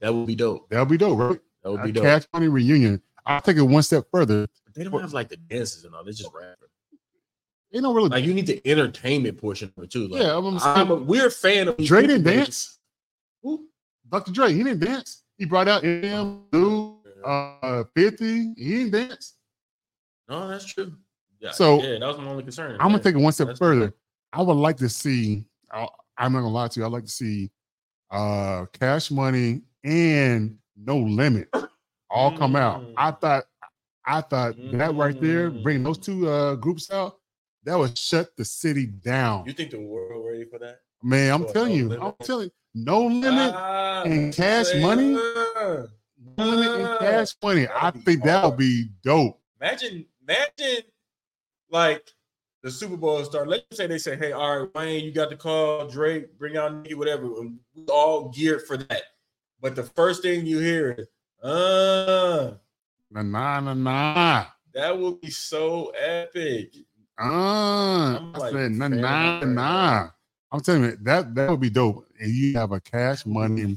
[SPEAKER 3] that would be dope.
[SPEAKER 2] That'll be dope, right?
[SPEAKER 3] That would
[SPEAKER 2] A
[SPEAKER 3] be dope.
[SPEAKER 2] Cash Money reunion. I'll take it one step further.
[SPEAKER 3] But they don't have like the dances and all. They're just rapping.
[SPEAKER 2] You know, really.
[SPEAKER 3] Like you need the entertainment portion of it too. Like,
[SPEAKER 2] yeah, I'm,
[SPEAKER 3] I'm a,
[SPEAKER 2] saying,
[SPEAKER 3] we're a fan of
[SPEAKER 2] Dre didn't dance.
[SPEAKER 3] Who?
[SPEAKER 2] Dr. Dre, he didn't dance. He brought out M, Dude, uh, 50. He didn't dance.
[SPEAKER 3] No, that's true. Yeah,
[SPEAKER 2] So,
[SPEAKER 3] yeah, that was my only concern.
[SPEAKER 2] I'm
[SPEAKER 3] Yeah.
[SPEAKER 2] gonna take it one step
[SPEAKER 3] That's
[SPEAKER 2] further. I would like to see. I, I'm not gonna lie to you. I'd like to see uh Cash Money and No Limit all come out. I
[SPEAKER 3] Mm.
[SPEAKER 2] thought, I thought that right there, bringing those two uh groups out, that would shut the city down.
[SPEAKER 3] You think the world ready for that?
[SPEAKER 2] Man, I'm
[SPEAKER 3] Boy,
[SPEAKER 2] telling
[SPEAKER 3] No
[SPEAKER 2] you,
[SPEAKER 3] Limit.
[SPEAKER 2] I'm telling you, No Limit,
[SPEAKER 3] Ah,
[SPEAKER 2] and Cash Money?
[SPEAKER 3] yeah.
[SPEAKER 2] No Limit, and
[SPEAKER 3] ah,
[SPEAKER 2] Cash Money. I
[SPEAKER 3] that'd be
[SPEAKER 2] think that
[SPEAKER 3] hard.
[SPEAKER 2] would be dope.
[SPEAKER 3] Imagine, imagine, Ah. like the Super Bowl start. Let's say they say, "Hey, all right, Wayne, you got the call. Drake, bring out Nicki, whatever." And we all geared for that. But the first thing you hear is, "Uh,
[SPEAKER 2] Nah, nah, nah, nah.
[SPEAKER 3] that would be so epic."
[SPEAKER 2] Uh,
[SPEAKER 3] I'm
[SPEAKER 2] I
[SPEAKER 3] like,
[SPEAKER 2] said, nah,
[SPEAKER 3] fair
[SPEAKER 2] nah,
[SPEAKER 3] enough.
[SPEAKER 2] nah. I'm telling you, that that would be dope. If you have a cash money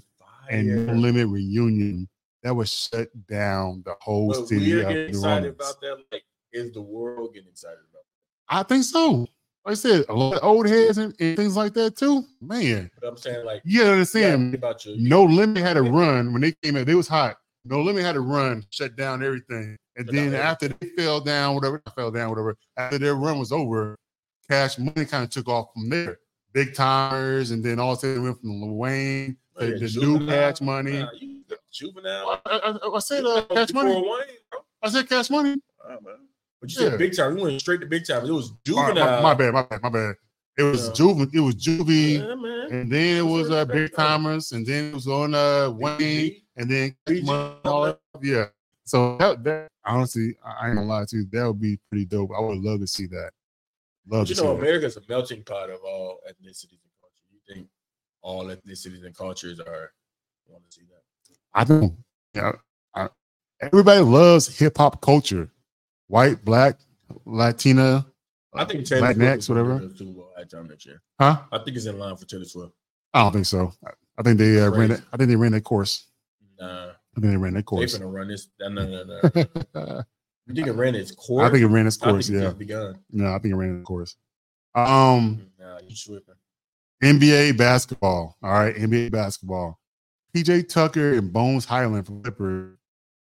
[SPEAKER 2] and no
[SPEAKER 3] Fire.
[SPEAKER 2] limit reunion, that would shut down the whole
[SPEAKER 3] But
[SPEAKER 2] city
[SPEAKER 3] we're
[SPEAKER 2] of
[SPEAKER 3] getting
[SPEAKER 2] New
[SPEAKER 3] excited
[SPEAKER 2] Orleans.
[SPEAKER 3] about that. Like, is the world getting excited about?
[SPEAKER 2] I think so. Like I said, a lot of old heads and, and things like that too. Man,
[SPEAKER 3] But I'm saying, like,
[SPEAKER 2] you gotta
[SPEAKER 3] you gotta
[SPEAKER 2] understand.
[SPEAKER 3] think about your
[SPEAKER 2] No Limit had a run when they came in. They was hot. No Limit had a run, shut down everything. And
[SPEAKER 3] Shut down
[SPEAKER 2] then after they fell down, whatever not fell down, whatever. After their run was over, Cash Money kind of took off from there. Big timers, and then all of a sudden it went from Lil Wayne to
[SPEAKER 3] your
[SPEAKER 2] this
[SPEAKER 3] juvenile.
[SPEAKER 2] new Cash Money.
[SPEAKER 3] Nah, Uh, you juvenile.
[SPEAKER 2] I, I- I said
[SPEAKER 3] You
[SPEAKER 2] uh,
[SPEAKER 3] know,
[SPEAKER 2] Cash
[SPEAKER 3] before
[SPEAKER 2] Money.
[SPEAKER 3] Wayne, bro.
[SPEAKER 2] I said Cash Money.
[SPEAKER 3] Alright, man. But you
[SPEAKER 2] Yeah.
[SPEAKER 3] said big time. We went straight to big time. It was
[SPEAKER 2] My, my-
[SPEAKER 3] juvenile.
[SPEAKER 2] my bad, my bad, my bad. It was
[SPEAKER 3] Yeah.
[SPEAKER 2] Juve. It was Juvie.
[SPEAKER 3] Yeah, man.
[SPEAKER 2] And then it was uh, Big Timers, and then it was on uh, Wayne, and then
[SPEAKER 3] BG.
[SPEAKER 2] all that. yeah. So that, that honestly, I I ain't gonna lie to you, that would be pretty dope. I would love to see that. Love
[SPEAKER 3] But you
[SPEAKER 2] to
[SPEAKER 3] know,
[SPEAKER 2] see that.
[SPEAKER 3] America's a melting pot of all ethnicities and cultures. You think all ethnicities and cultures are you want to see that?
[SPEAKER 2] I don't. Yeah, I, everybody loves hip hop culture, white, black, Latina. uh,
[SPEAKER 3] I think Taylor
[SPEAKER 2] Latinx,
[SPEAKER 3] is gonna
[SPEAKER 2] whatever.
[SPEAKER 3] do the Super Bowl at time next year.
[SPEAKER 2] Huh?
[SPEAKER 3] I think it's in line for Taylor Swift.
[SPEAKER 2] I don't think so. I, I think they uh, ran.
[SPEAKER 3] Crazy.
[SPEAKER 2] It, I think they ran that course.
[SPEAKER 3] Nah,
[SPEAKER 2] I think they ran that
[SPEAKER 3] they
[SPEAKER 2] course.
[SPEAKER 3] finna run this. No, no, no, no. You think it ran its course?
[SPEAKER 2] I think it ran its
[SPEAKER 3] I think
[SPEAKER 2] course.
[SPEAKER 3] it's
[SPEAKER 2] Yeah.
[SPEAKER 3] just begun.
[SPEAKER 2] No, I think it ran its course. Um.
[SPEAKER 3] Nah, you tripping.
[SPEAKER 2] NBA basketball. All right, NBA basketball. PJ Tucker and Bones Highland from Clippers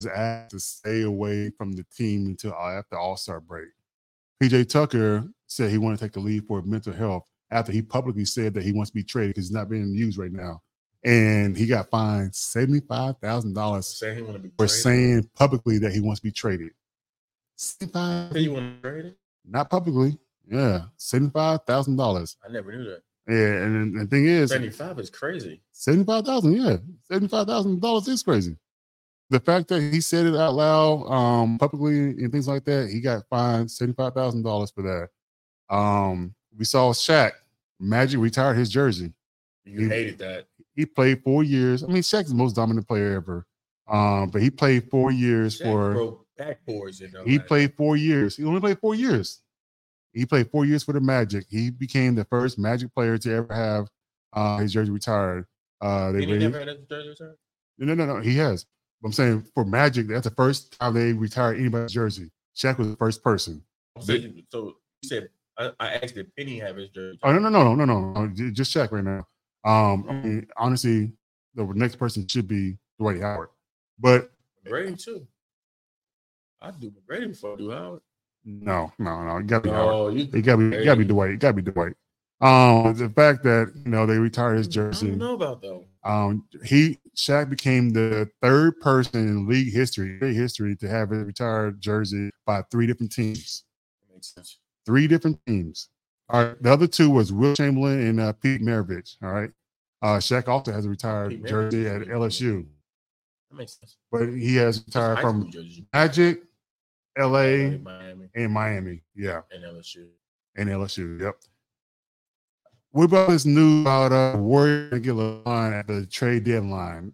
[SPEAKER 2] was asked to stay away from the team until uh, after All Star break. PJ Tucker said he wanted to take the lead for mental health after he publicly said that he wants to be traded because he's not being used right now, and he got fined seventy five thousand dollars
[SPEAKER 3] Saying he want to be
[SPEAKER 2] for
[SPEAKER 3] traded.
[SPEAKER 2] saying publicly that he wants to be traded. Seventy five,
[SPEAKER 3] Say you want to trade it?
[SPEAKER 2] not publicly. Yeah, seventy five thousand dollars.
[SPEAKER 3] I never knew that.
[SPEAKER 2] Yeah, and then the thing is,
[SPEAKER 3] Seventy five is crazy.
[SPEAKER 2] Seventy-five thousand, yeah, seventy-five thousand dollars is crazy. The fact that he said it out loud, um, publicly and things like that, he got fined seventy-five thousand dollars for that. Um, we saw Shaq, Magic retired his jersey.
[SPEAKER 3] You
[SPEAKER 2] You-
[SPEAKER 3] hated that.
[SPEAKER 2] He played four years. I mean, Shaq's the most dominant player ever. Um, but he played four years
[SPEAKER 3] Shaq
[SPEAKER 2] for
[SPEAKER 3] broke backboards in
[SPEAKER 2] he
[SPEAKER 3] Atlanta.
[SPEAKER 2] played four years. He only played four years. He played four years for the Magic. He became the first Magic player to ever have uh, his jersey retired. Uh, they
[SPEAKER 3] He
[SPEAKER 2] raised-
[SPEAKER 3] never had a jersey return.
[SPEAKER 2] No, no, no, no. He has. I'm saying for Magic, that's the first time they retired anybody's jersey. Shaq was the first person.
[SPEAKER 3] So, you- so you said I, I asked did Penny have his jersey?
[SPEAKER 2] Oh no, no, no, no, no, no. J- Just Shaq right now. Um, I mean, honestly, the next person should be Dwight Howard, but
[SPEAKER 3] Brady too. I do Brady before I do Howard.
[SPEAKER 2] no, no, no. It got to be Howard.
[SPEAKER 3] No, you.
[SPEAKER 2] It got to be. It got to be
[SPEAKER 3] Hey.
[SPEAKER 2] Dwight. It got to be Dwight. Um, the fact that you know they retired his
[SPEAKER 3] I don't
[SPEAKER 2] jersey.
[SPEAKER 3] know about though.
[SPEAKER 2] Um, he Shaq became the third person in league history, league history, to have his retired jersey by three different teams.
[SPEAKER 3] Makes sense.
[SPEAKER 2] three different teams. All right, the other two was Will Chamberlain and uh, Pete Maravich. All right, uh, Shaq also has a
[SPEAKER 3] Pete
[SPEAKER 2] retired
[SPEAKER 3] Maravich
[SPEAKER 2] jersey
[SPEAKER 3] is
[SPEAKER 2] at
[SPEAKER 3] pretty
[SPEAKER 2] LSU,
[SPEAKER 3] That makes sense.
[SPEAKER 2] but he has retired
[SPEAKER 3] High
[SPEAKER 2] from
[SPEAKER 3] school jerseys, you-
[SPEAKER 2] Magic, LA,
[SPEAKER 3] Miami,
[SPEAKER 2] and Miami. Yeah,
[SPEAKER 3] and LSU.
[SPEAKER 2] and LSU. Yep. What about this news about uh, Warrior to get LeBron at the trade deadline?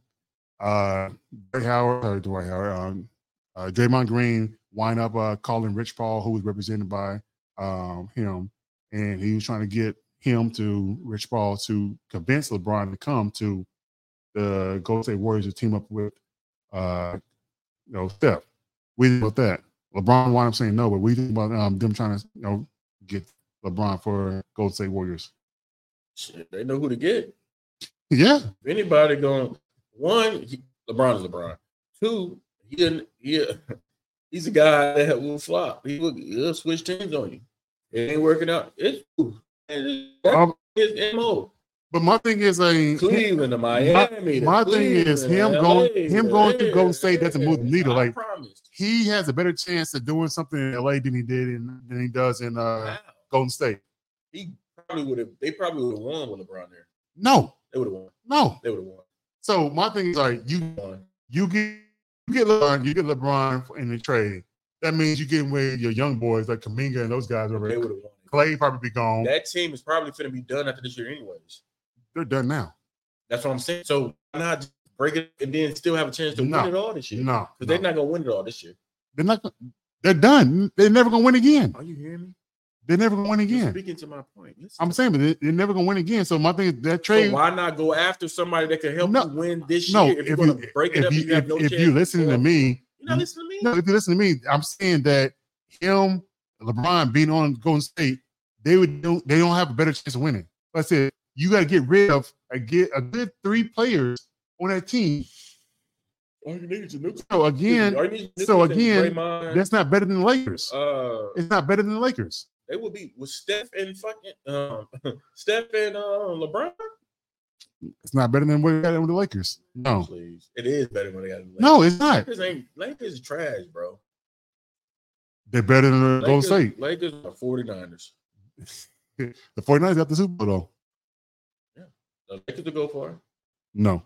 [SPEAKER 2] Uh, Dwight Howard, or Dwight Howard, um, uh, Draymond Green wind up uh, calling Rich Paul, who was represented by um, him, and he was trying to get him to Rich Paul to convince LeBron to come to the Golden State Warriors to team up with, uh, you know, Steph. We did with that. LeBron wound up saying no, but we think about um, them trying to, you know, get LeBron for Golden State Warriors.
[SPEAKER 3] Shit, they know who to get.
[SPEAKER 2] Yeah,
[SPEAKER 3] If anybody going one, he, LeBron is LeBron. Two, he a- he a- he's a guy that will flop. He will he'll switch teams on you. It ain't working out. It's and that's
[SPEAKER 2] Um,
[SPEAKER 3] his mo.
[SPEAKER 2] but my thing is, I
[SPEAKER 3] Cleveland to Miami. to
[SPEAKER 2] my thing is
[SPEAKER 3] Cleveland,
[SPEAKER 2] him going-
[SPEAKER 3] LA,
[SPEAKER 2] him going to
[SPEAKER 3] yeah,
[SPEAKER 2] Golden State doesn't move the needle,
[SPEAKER 3] I
[SPEAKER 2] like-
[SPEAKER 3] promise.
[SPEAKER 2] he has a better chance of doing something in LA than he did in than he does in uh,
[SPEAKER 3] Wow.
[SPEAKER 2] Golden State.
[SPEAKER 3] He probably would have. They probably would have won with LeBron there.
[SPEAKER 2] No,
[SPEAKER 3] They would have won.
[SPEAKER 2] no.
[SPEAKER 3] They would have won.
[SPEAKER 2] So my thing is like you
[SPEAKER 3] Won.
[SPEAKER 2] you get you get LeBron, you get LeBron in the trade. That means you get away your young boys like Kaminga and those guys
[SPEAKER 3] They
[SPEAKER 2] over
[SPEAKER 3] would have won.
[SPEAKER 2] Clay probably be gone.
[SPEAKER 3] That team is probably going to be done after this year, anyways.
[SPEAKER 2] They're done now.
[SPEAKER 3] That's what I'm saying. So why not just break it and then still have a chance to
[SPEAKER 2] No.
[SPEAKER 3] win it all this year?
[SPEAKER 2] No,
[SPEAKER 3] Because
[SPEAKER 2] no.
[SPEAKER 3] they're not going to win it all this year.
[SPEAKER 2] They're not. gonna- They're done. They're never gonna win again.
[SPEAKER 3] Are you hearing me?
[SPEAKER 2] They're never gonna win
[SPEAKER 3] You're
[SPEAKER 2] again.
[SPEAKER 3] Speaking to my point. Listen.
[SPEAKER 2] I'm saying, but they- they're never gonna win again. So my thing is that
[SPEAKER 3] So
[SPEAKER 2] trade.
[SPEAKER 3] why not go after somebody that can help
[SPEAKER 2] No.
[SPEAKER 3] you win this
[SPEAKER 2] no,
[SPEAKER 3] year? If,
[SPEAKER 2] if
[SPEAKER 3] you're
[SPEAKER 2] you
[SPEAKER 3] going to break it
[SPEAKER 2] if
[SPEAKER 3] up,
[SPEAKER 2] you
[SPEAKER 3] you have
[SPEAKER 2] if,
[SPEAKER 3] no
[SPEAKER 2] if
[SPEAKER 3] chance
[SPEAKER 2] you listen to
[SPEAKER 3] for-
[SPEAKER 2] me,
[SPEAKER 3] You're not listening to me.
[SPEAKER 2] no, if you listen to me, I'm saying that him, LeBron being on Golden State, they would don't they don't have a better chance of winning. Like I said you got to get rid of a get a good three players on that team.
[SPEAKER 3] All you need is your nuclear.
[SPEAKER 2] So again,
[SPEAKER 3] All you need is
[SPEAKER 2] so
[SPEAKER 3] nuclear.
[SPEAKER 2] again,
[SPEAKER 3] Draymond,
[SPEAKER 2] that's not better than the Lakers.
[SPEAKER 3] uh,
[SPEAKER 2] It's not better than the Lakers.
[SPEAKER 3] they would be with Steph and fucking um, Steph and uh, LeBron.
[SPEAKER 2] It's not better than what they got with the Lakers. No,
[SPEAKER 3] Please, it is better when they got Lakers.
[SPEAKER 2] no, it's not.
[SPEAKER 3] Lakers ain't Lakers is trash, bro.
[SPEAKER 2] They're better than the Golden
[SPEAKER 3] Lakers,
[SPEAKER 2] State.
[SPEAKER 3] Lakers are 49ers.
[SPEAKER 2] The 49ers got the Super Bowl though.
[SPEAKER 3] The Lakers to go for.
[SPEAKER 2] No,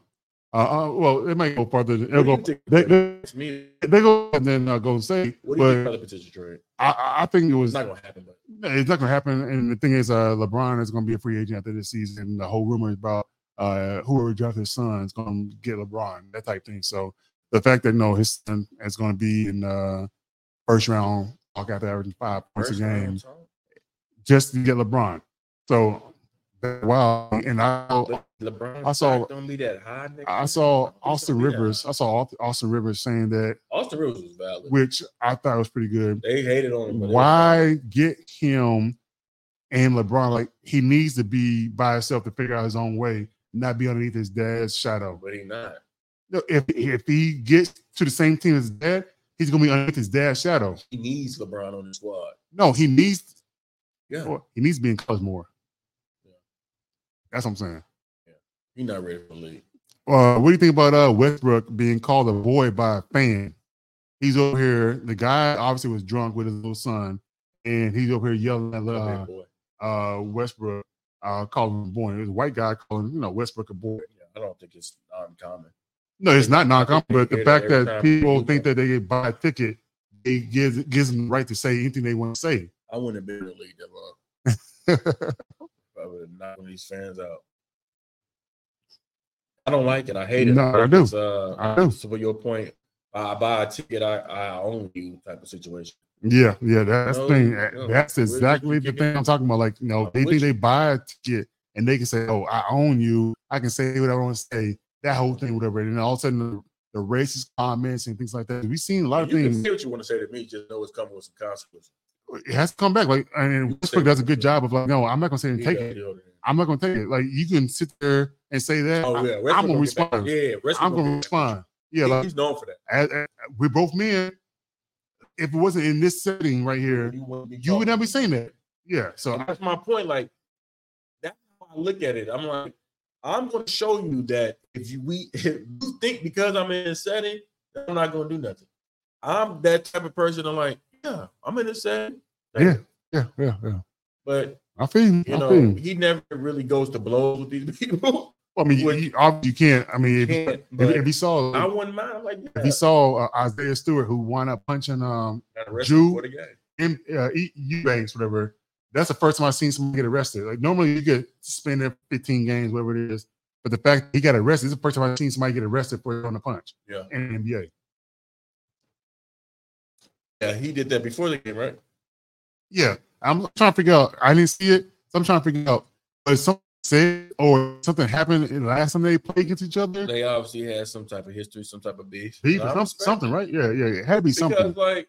[SPEAKER 2] uh, uh well, it might go farther. Than,
[SPEAKER 3] What
[SPEAKER 2] it'll
[SPEAKER 3] do you
[SPEAKER 2] go,
[SPEAKER 3] think?
[SPEAKER 2] they, they,
[SPEAKER 3] It's me.
[SPEAKER 2] they go farther than uh, Golden State,
[SPEAKER 3] What do you think about
[SPEAKER 2] but
[SPEAKER 3] the potential trade?
[SPEAKER 2] I- I, I think it was
[SPEAKER 3] It's not gonna happen, but
[SPEAKER 2] it's not gonna happen. And the thing is, uh, LeBron is gonna be a free agent after this season. The whole rumor about uh, whoever drafted his son is gonna get LeBron, that type thing. So the fact that no, his son is gonna be in uh, first round, walk out there averaging five points
[SPEAKER 3] First
[SPEAKER 2] a game,
[SPEAKER 3] round, Tom.
[SPEAKER 2] just to get LeBron. So wow, and I
[SPEAKER 3] LeBron,
[SPEAKER 2] I saw-
[SPEAKER 3] stock don't be that high. Nigga.
[SPEAKER 2] I saw
[SPEAKER 3] Don't be
[SPEAKER 2] Austin
[SPEAKER 3] that high.
[SPEAKER 2] Rivers. I saw Aust- Austin Rivers saying that,
[SPEAKER 3] Austin Rivers was valid.
[SPEAKER 2] which I thought was pretty good.
[SPEAKER 3] they hated on him. but it was
[SPEAKER 2] why get him and LeBron? Like he needs to be by himself to figure out his own way, not be underneath his dad's shadow.
[SPEAKER 3] But he not.
[SPEAKER 2] No, If if he gets to the same team as his dad, he's gonna be underneath his dad's shadow.
[SPEAKER 3] He needs LeBron on the squad.
[SPEAKER 2] No, he needs
[SPEAKER 3] Yeah,
[SPEAKER 2] well, he needs to be in college more.
[SPEAKER 3] Yeah.
[SPEAKER 2] That's what I'm saying.
[SPEAKER 3] he not ready for the league.
[SPEAKER 2] Uh, what do you think about uh, Westbrook being called a boy by a fan? He's over here. The guy obviously was drunk with his little son, and he's over here yelling at
[SPEAKER 3] Come
[SPEAKER 2] uh,
[SPEAKER 3] here, boy.
[SPEAKER 2] uh Westbrook uh calling him a boy. It was a white guy calling, you know, Westbrook a boy.
[SPEAKER 3] Yeah, I don't think it's uncommon.
[SPEAKER 2] No, it's not knock on, but the fact that
[SPEAKER 3] Every time
[SPEAKER 2] people
[SPEAKER 3] people-
[SPEAKER 2] think that they get buy a ticket, it gives gives them the right to say anything they want to say.
[SPEAKER 3] I wouldn't have been in the league that long. If I would have knocked one of these fans out. I don't like it. I hate it.
[SPEAKER 2] No, I do.
[SPEAKER 3] It's, uh,
[SPEAKER 2] I do.
[SPEAKER 3] so for your point, I buy a ticket. I, I own you type of situation.
[SPEAKER 2] yeah, yeah, that's
[SPEAKER 3] No,
[SPEAKER 2] the thing.
[SPEAKER 3] no.
[SPEAKER 2] That's
[SPEAKER 3] Where's
[SPEAKER 2] exactly
[SPEAKER 3] the
[SPEAKER 2] the thing I'm talking about. Like, you know, they think they buy a ticket and they can say, "Oh, I own you. I can say what I want to say." That whole thing, whatever. And then all of a sudden, the, the racist comments and things like that. We've seen a lot of
[SPEAKER 3] you
[SPEAKER 2] things.
[SPEAKER 3] can say what you want to say to me. Just know it's coming with some consequences.
[SPEAKER 2] It has to come back. Like, and Westbrook does a good job of like, "No, I'm not going to say and take it." I'm not gonna take it. Like you can sit there and say that.
[SPEAKER 3] Oh yeah,
[SPEAKER 2] gonna
[SPEAKER 3] Westbrook get
[SPEAKER 2] respond.
[SPEAKER 3] back. Yeah, Westbrook
[SPEAKER 2] I, am gonna
[SPEAKER 3] get back.
[SPEAKER 2] respond. Yeah, like
[SPEAKER 3] He's known for that.
[SPEAKER 2] as, as- we're both men. If it wasn't in this setting right here,
[SPEAKER 3] You wouldn't be
[SPEAKER 2] you would not be saying
[SPEAKER 3] talking.
[SPEAKER 2] that. Yeah. So
[SPEAKER 3] that's my point. Like that's how I look at it. I'm like, I'm going to show you that if you we if you think because I'm in a setting, that I'm not going to do nothing. I'm that type of person. I'm like, yeah, I'm in a setting.
[SPEAKER 2] yeah, yeah, yeah.
[SPEAKER 3] But
[SPEAKER 2] I feel you.
[SPEAKER 3] you
[SPEAKER 2] I
[SPEAKER 3] know,
[SPEAKER 2] feel you.
[SPEAKER 3] he never really goes to blows with these people.
[SPEAKER 2] I mean, you,
[SPEAKER 3] when-
[SPEAKER 2] you, obviously you can't. I mean, if, if,
[SPEAKER 3] Can't,
[SPEAKER 2] if,
[SPEAKER 3] but
[SPEAKER 2] he saw
[SPEAKER 3] I wouldn't mind. I'm like,
[SPEAKER 2] if
[SPEAKER 3] yeah,
[SPEAKER 2] he saw uh, Isaiah Stewart who wound up punching um
[SPEAKER 3] got arrested
[SPEAKER 2] Drew-
[SPEAKER 3] before the game.
[SPEAKER 2] M, uh, E- Eubanks whatever, that's the first time I've seen someone get arrested. Like normally you get suspended 15 games whatever it is, but the fact he got arrested this is the first time I've seen somebody get arrested for throwing a punch.
[SPEAKER 3] Yeah.
[SPEAKER 2] in the NBA.
[SPEAKER 3] Yeah, he did that before the game, right?
[SPEAKER 2] Yeah, I'm trying to figure out. I didn't see it, so I'm trying to figure out. But if something said or something happened in the last time they played against each other,
[SPEAKER 3] They obviously had some type of history, some type of beef.
[SPEAKER 2] beef or
[SPEAKER 3] And I
[SPEAKER 2] some-
[SPEAKER 3] respect it.
[SPEAKER 2] something, right? Yeah, yeah, it had to be something.
[SPEAKER 3] Because like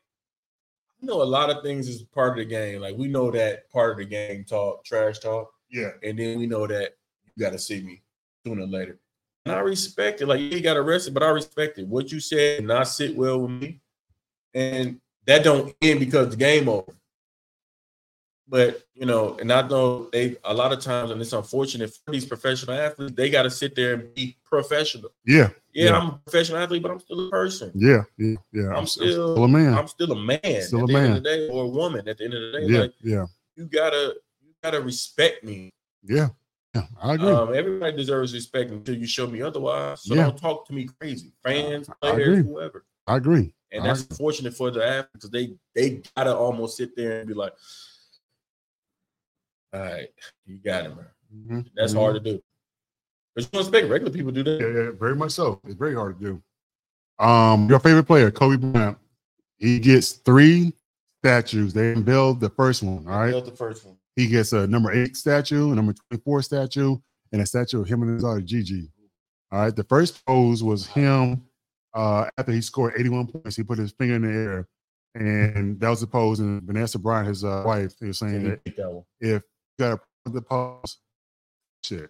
[SPEAKER 3] I know a lot of things is part of the game. Like we know that part of the game talk, trash talk,
[SPEAKER 2] Yeah,
[SPEAKER 3] and then we know that you gotta see me sooner or later. And I respect it. Like you got arrested, but I respect it. What you said did not sit well with me. And that don't end because the game over. But you know, and I know they a lot of times, and it's unfortunate for these professional athletes, they gotta sit there and be professional.
[SPEAKER 2] yeah,
[SPEAKER 3] Yeah,
[SPEAKER 2] Yeah.
[SPEAKER 3] I'm a professional athlete, but I'm still a person.
[SPEAKER 2] yeah, yeah. yeah. I'm,
[SPEAKER 3] still-
[SPEAKER 2] still a man.
[SPEAKER 3] I'm still a man.
[SPEAKER 2] Still
[SPEAKER 3] at
[SPEAKER 2] a
[SPEAKER 3] the End
[SPEAKER 2] man.
[SPEAKER 3] of the day, or a woman. At the end of the day,
[SPEAKER 2] yeah,
[SPEAKER 3] like
[SPEAKER 2] yeah,
[SPEAKER 3] you gotta, you gotta respect me.
[SPEAKER 2] yeah, yeah. I agree.
[SPEAKER 3] Um, everybody deserves respect until you show me otherwise. So
[SPEAKER 2] Yeah.
[SPEAKER 3] don't talk to me crazy, fans,
[SPEAKER 2] I
[SPEAKER 3] players,
[SPEAKER 2] agree.
[SPEAKER 3] whoever.
[SPEAKER 2] I agree.
[SPEAKER 3] And
[SPEAKER 2] I
[SPEAKER 3] that's
[SPEAKER 2] agree.
[SPEAKER 3] unfortunate for the athletes because they they gotta almost sit there and be like, All right, you got it, man.
[SPEAKER 2] Mhm.
[SPEAKER 3] That's
[SPEAKER 2] Mhm.
[SPEAKER 3] hard to do. But you don't expect regular people to do
[SPEAKER 2] Yeah,
[SPEAKER 3] that.
[SPEAKER 2] yeah, very much so. It's very hard to do. Um, your favorite player, Kobe Bryant, he gets three statues. They unveiled the first one. All right,
[SPEAKER 3] Built the first one.
[SPEAKER 2] he gets a number eight statue, a number twenty-four statue, and a statue of him and his daughter Gigi. All right, the first pose was him uh, after he scored eighty-one points. He put his finger in the air, and that was the pose. And Vanessa Bryant, his uh, wife, he was saying
[SPEAKER 3] Kobe
[SPEAKER 2] that
[SPEAKER 3] picked that one.
[SPEAKER 2] if you got to the pose, shit,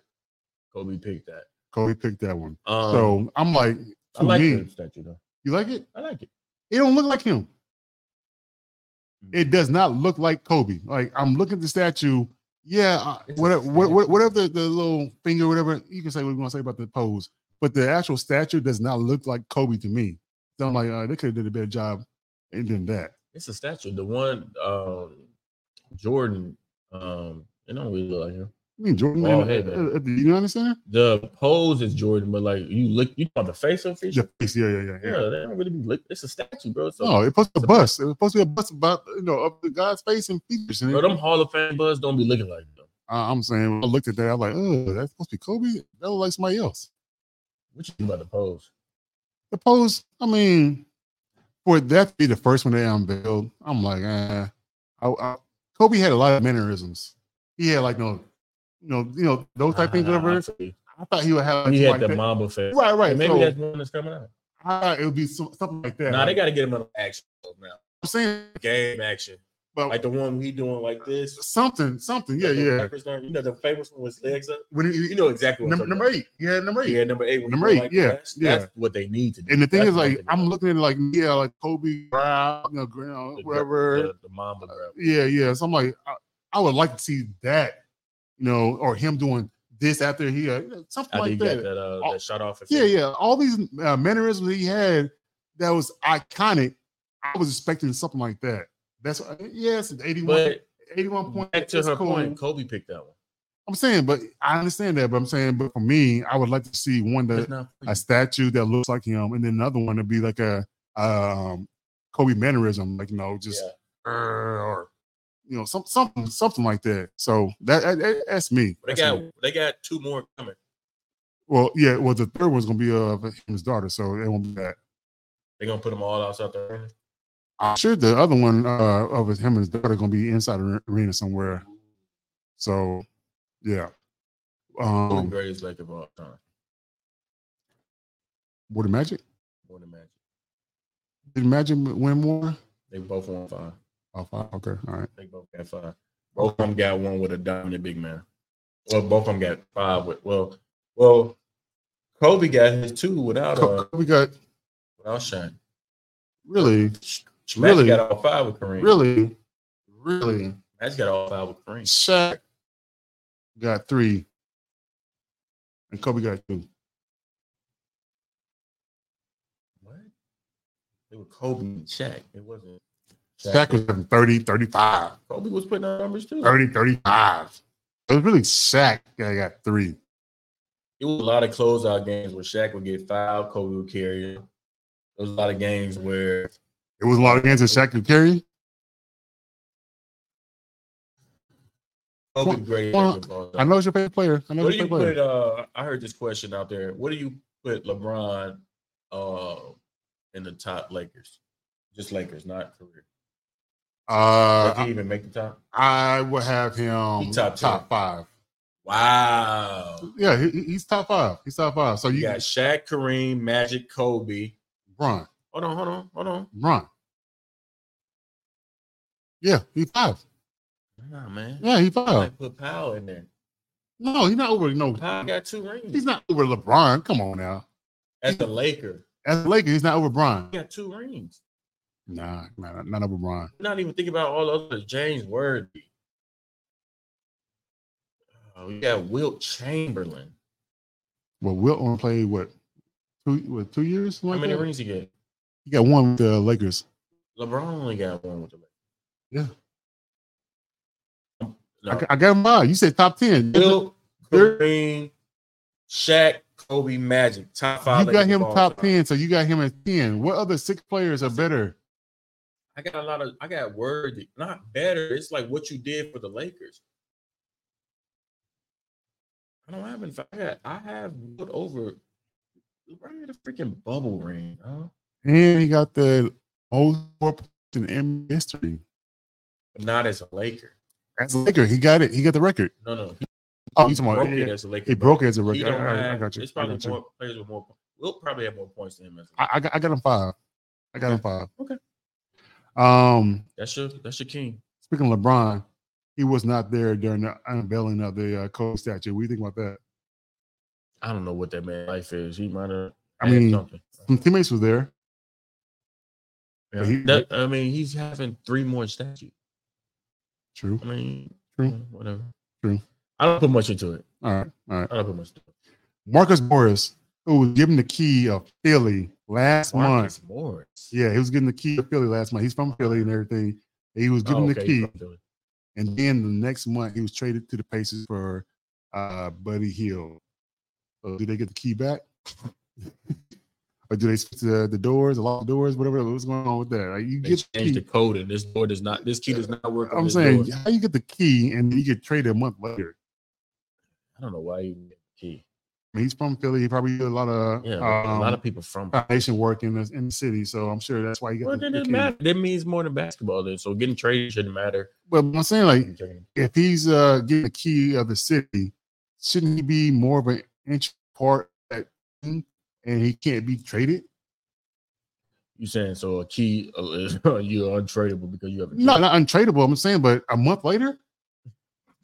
[SPEAKER 3] Kobe picked that.
[SPEAKER 2] Kobe picked that one.
[SPEAKER 3] Um,
[SPEAKER 2] so I'm like,
[SPEAKER 3] I like
[SPEAKER 2] me-
[SPEAKER 3] the statue though.
[SPEAKER 2] you like it?
[SPEAKER 3] I like it.
[SPEAKER 2] It don't look like him.
[SPEAKER 3] Mm.
[SPEAKER 2] It does not look like Kobe. Like I'm looking at the statue. Yeah, I-
[SPEAKER 3] It's a
[SPEAKER 2] whatever,
[SPEAKER 3] statue.
[SPEAKER 2] whatever, whatever the, the little finger, whatever you can say what you want to say about the pose, but the actual statue does not look like Kobe to me. So I'm like, uh, they could have did a better job than that.
[SPEAKER 3] It's a statue. The one um, Jordan. Um, it don't really look like him.
[SPEAKER 2] I mean, Jordan uh,
[SPEAKER 3] Bald
[SPEAKER 2] at,
[SPEAKER 3] head, man.
[SPEAKER 2] at the United Center,
[SPEAKER 3] The pose is Jordan, but like you look, you on the face of it.
[SPEAKER 2] yeah, Oh, yeah, yeah, yeah.
[SPEAKER 3] Yeah,
[SPEAKER 2] yeah.
[SPEAKER 3] they don't really be lick. It's a statue, bro. So,
[SPEAKER 2] No, it was a
[SPEAKER 3] so-
[SPEAKER 2] bust. It was supposed to be a bust about you know up the guy's face and features. And
[SPEAKER 3] bro, them Hall of Fame buds don't be looking like them.
[SPEAKER 2] I, I'm saying, when I looked at that, I'm like, oh, that's supposed to be Kobe. That looks like somebody else.
[SPEAKER 3] What you think about the pose?
[SPEAKER 2] the pose, I mean, for that to be the first one they unveiled, I'm like, eh. I, I, Kobe had a lot of mannerisms. He had like no, you know, you know those type things. Whatever.
[SPEAKER 3] He
[SPEAKER 2] I thought he would have. something
[SPEAKER 3] had
[SPEAKER 2] like
[SPEAKER 3] the
[SPEAKER 2] that.
[SPEAKER 3] Mamba face.
[SPEAKER 2] Right, right.
[SPEAKER 3] Maybe
[SPEAKER 2] so
[SPEAKER 3] that's one that's coming out.
[SPEAKER 2] I thought it would be some, something like that.
[SPEAKER 3] Nah, they
[SPEAKER 2] Like,
[SPEAKER 3] got to get him on action mode now.
[SPEAKER 2] I'm saying,
[SPEAKER 3] Game action,
[SPEAKER 2] but
[SPEAKER 3] like the one we doing like this.
[SPEAKER 2] something, something. Yeah,
[SPEAKER 3] Like the
[SPEAKER 2] yeah.
[SPEAKER 3] rappers now, You know the famous one with his legs up.
[SPEAKER 2] When he-
[SPEAKER 3] You know exactly. What
[SPEAKER 2] number,
[SPEAKER 3] I'm talking
[SPEAKER 2] number
[SPEAKER 3] about.
[SPEAKER 2] eight, yeah, number eight.
[SPEAKER 3] Yeah, number eight. when he
[SPEAKER 2] Number
[SPEAKER 3] going
[SPEAKER 2] eight,
[SPEAKER 3] like
[SPEAKER 2] yeah,
[SPEAKER 3] that's,
[SPEAKER 2] yeah.
[SPEAKER 3] that's what they need to do.
[SPEAKER 2] And the thing
[SPEAKER 3] That's
[SPEAKER 2] is,
[SPEAKER 3] what
[SPEAKER 2] like,
[SPEAKER 3] they
[SPEAKER 2] I'm
[SPEAKER 3] need.
[SPEAKER 2] looking at it like, yeah, like Kobe, Brown, you know, Grant,
[SPEAKER 3] The-
[SPEAKER 2] whatever.
[SPEAKER 3] the, the Mamba. Bro.
[SPEAKER 2] Yeah, yeah. So I'm like, I, I would like to see that, you know, or him doing this after he uh, something
[SPEAKER 3] I
[SPEAKER 2] like
[SPEAKER 3] think you
[SPEAKER 2] that.
[SPEAKER 3] got that, uh,
[SPEAKER 2] Oh,
[SPEAKER 3] that shot off. at
[SPEAKER 2] Yeah,
[SPEAKER 3] 50.
[SPEAKER 2] yeah. All these uh, mannerisms he had that was iconic. I was expecting something like that. That's yes, it's 81,
[SPEAKER 3] But
[SPEAKER 2] 81 point.
[SPEAKER 3] back to
[SPEAKER 2] it's
[SPEAKER 3] her
[SPEAKER 2] cool.
[SPEAKER 3] point, Kobe picked that one.
[SPEAKER 2] I'm saying, but I understand that. But I'm saying, but for me, I would like to Uh, see one
[SPEAKER 3] That's
[SPEAKER 2] that
[SPEAKER 3] not
[SPEAKER 2] a statue that looks like him, and then another one to be like a um Kobe mannerism, like you know, just
[SPEAKER 3] Yeah.
[SPEAKER 2] "Err," or you know, some something something like that. So that, that- that- that's me.
[SPEAKER 3] They
[SPEAKER 2] That's
[SPEAKER 3] got
[SPEAKER 2] me.
[SPEAKER 3] they got two more coming.
[SPEAKER 2] Well, yeah. Well, the third one's gonna be uh, of him and his daughter, so it won't be that.
[SPEAKER 3] They're gonna put them all outside the arena.
[SPEAKER 2] I'm sure the other one uh, of him and his daughter gonna be inside the arena somewhere. So, yeah.
[SPEAKER 3] Who the
[SPEAKER 2] Um,
[SPEAKER 3] greatest Laker of all time?
[SPEAKER 2] would Magic?
[SPEAKER 3] More than Magic.
[SPEAKER 2] Did Magic win more?
[SPEAKER 3] They both won five.
[SPEAKER 2] Oh, five. Okay, all right.
[SPEAKER 3] They both got five. Both of them got one with a dominant big man. Well, both of them got five with well, well, Kobe got his two without uh
[SPEAKER 2] Co- we got
[SPEAKER 3] without Shane.
[SPEAKER 2] really,
[SPEAKER 3] Magic
[SPEAKER 2] really,
[SPEAKER 3] got all five with Kareem.
[SPEAKER 2] really, really.
[SPEAKER 3] Magic got all five with Kareem.
[SPEAKER 2] Shaq got three, and Kobe got two.
[SPEAKER 3] What? It was Kobe and Shaq. It wasn't.
[SPEAKER 2] Shaq was having 30, 35,
[SPEAKER 3] Kobe was putting out numbers too.
[SPEAKER 2] 30, 35. It was really Shaq that got three.
[SPEAKER 3] It was a lot of closeout games where Shaq would get fouled, Kobe would carry it. There was a lot of games where
[SPEAKER 2] It was a lot of games that Shaq could carry.
[SPEAKER 3] Kobe
[SPEAKER 2] Well,
[SPEAKER 3] great.
[SPEAKER 2] well,
[SPEAKER 3] at basketball.
[SPEAKER 2] I know it's your favorite player. I know
[SPEAKER 3] What
[SPEAKER 2] it's
[SPEAKER 3] do you
[SPEAKER 2] your favorite player.
[SPEAKER 3] put? Uh, I heard this question out there. What do you put LeBron uh, in the top Lakers? Just Lakers, not career.
[SPEAKER 2] Uh,
[SPEAKER 3] Does he
[SPEAKER 2] I,
[SPEAKER 3] even make the top?
[SPEAKER 2] I would have him
[SPEAKER 3] He
[SPEAKER 2] top, top
[SPEAKER 3] top
[SPEAKER 2] five.
[SPEAKER 3] Wow.
[SPEAKER 2] Yeah, he, he- he's top five. He's top five. So
[SPEAKER 3] You
[SPEAKER 2] you
[SPEAKER 3] got
[SPEAKER 2] got
[SPEAKER 3] Shaq, Kareem, Magic, Kobe.
[SPEAKER 2] Bron,
[SPEAKER 3] Hold on, hold on, hold on.
[SPEAKER 2] Bron. Yeah, he five.
[SPEAKER 3] Nah, man.
[SPEAKER 2] Yeah, he
[SPEAKER 3] I
[SPEAKER 2] five.
[SPEAKER 3] might put Powell in there.
[SPEAKER 2] No, he's not over. No,
[SPEAKER 3] Powell got two
[SPEAKER 2] he's
[SPEAKER 3] rings
[SPEAKER 2] not over LeBron. Come on now.
[SPEAKER 3] as a Laker.
[SPEAKER 2] As a Laker, he's not over Bron.
[SPEAKER 3] He got two rings.
[SPEAKER 2] Nah, nah, not over Bron.
[SPEAKER 3] not even thinking about all the others. James Worthy. Oh, we got Wilt Chamberlain.
[SPEAKER 2] Well, Wilt only played what two what, two years?
[SPEAKER 3] How
[SPEAKER 2] Like
[SPEAKER 3] many
[SPEAKER 2] that?
[SPEAKER 3] rings he get?
[SPEAKER 2] He got one with the Lakers.
[SPEAKER 3] LeBron only got one with the Lakers.
[SPEAKER 2] Yeah.
[SPEAKER 3] No.
[SPEAKER 2] I, got- I got him by. You said top ten.
[SPEAKER 3] Wilt,
[SPEAKER 2] There-
[SPEAKER 3] Kareem, Shaq, Kobe, Magic. Top five.
[SPEAKER 2] you
[SPEAKER 3] Lakers
[SPEAKER 2] got
[SPEAKER 3] of
[SPEAKER 2] him
[SPEAKER 3] all
[SPEAKER 2] top
[SPEAKER 3] time.
[SPEAKER 2] ten, so you got him at ten. What other six players are better?
[SPEAKER 3] I got a lot of. I got Worthy. Not better. It's like what you did for the Lakers. I don't have. In fact, I got- I have put over. LeBron had a freaking bubble ring. Huh?
[SPEAKER 2] And he got the most score points in NBA history.
[SPEAKER 3] Not as a Laker.
[SPEAKER 2] As a Laker, he got it. He got the record.
[SPEAKER 3] No, no. He
[SPEAKER 2] Oh, you talking about
[SPEAKER 3] broke
[SPEAKER 2] yeah,
[SPEAKER 3] it
[SPEAKER 2] yeah.
[SPEAKER 3] as a Laker.
[SPEAKER 2] he
[SPEAKER 3] bro.
[SPEAKER 2] broke it as a record.
[SPEAKER 3] He don't
[SPEAKER 2] I, I- I
[SPEAKER 3] have-
[SPEAKER 2] got you.
[SPEAKER 3] It's
[SPEAKER 2] I
[SPEAKER 3] probably
[SPEAKER 2] got, you.
[SPEAKER 3] more players with more. We'll probably have more points than him. As a
[SPEAKER 2] I, I got I got him five. I got him five.
[SPEAKER 3] Okay.
[SPEAKER 2] Um,
[SPEAKER 3] That's your that's your king.
[SPEAKER 2] speaking of LeBron, he was not there during the unveiling of the uh, Kobe statue. What do you think about that?
[SPEAKER 3] I don't know what that man life is. He might have.
[SPEAKER 2] I mean,
[SPEAKER 3] something.
[SPEAKER 2] Some teammates was there.
[SPEAKER 3] Yeah.
[SPEAKER 2] he-
[SPEAKER 3] That- I mean, he's having three more statues.
[SPEAKER 2] True.
[SPEAKER 3] I mean,
[SPEAKER 2] True.
[SPEAKER 3] mm, whatever.
[SPEAKER 2] True.
[SPEAKER 3] I don't put much into it.
[SPEAKER 2] All right. All right.
[SPEAKER 3] I don't put much into it.
[SPEAKER 2] Marcus Morris, who was given the key of Philly last month.
[SPEAKER 3] Marcus Morris.
[SPEAKER 2] Yeah, he was getting the key to Philly last month. He's from Philly and everything. He was given
[SPEAKER 3] Oh,
[SPEAKER 2] the
[SPEAKER 3] okay,
[SPEAKER 2] key,
[SPEAKER 3] he's from Philly.
[SPEAKER 2] and then the next month he was traded to the Pacers for uh, Buddy Hill. So do they get the key back, or do they switch the, the doors, lock the doors, whatever? What's going on with that? Like, you
[SPEAKER 3] They
[SPEAKER 2] get the
[SPEAKER 3] changed the
[SPEAKER 2] key.
[SPEAKER 3] code, and this door does not. This key does not work. on
[SPEAKER 2] I'm
[SPEAKER 3] this
[SPEAKER 2] saying
[SPEAKER 3] door.
[SPEAKER 2] how you get the key and then you get traded a month later.
[SPEAKER 3] I don't know why you need the key.
[SPEAKER 2] I mean, he's from Philly. He probably did a lot of
[SPEAKER 3] Yeah,
[SPEAKER 2] um,
[SPEAKER 3] a lot of people from.
[SPEAKER 2] foundation work in the, in the city, so I'm sure that's why he got
[SPEAKER 3] Well,
[SPEAKER 2] the,
[SPEAKER 3] then
[SPEAKER 2] the
[SPEAKER 3] it
[SPEAKER 2] key.
[SPEAKER 3] matter. That means more than basketball. Then, so getting traded shouldn't matter.
[SPEAKER 2] But I'm saying like
[SPEAKER 3] Getting-
[SPEAKER 2] if he's uh getting the key of the city, shouldn't he be more of an inch part of that team and he can't be traded?
[SPEAKER 3] You saying so? A key, uh, is- you're untradeable because you have a key.
[SPEAKER 2] No, not untradeable. I'm saying, but a month later,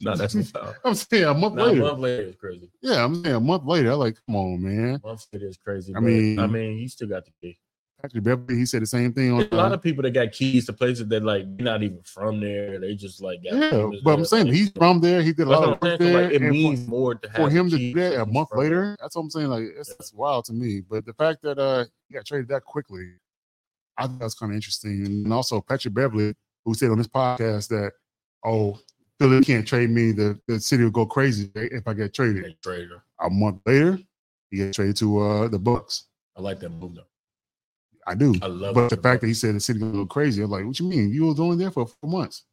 [SPEAKER 3] no, that's a foul.
[SPEAKER 2] I'm saying a month
[SPEAKER 3] Nah,
[SPEAKER 2] later.
[SPEAKER 3] month later is crazy.
[SPEAKER 2] Yeah, I'm saying a month later. I'm like, come on, man.
[SPEAKER 3] Month later is crazy.
[SPEAKER 2] I
[SPEAKER 3] I
[SPEAKER 2] mean-
[SPEAKER 3] mean, I mean, you still got the key.
[SPEAKER 2] Patrick Beverly, he said the same thing on uh,
[SPEAKER 3] There's a lot of people that got keys to places that like they're not even from there. They just like got
[SPEAKER 2] yeah,
[SPEAKER 3] keys
[SPEAKER 2] but I'm
[SPEAKER 3] there.
[SPEAKER 2] saying
[SPEAKER 3] Like,
[SPEAKER 2] he's from there. He did a
[SPEAKER 3] that's
[SPEAKER 2] lot
[SPEAKER 3] what
[SPEAKER 2] of
[SPEAKER 3] I'm
[SPEAKER 2] work
[SPEAKER 3] saying. So,
[SPEAKER 2] there.
[SPEAKER 3] like, it
[SPEAKER 2] and for-
[SPEAKER 3] means more to have
[SPEAKER 2] for him to do
[SPEAKER 3] keys
[SPEAKER 2] that a
[SPEAKER 3] than
[SPEAKER 2] month
[SPEAKER 3] from-
[SPEAKER 2] later, that's what I'm saying. Like it's, it's wild to me. But the fact that uh he got traded that quickly, I thought was kind of interesting. And also Patrick Beverly, who said on this podcast that, oh, Philly can't trade me, the, the city will go crazy if I get traded.
[SPEAKER 3] Like, Trader.
[SPEAKER 2] A month later, he got traded to uh the Bucks.
[SPEAKER 3] I like that move though.
[SPEAKER 2] I do.
[SPEAKER 3] I love
[SPEAKER 2] But
[SPEAKER 3] it.
[SPEAKER 2] the fact that he said the city gonna go crazy, I'm like, what you mean? You was only there for four months.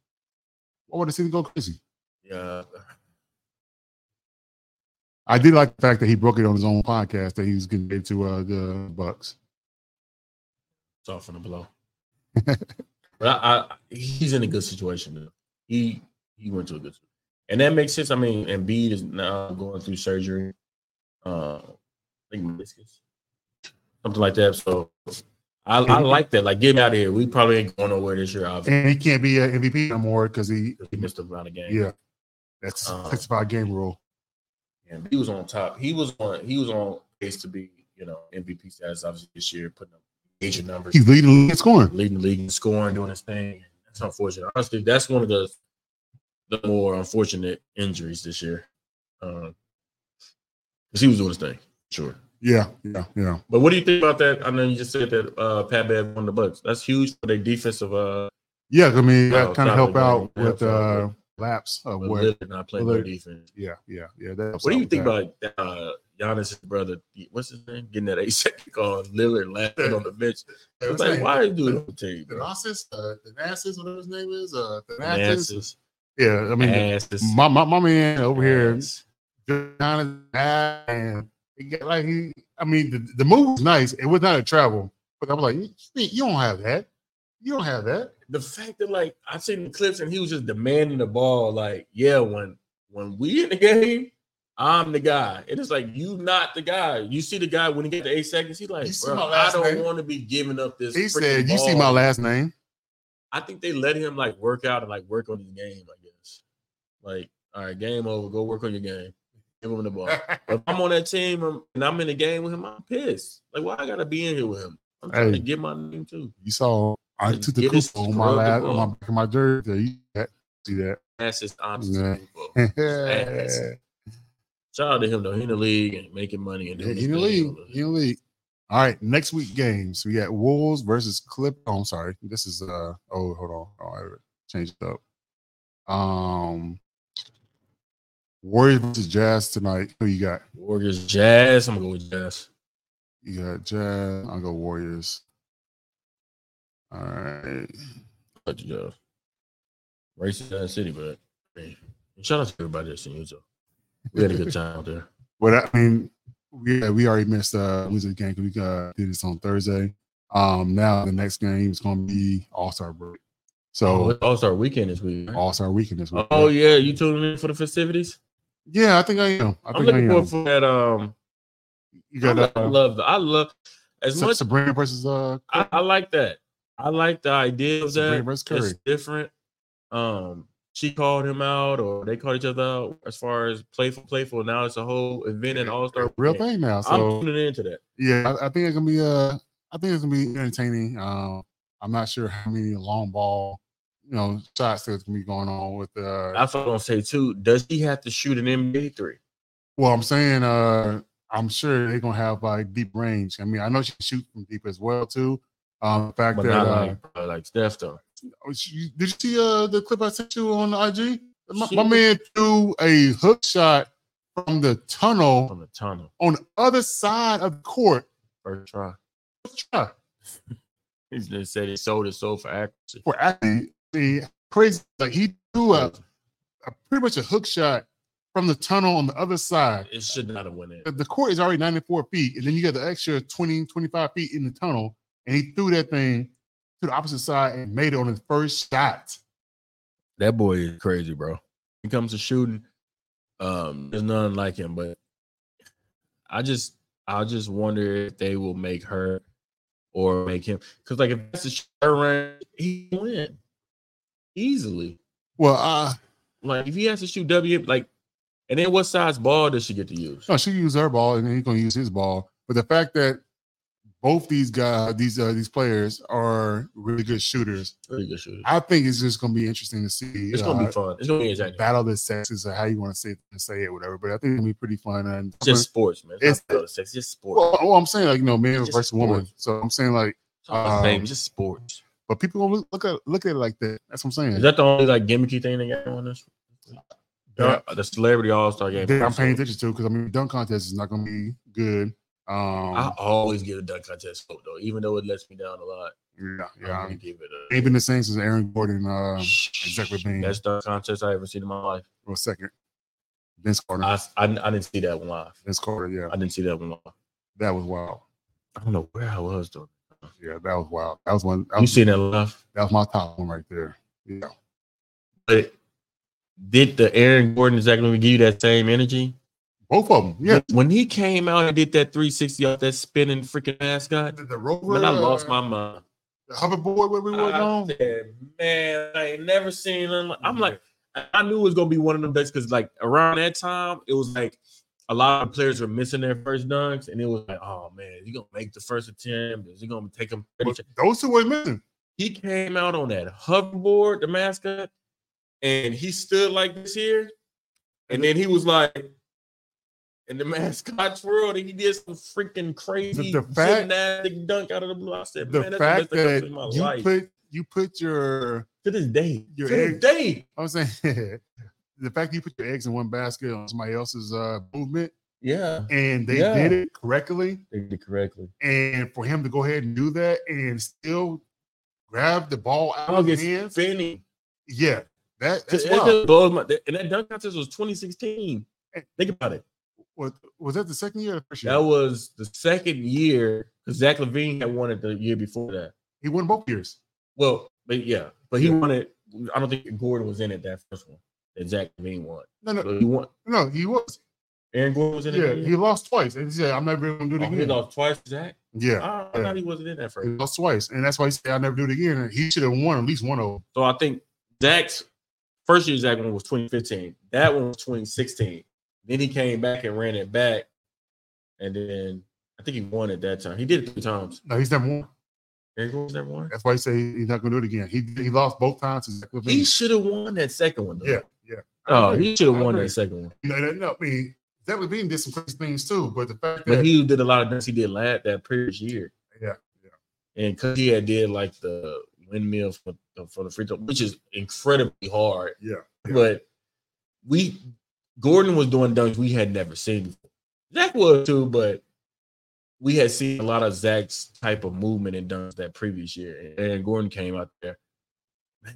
[SPEAKER 2] Why would the city go crazy?
[SPEAKER 3] yeah,
[SPEAKER 2] I did like the fact that he broke it on his own podcast that he was getting paid to uh, the Bucks.
[SPEAKER 3] soften the blow. but I, I, he's in a good situation. Though. He he went to a good, and that makes sense. I mean, Embiid is now going through surgery. Uh, I think meniscus, something like that. So I, I like that. Like, get out of here. We probably ain't going nowhere this year. Obviously,
[SPEAKER 2] and he can't be an MVP no more because he,
[SPEAKER 3] he missed a lot of games.
[SPEAKER 2] yeah, that's
[SPEAKER 3] Uh,
[SPEAKER 2] six five game rule.
[SPEAKER 3] and he was on top. He was on. He was on pace to be, you know, MVP status obviously this year, putting up major numbers,
[SPEAKER 2] He's leading the league in scoring.
[SPEAKER 3] leading the league in scoring, doing his thing. That's unfortunate. Honestly, that's one of the the more unfortunate injuries this year, because he was doing his thing, sure.
[SPEAKER 2] Yeah, yeah, yeah.
[SPEAKER 3] But what do you think about that? I know you just said that uh, Pat Bev won the Bucks. That's huge for their defensive. Uh,
[SPEAKER 2] Yeah, I mean
[SPEAKER 3] No,
[SPEAKER 2] that kind of
[SPEAKER 3] Tyler
[SPEAKER 2] help out
[SPEAKER 3] Lydon,
[SPEAKER 2] with uh,
[SPEAKER 3] absolutely.
[SPEAKER 2] laps of
[SPEAKER 3] with
[SPEAKER 2] what.
[SPEAKER 3] Lillard not playing their
[SPEAKER 2] Lillard.
[SPEAKER 3] defense.
[SPEAKER 2] Yeah, yeah, yeah. That helps
[SPEAKER 3] What do
[SPEAKER 2] out
[SPEAKER 3] you
[SPEAKER 2] with
[SPEAKER 3] think
[SPEAKER 2] that.
[SPEAKER 3] about uh, Giannis' brother? What's his name? Getting that eight second call, Lillard laughing on the bench. It's like, why are you doing it to you, bro?
[SPEAKER 2] Thanasis? Uh, Thanasis, whatever his name is. Uh, Thanasis.
[SPEAKER 3] Asses,
[SPEAKER 2] Yeah, I mean,
[SPEAKER 3] asses,
[SPEAKER 2] my, my my man over here,
[SPEAKER 3] ass.
[SPEAKER 2] Jonathan, and he got like he. I mean, the, the move was nice. It was not a travel, but I was like, you, you don't have that. You don't have that.
[SPEAKER 3] The fact that like I seen the clips and he was just demanding the ball, like, yeah, when when we in the game, I'm the guy. And it's like you not the guy. You see the guy when he get the eight seconds, he's like,
[SPEAKER 2] You see
[SPEAKER 3] bro,
[SPEAKER 2] my
[SPEAKER 3] I
[SPEAKER 2] last
[SPEAKER 3] don't
[SPEAKER 2] name?"
[SPEAKER 3] want to be giving up this.
[SPEAKER 2] He
[SPEAKER 3] freaking
[SPEAKER 2] said, "You see
[SPEAKER 3] ball."
[SPEAKER 2] my last name."
[SPEAKER 3] I think they let him like work out and like work on his game. I guess, like, all right, game over. Go work on your game. Give him the ball. if I'm on that team and- and I'm in the game with him, I'm pissed. Like, why I gotta be in here with him? I'm trying to
[SPEAKER 2] Hey.
[SPEAKER 3] get my name too.
[SPEAKER 2] You saw I
[SPEAKER 3] Like,
[SPEAKER 2] took the
[SPEAKER 3] get
[SPEAKER 2] coup
[SPEAKER 3] his
[SPEAKER 2] on my
[SPEAKER 3] scrub
[SPEAKER 2] last
[SPEAKER 3] the
[SPEAKER 2] on my back of my jersey. You see that? See that?
[SPEAKER 3] That's just honest.
[SPEAKER 2] Yeah.
[SPEAKER 3] Ass. Shout out to him though. He in the league and making money and
[SPEAKER 2] Yeah,
[SPEAKER 3] doing
[SPEAKER 2] he in the
[SPEAKER 3] his
[SPEAKER 2] league.
[SPEAKER 3] thing.
[SPEAKER 2] He in the league. All right, next week games. We got Wolves versus Clip. Oh, I'm sorry. This is uh oh hold on. Oh, I changed it up. Um Warriors versus Jazz tonight. Who you got?
[SPEAKER 3] Warriors, Jazz. I'm gonna go with Jazz.
[SPEAKER 2] You got Jazz. I'll go Warriors. All right.
[SPEAKER 3] Fuck the Jazz. Racist ass city, but hey, shout out to everybody that's in Utah. We had a good time there.
[SPEAKER 2] But I mean, we we already missed uh Wizard game because we uh, did this on Thursday. Um, now the next game is going to be All Star break, so
[SPEAKER 3] All Star Oh, Weekend is week. right?
[SPEAKER 2] All Star weekend is. week.
[SPEAKER 3] Oh yeah, you tuning in for the festivities?
[SPEAKER 2] yeah, I think I am. I
[SPEAKER 3] I'm
[SPEAKER 2] think I
[SPEAKER 3] looking
[SPEAKER 2] am.
[SPEAKER 3] forward for that. Um,
[SPEAKER 2] You
[SPEAKER 3] I
[SPEAKER 2] got
[SPEAKER 3] love, I
[SPEAKER 2] uh,
[SPEAKER 3] love the. I love as
[SPEAKER 2] Sa-
[SPEAKER 3] much.
[SPEAKER 2] Sabrina versus uh
[SPEAKER 3] I, I like that. I like the idea of
[SPEAKER 2] Sabrina
[SPEAKER 3] that.
[SPEAKER 2] versus Curry.
[SPEAKER 3] It's different. Um, she called him out, or they called each other out as far as playful, playful. Now it's a whole event and all star.
[SPEAKER 2] real thing now. So
[SPEAKER 3] I'm tuning into that.
[SPEAKER 2] yeah, I, I think it's gonna be uh, I think it's gonna be entertaining. Um, I'm not sure how many long ball, you know, shots that's gonna be going on with uh.
[SPEAKER 3] I thought I was gonna say too. Does he have to shoot an NBA three?
[SPEAKER 2] well, I'm saying uh, I'm sure they're gonna have like deep range. I mean, I know she can shoot from deep as well too. Um, the fact
[SPEAKER 3] But
[SPEAKER 2] that
[SPEAKER 3] not
[SPEAKER 2] uh,
[SPEAKER 3] like uh, like Steph though.
[SPEAKER 2] oh, she- did you see uh the clip I sent you on IG? My,
[SPEAKER 3] She-
[SPEAKER 2] my man threw a hook shot from the tunnel
[SPEAKER 3] From the tunnel,
[SPEAKER 2] on the other side of the court.
[SPEAKER 3] first try.
[SPEAKER 2] Let's try.
[SPEAKER 3] He just said he sold his soul for accuracy.
[SPEAKER 2] for actually the crazy like he threw a, a pretty much a hook shot from the tunnel on the other side.
[SPEAKER 3] It should not have went in.
[SPEAKER 2] The- The court is already 94 feet, and then you got the extra 20, 25 feet in the tunnel, and he threw that thing to the opposite side and made it on his first shot.
[SPEAKER 3] That boy is crazy, bro. When it comes to shooting, um, there's none like him. But I just, I just wonder if they will make her or make him. Because like if that's the her range, he can win easily.
[SPEAKER 2] Well, uh,
[SPEAKER 3] Like if he has to shoot W, like, and then what size ball does she get to use?
[SPEAKER 2] no, she used her ball, and then he's gonna use his ball. But the fact that both these guys, these uh, these players, are really good shooters,
[SPEAKER 3] Pretty good shooter.
[SPEAKER 2] I think it's just gonna be interesting to see.
[SPEAKER 3] It's gonna
[SPEAKER 2] uh,
[SPEAKER 3] be fun. It's gonna be entertaining.
[SPEAKER 2] battle of the sexes or how you want to say say it, whatever. But I think it'll be pretty fun. And
[SPEAKER 3] It's just sports, man. It's,
[SPEAKER 2] It's-
[SPEAKER 3] not about sex. It's just sports.
[SPEAKER 2] well, well, I'm saying like you know, man
[SPEAKER 3] Just
[SPEAKER 2] versus woman. So I'm saying like,
[SPEAKER 3] it's not the
[SPEAKER 2] um,
[SPEAKER 3] same. It's just sports.
[SPEAKER 2] but people gonna look, look at look at it like that. That's what I'm saying.
[SPEAKER 3] Is that the only like gimmicky thing they got on this?
[SPEAKER 2] Yeah.
[SPEAKER 3] Uh, The celebrity all star game.
[SPEAKER 2] That I'm paying attention to because I mean, dunk contest is not gonna be good. Um,
[SPEAKER 3] I always give a dunk contest vote though, even though it lets me down a lot.
[SPEAKER 2] yeah,
[SPEAKER 3] I'm
[SPEAKER 2] yeah. I
[SPEAKER 3] gonna
[SPEAKER 2] mean,
[SPEAKER 3] give it a
[SPEAKER 2] ain't been the same since Aaron Gordon uh, exactly being
[SPEAKER 3] best dunk contest I ever seen in my life.
[SPEAKER 2] was second. Vince Carter.
[SPEAKER 3] I, I, I didn't see that one live.
[SPEAKER 2] Vince Carter. Yeah,
[SPEAKER 3] I didn't see that one live.
[SPEAKER 2] that was wild.
[SPEAKER 3] I don't know where I was though.
[SPEAKER 2] Yeah, that was wild. That was one. That
[SPEAKER 3] You
[SPEAKER 2] was,
[SPEAKER 3] seen that live?
[SPEAKER 2] that was my top one right there. Yeah.
[SPEAKER 3] But did the Aaron Gordon exactly give you that same energy?
[SPEAKER 2] Both of them, yeah.
[SPEAKER 3] When he came out and did that 360 off that spinning freaking mascot,
[SPEAKER 2] The, the rover,
[SPEAKER 3] man, I lost
[SPEAKER 2] uh,
[SPEAKER 3] my mind.
[SPEAKER 2] the hoverboard where we were
[SPEAKER 3] I
[SPEAKER 2] on.
[SPEAKER 3] said, man, I ain't never seen them. I'm like, I I knew it was gonna be one of them dunks because like around that time, it was like a lot of players were missing their first dunks, and it was like, oh man, you gonna make the first attempt? Is he gonna take him? 30
[SPEAKER 2] Well, Those two were missing.
[SPEAKER 3] He came out on that hoverboard, the mascot, and he stood like this here, and then he was like. And the mascot twirled, and he did some freaking crazy
[SPEAKER 2] the fact-
[SPEAKER 3] gymnastic dunk out of the blue. I said,
[SPEAKER 2] The
[SPEAKER 3] man, that's
[SPEAKER 2] fact
[SPEAKER 3] the best dunk I've
[SPEAKER 2] that
[SPEAKER 3] seen in my
[SPEAKER 2] you
[SPEAKER 3] life.
[SPEAKER 2] put you put your
[SPEAKER 3] To this day.
[SPEAKER 2] Your
[SPEAKER 3] to this
[SPEAKER 2] egg-
[SPEAKER 3] day.
[SPEAKER 2] I'm saying the fact you put your eggs in one basket on somebody else's uh, movement
[SPEAKER 3] Yeah.
[SPEAKER 2] and they
[SPEAKER 3] Yeah.
[SPEAKER 2] did it correctly,
[SPEAKER 3] They did it correctly.
[SPEAKER 2] and for him to go ahead and do that and still grab the ball out of his hands,
[SPEAKER 3] Finney.
[SPEAKER 2] yeah, that
[SPEAKER 3] It
[SPEAKER 2] that's
[SPEAKER 3] just
[SPEAKER 2] wild.
[SPEAKER 3] blows my that- and that dunk contest was 2016. Think about it.
[SPEAKER 2] Was, was that the second year? Or the first year?
[SPEAKER 3] That was the second year because Zach Levine had won it the year before that.
[SPEAKER 2] he won both years.
[SPEAKER 3] Well, but yeah, but he won it. I don't think Gordon was in it that first one that Zach Levine won.
[SPEAKER 2] No, no,
[SPEAKER 3] So he won.
[SPEAKER 2] no, he was.
[SPEAKER 3] Aaron Gordon was in it.
[SPEAKER 2] Yeah,
[SPEAKER 3] that year?
[SPEAKER 2] he lost twice, and he said, "I'm never going to do
[SPEAKER 3] Oh,
[SPEAKER 2] it
[SPEAKER 3] he
[SPEAKER 2] again."
[SPEAKER 3] lost twice, Zach.
[SPEAKER 2] yeah,
[SPEAKER 3] I, I thought he wasn't in that first.
[SPEAKER 2] He lost twice, and that's why he said, "I'll never do it again." And he should have won at least one of them.
[SPEAKER 3] So I think Zach's first year Zach one was 2015. That one was 2016. Then he came back and ran it back. And then I think he won at that time. He did it three times.
[SPEAKER 2] No, he's never won.
[SPEAKER 3] Aaron Gordon was never won.
[SPEAKER 2] That's why he said he's not going to do it again. He he lost both times. To Zach Levine.
[SPEAKER 3] He should have won that second one. Though.
[SPEAKER 2] yeah, yeah.
[SPEAKER 3] Oh, he should
[SPEAKER 2] I
[SPEAKER 3] have won
[SPEAKER 2] agree.
[SPEAKER 3] that second one.
[SPEAKER 2] No, no, no. I mean, Zach Levine did some crazy things too, but the fact that
[SPEAKER 3] But he did a lot of things he did last that previous year.
[SPEAKER 2] Yeah,
[SPEAKER 3] And because he had did like the windmill for, for the free throw, which is incredibly hard.
[SPEAKER 2] yeah, yeah.
[SPEAKER 3] But we Gordon was doing dunks we had never seen before. Zach was too, but we had seen a lot of Zach's type of movement and dunks that previous year. And Gordon came out there.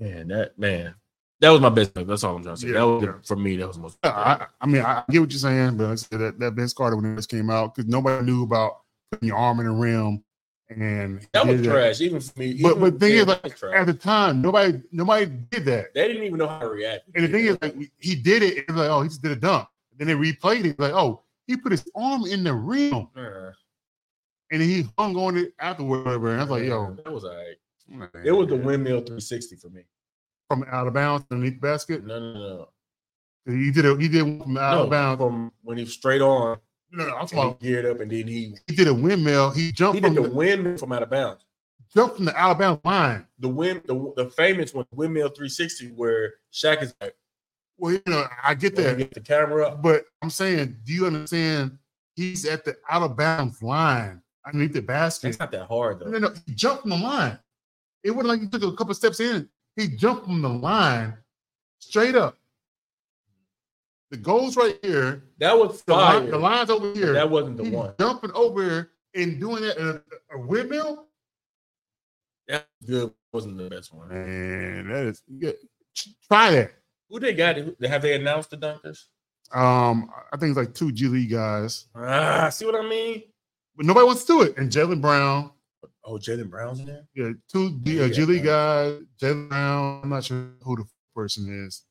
[SPEAKER 3] Man, that man, That was my best. pick. That's all I'm trying to say.
[SPEAKER 2] Yeah,
[SPEAKER 3] that was
[SPEAKER 2] yeah.
[SPEAKER 3] for me. That was the most.
[SPEAKER 2] Yeah, I, I mean, I I get what you're saying, but like I said, that, that Vince Carter when this came out, because nobody knew about putting your arm in the rim, and he
[SPEAKER 3] that was
[SPEAKER 2] did
[SPEAKER 3] trash, even for me.
[SPEAKER 2] But-
[SPEAKER 3] even-
[SPEAKER 2] but the thing
[SPEAKER 3] yeah,
[SPEAKER 2] is,
[SPEAKER 3] that
[SPEAKER 2] like,
[SPEAKER 3] was trash.
[SPEAKER 2] At the time, nobody nobody did that,
[SPEAKER 3] they didn't even know how to react.
[SPEAKER 2] and the thing is, like, he did it. It was like, oh, he just did a dunk. Then they replayed it, like, oh, he put his arm in the rim,
[SPEAKER 3] Uh,
[SPEAKER 2] and he hung on it afterward. whatever. And I was like, yo,
[SPEAKER 3] that was all right. It was the windmill 360 for me.
[SPEAKER 2] from out of bounds underneath the basket.
[SPEAKER 3] No, no, no,
[SPEAKER 2] He did a he did one from out
[SPEAKER 3] no.
[SPEAKER 2] of bounds.
[SPEAKER 3] from when he was straight on,
[SPEAKER 2] No, no, I'm talking
[SPEAKER 3] and
[SPEAKER 2] about
[SPEAKER 3] he geared up, and then he
[SPEAKER 2] he did a windmill. He jumped
[SPEAKER 3] he
[SPEAKER 2] from
[SPEAKER 3] did the
[SPEAKER 2] the,
[SPEAKER 3] windmill from out of bounds.
[SPEAKER 2] jumped from the out of bounds line.
[SPEAKER 3] The wind, the, the famous one, windmill 360, where Shaq is like,
[SPEAKER 2] Well, you know, I get
[SPEAKER 3] when he
[SPEAKER 2] that.
[SPEAKER 3] get the camera up.
[SPEAKER 2] But I'm saying, do you understand? He's at the out of bounds line underneath the basket.
[SPEAKER 3] It's not that hard
[SPEAKER 2] No, no,
[SPEAKER 3] though.
[SPEAKER 2] no, he jumped from the line. It wasn't like he took a couple steps in. He jumped from the line straight up. The goal's right here.
[SPEAKER 3] That was
[SPEAKER 2] The,
[SPEAKER 3] fire.
[SPEAKER 2] line- the line's over here.
[SPEAKER 3] that wasn't the
[SPEAKER 2] He's
[SPEAKER 3] one.
[SPEAKER 2] jumping over here and doing that in a, a windmill.
[SPEAKER 3] That was good wasn't the best one.
[SPEAKER 2] Man, that is yeah. Try that.
[SPEAKER 3] Who they got? Who- Have they announced the dunkers?
[SPEAKER 2] Um, I think it's like two G League guys,
[SPEAKER 3] Ah, see what I mean?
[SPEAKER 2] but nobody wants to do it. And Jalen Brown,
[SPEAKER 3] Oh, Jalen Brown's in there.
[SPEAKER 2] Yeah, two
[SPEAKER 3] Yeah,
[SPEAKER 2] G, uh,
[SPEAKER 3] you
[SPEAKER 2] G
[SPEAKER 3] got
[SPEAKER 2] League
[SPEAKER 3] that.
[SPEAKER 2] guys, Jalen Brown. I'm not sure who the f- person is.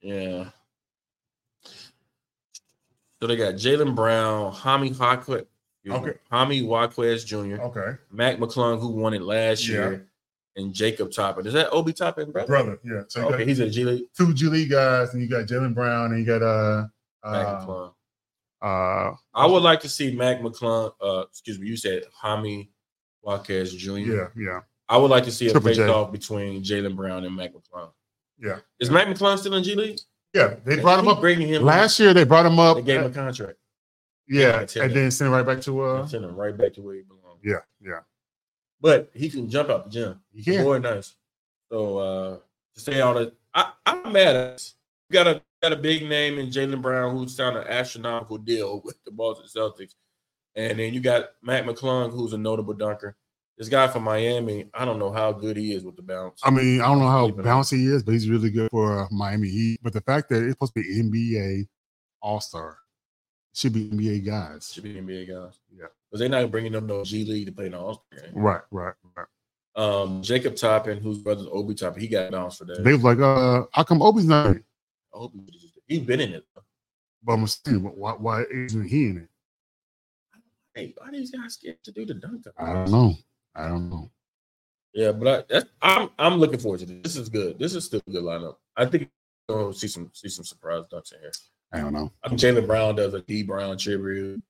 [SPEAKER 3] Yeah. So they got Jalen Brown, Hami Hawkins,
[SPEAKER 2] Okay.
[SPEAKER 3] Hami Waquez Jr.,
[SPEAKER 2] Okay,
[SPEAKER 3] Mac McClung, who won it last
[SPEAKER 2] Yeah.
[SPEAKER 3] year, and Jacob Toppin. Is that Obi Toppin, brother?
[SPEAKER 2] brother. Yeah, so you
[SPEAKER 3] Okay,
[SPEAKER 2] got
[SPEAKER 3] he's a G League.
[SPEAKER 2] two G League guys, and you got Jalen Brown, and you got uh,
[SPEAKER 3] Mac
[SPEAKER 2] uh,
[SPEAKER 3] McClung.
[SPEAKER 2] uh
[SPEAKER 3] I would like to see Mac McClung. Uh, excuse me, you said Hami Waquez Jr.
[SPEAKER 2] yeah, yeah.
[SPEAKER 3] I would like to see a
[SPEAKER 2] Triple
[SPEAKER 3] face
[SPEAKER 2] J.
[SPEAKER 3] off between Jalen Brown and Mac McClung.
[SPEAKER 2] Yeah.
[SPEAKER 3] Is Mac McClung still in G League?
[SPEAKER 2] Yeah, they brought him
[SPEAKER 3] keep
[SPEAKER 2] up
[SPEAKER 3] Bringing him
[SPEAKER 2] last year. They brought him
[SPEAKER 3] They
[SPEAKER 2] up.
[SPEAKER 3] gave him a contract.
[SPEAKER 2] yeah,
[SPEAKER 3] Yeah,
[SPEAKER 2] and then sent him right back to
[SPEAKER 3] and
[SPEAKER 2] uh.
[SPEAKER 3] sent him right back to where he belongs.
[SPEAKER 2] Yeah, yeah.
[SPEAKER 3] But he can jump out the gym.
[SPEAKER 2] He
[SPEAKER 3] Yeah.
[SPEAKER 2] can.
[SPEAKER 3] Boy, nice. So uh to say all that, I, I'm mad at us. We got a got a big name in Jalen Brown who signed an astronomical deal with the Boston Celtics. And then you got Matt McClung, who's a notable dunker. This guy from Miami, I don't know how good he is with the bounce.
[SPEAKER 2] I mean, I don't know how
[SPEAKER 3] Keep it up.
[SPEAKER 2] bouncy he is, but he's really good for uh, Miami Heat. But the fact that it's supposed to be NBA All Star should be NBA guys.
[SPEAKER 3] should be NBA guys.
[SPEAKER 2] Yeah.
[SPEAKER 3] Because they're not bringing up no G League to play in the All Star game.
[SPEAKER 2] Right, right, right.
[SPEAKER 3] Um, Jacob Toppin, whose brother's Obi Toppin, he got bounced for that.
[SPEAKER 2] They was like, uh, how come Obi's not? in it?
[SPEAKER 3] I hope he would've just- he's been in it.
[SPEAKER 2] But I'm saying, wh- why, why isn't he in it?
[SPEAKER 3] Hey, why these guys scared to do the dunk? contest?
[SPEAKER 2] I don't know. I don't know.
[SPEAKER 3] Yeah, but I, that's, I'm I'm looking forward to this. This is good. This is still a good lineup. I think we'll see some see some surprise dunks in here.
[SPEAKER 2] I don't know.
[SPEAKER 3] I think Jalen Brown does a D Brown tribute.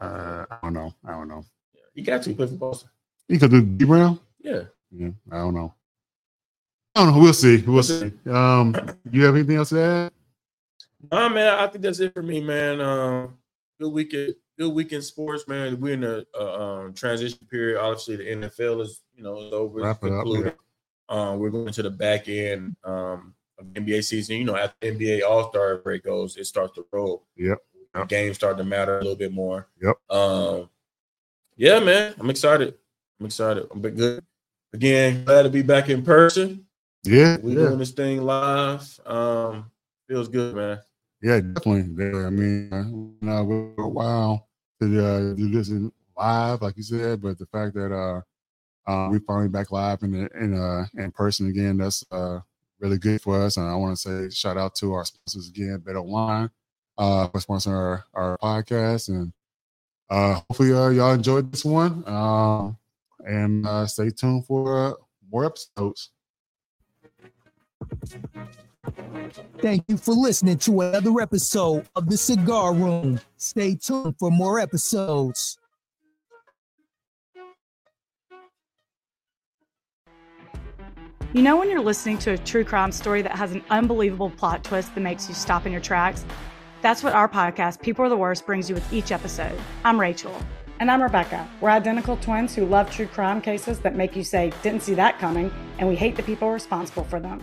[SPEAKER 2] Uh, I don't know. I don't know.
[SPEAKER 3] Yeah, he got to play for Boston.
[SPEAKER 2] He could do D Brown.
[SPEAKER 3] Yeah,
[SPEAKER 2] Yeah, I don't know. I don't know. We'll see. We'll see. Um, you have anything else to add?
[SPEAKER 3] nah, man. I think that's it for me, man. Um, good weekend. Good weekend sports, man. We're in a, uh um, transition period. Obviously, the NFL is you know is over.
[SPEAKER 2] Wrap it up,
[SPEAKER 3] concluded. Um, we're going to the back end um, of the NBA season. You know, after NBA All Star break goes, it starts to roll.
[SPEAKER 2] Yep,
[SPEAKER 3] The
[SPEAKER 2] yep.
[SPEAKER 3] Games start to matter a little bit more.
[SPEAKER 2] Yep.
[SPEAKER 3] Um, yeah, man. I'm excited. I'm excited. I'm bit good. Again, glad to be back in person.
[SPEAKER 2] Yeah,
[SPEAKER 3] We're
[SPEAKER 2] yeah,
[SPEAKER 3] doing this thing live. Um, feels good, man.
[SPEAKER 2] yeah, definitely. Yeah, I mean, uh, when I went for a while to uh, do this in live, like you said, but the fact that uh, uh, we finally back live in the, in uh, in person again, that's uh, really good for us. And I want to say shout out to our sponsors again, Bet Online, uh, for sponsoring our, our podcast. And uh, hopefully uh, y'all enjoyed this one. Um, and uh, stay tuned for uh, more episodes.
[SPEAKER 1] Thank you for listening to another episode of The Cigar Room. Stay tuned for more episodes.
[SPEAKER 5] You know, when you're listening to a true crime story that has an unbelievable plot twist that makes you stop in your tracks? That's what our podcast, People Are the Worst, brings you with each episode. I'm Rachel.
[SPEAKER 6] And I'm Rebecca. We're identical twins who love true crime cases that make you say, didn't see that coming, and we hate the people responsible for them.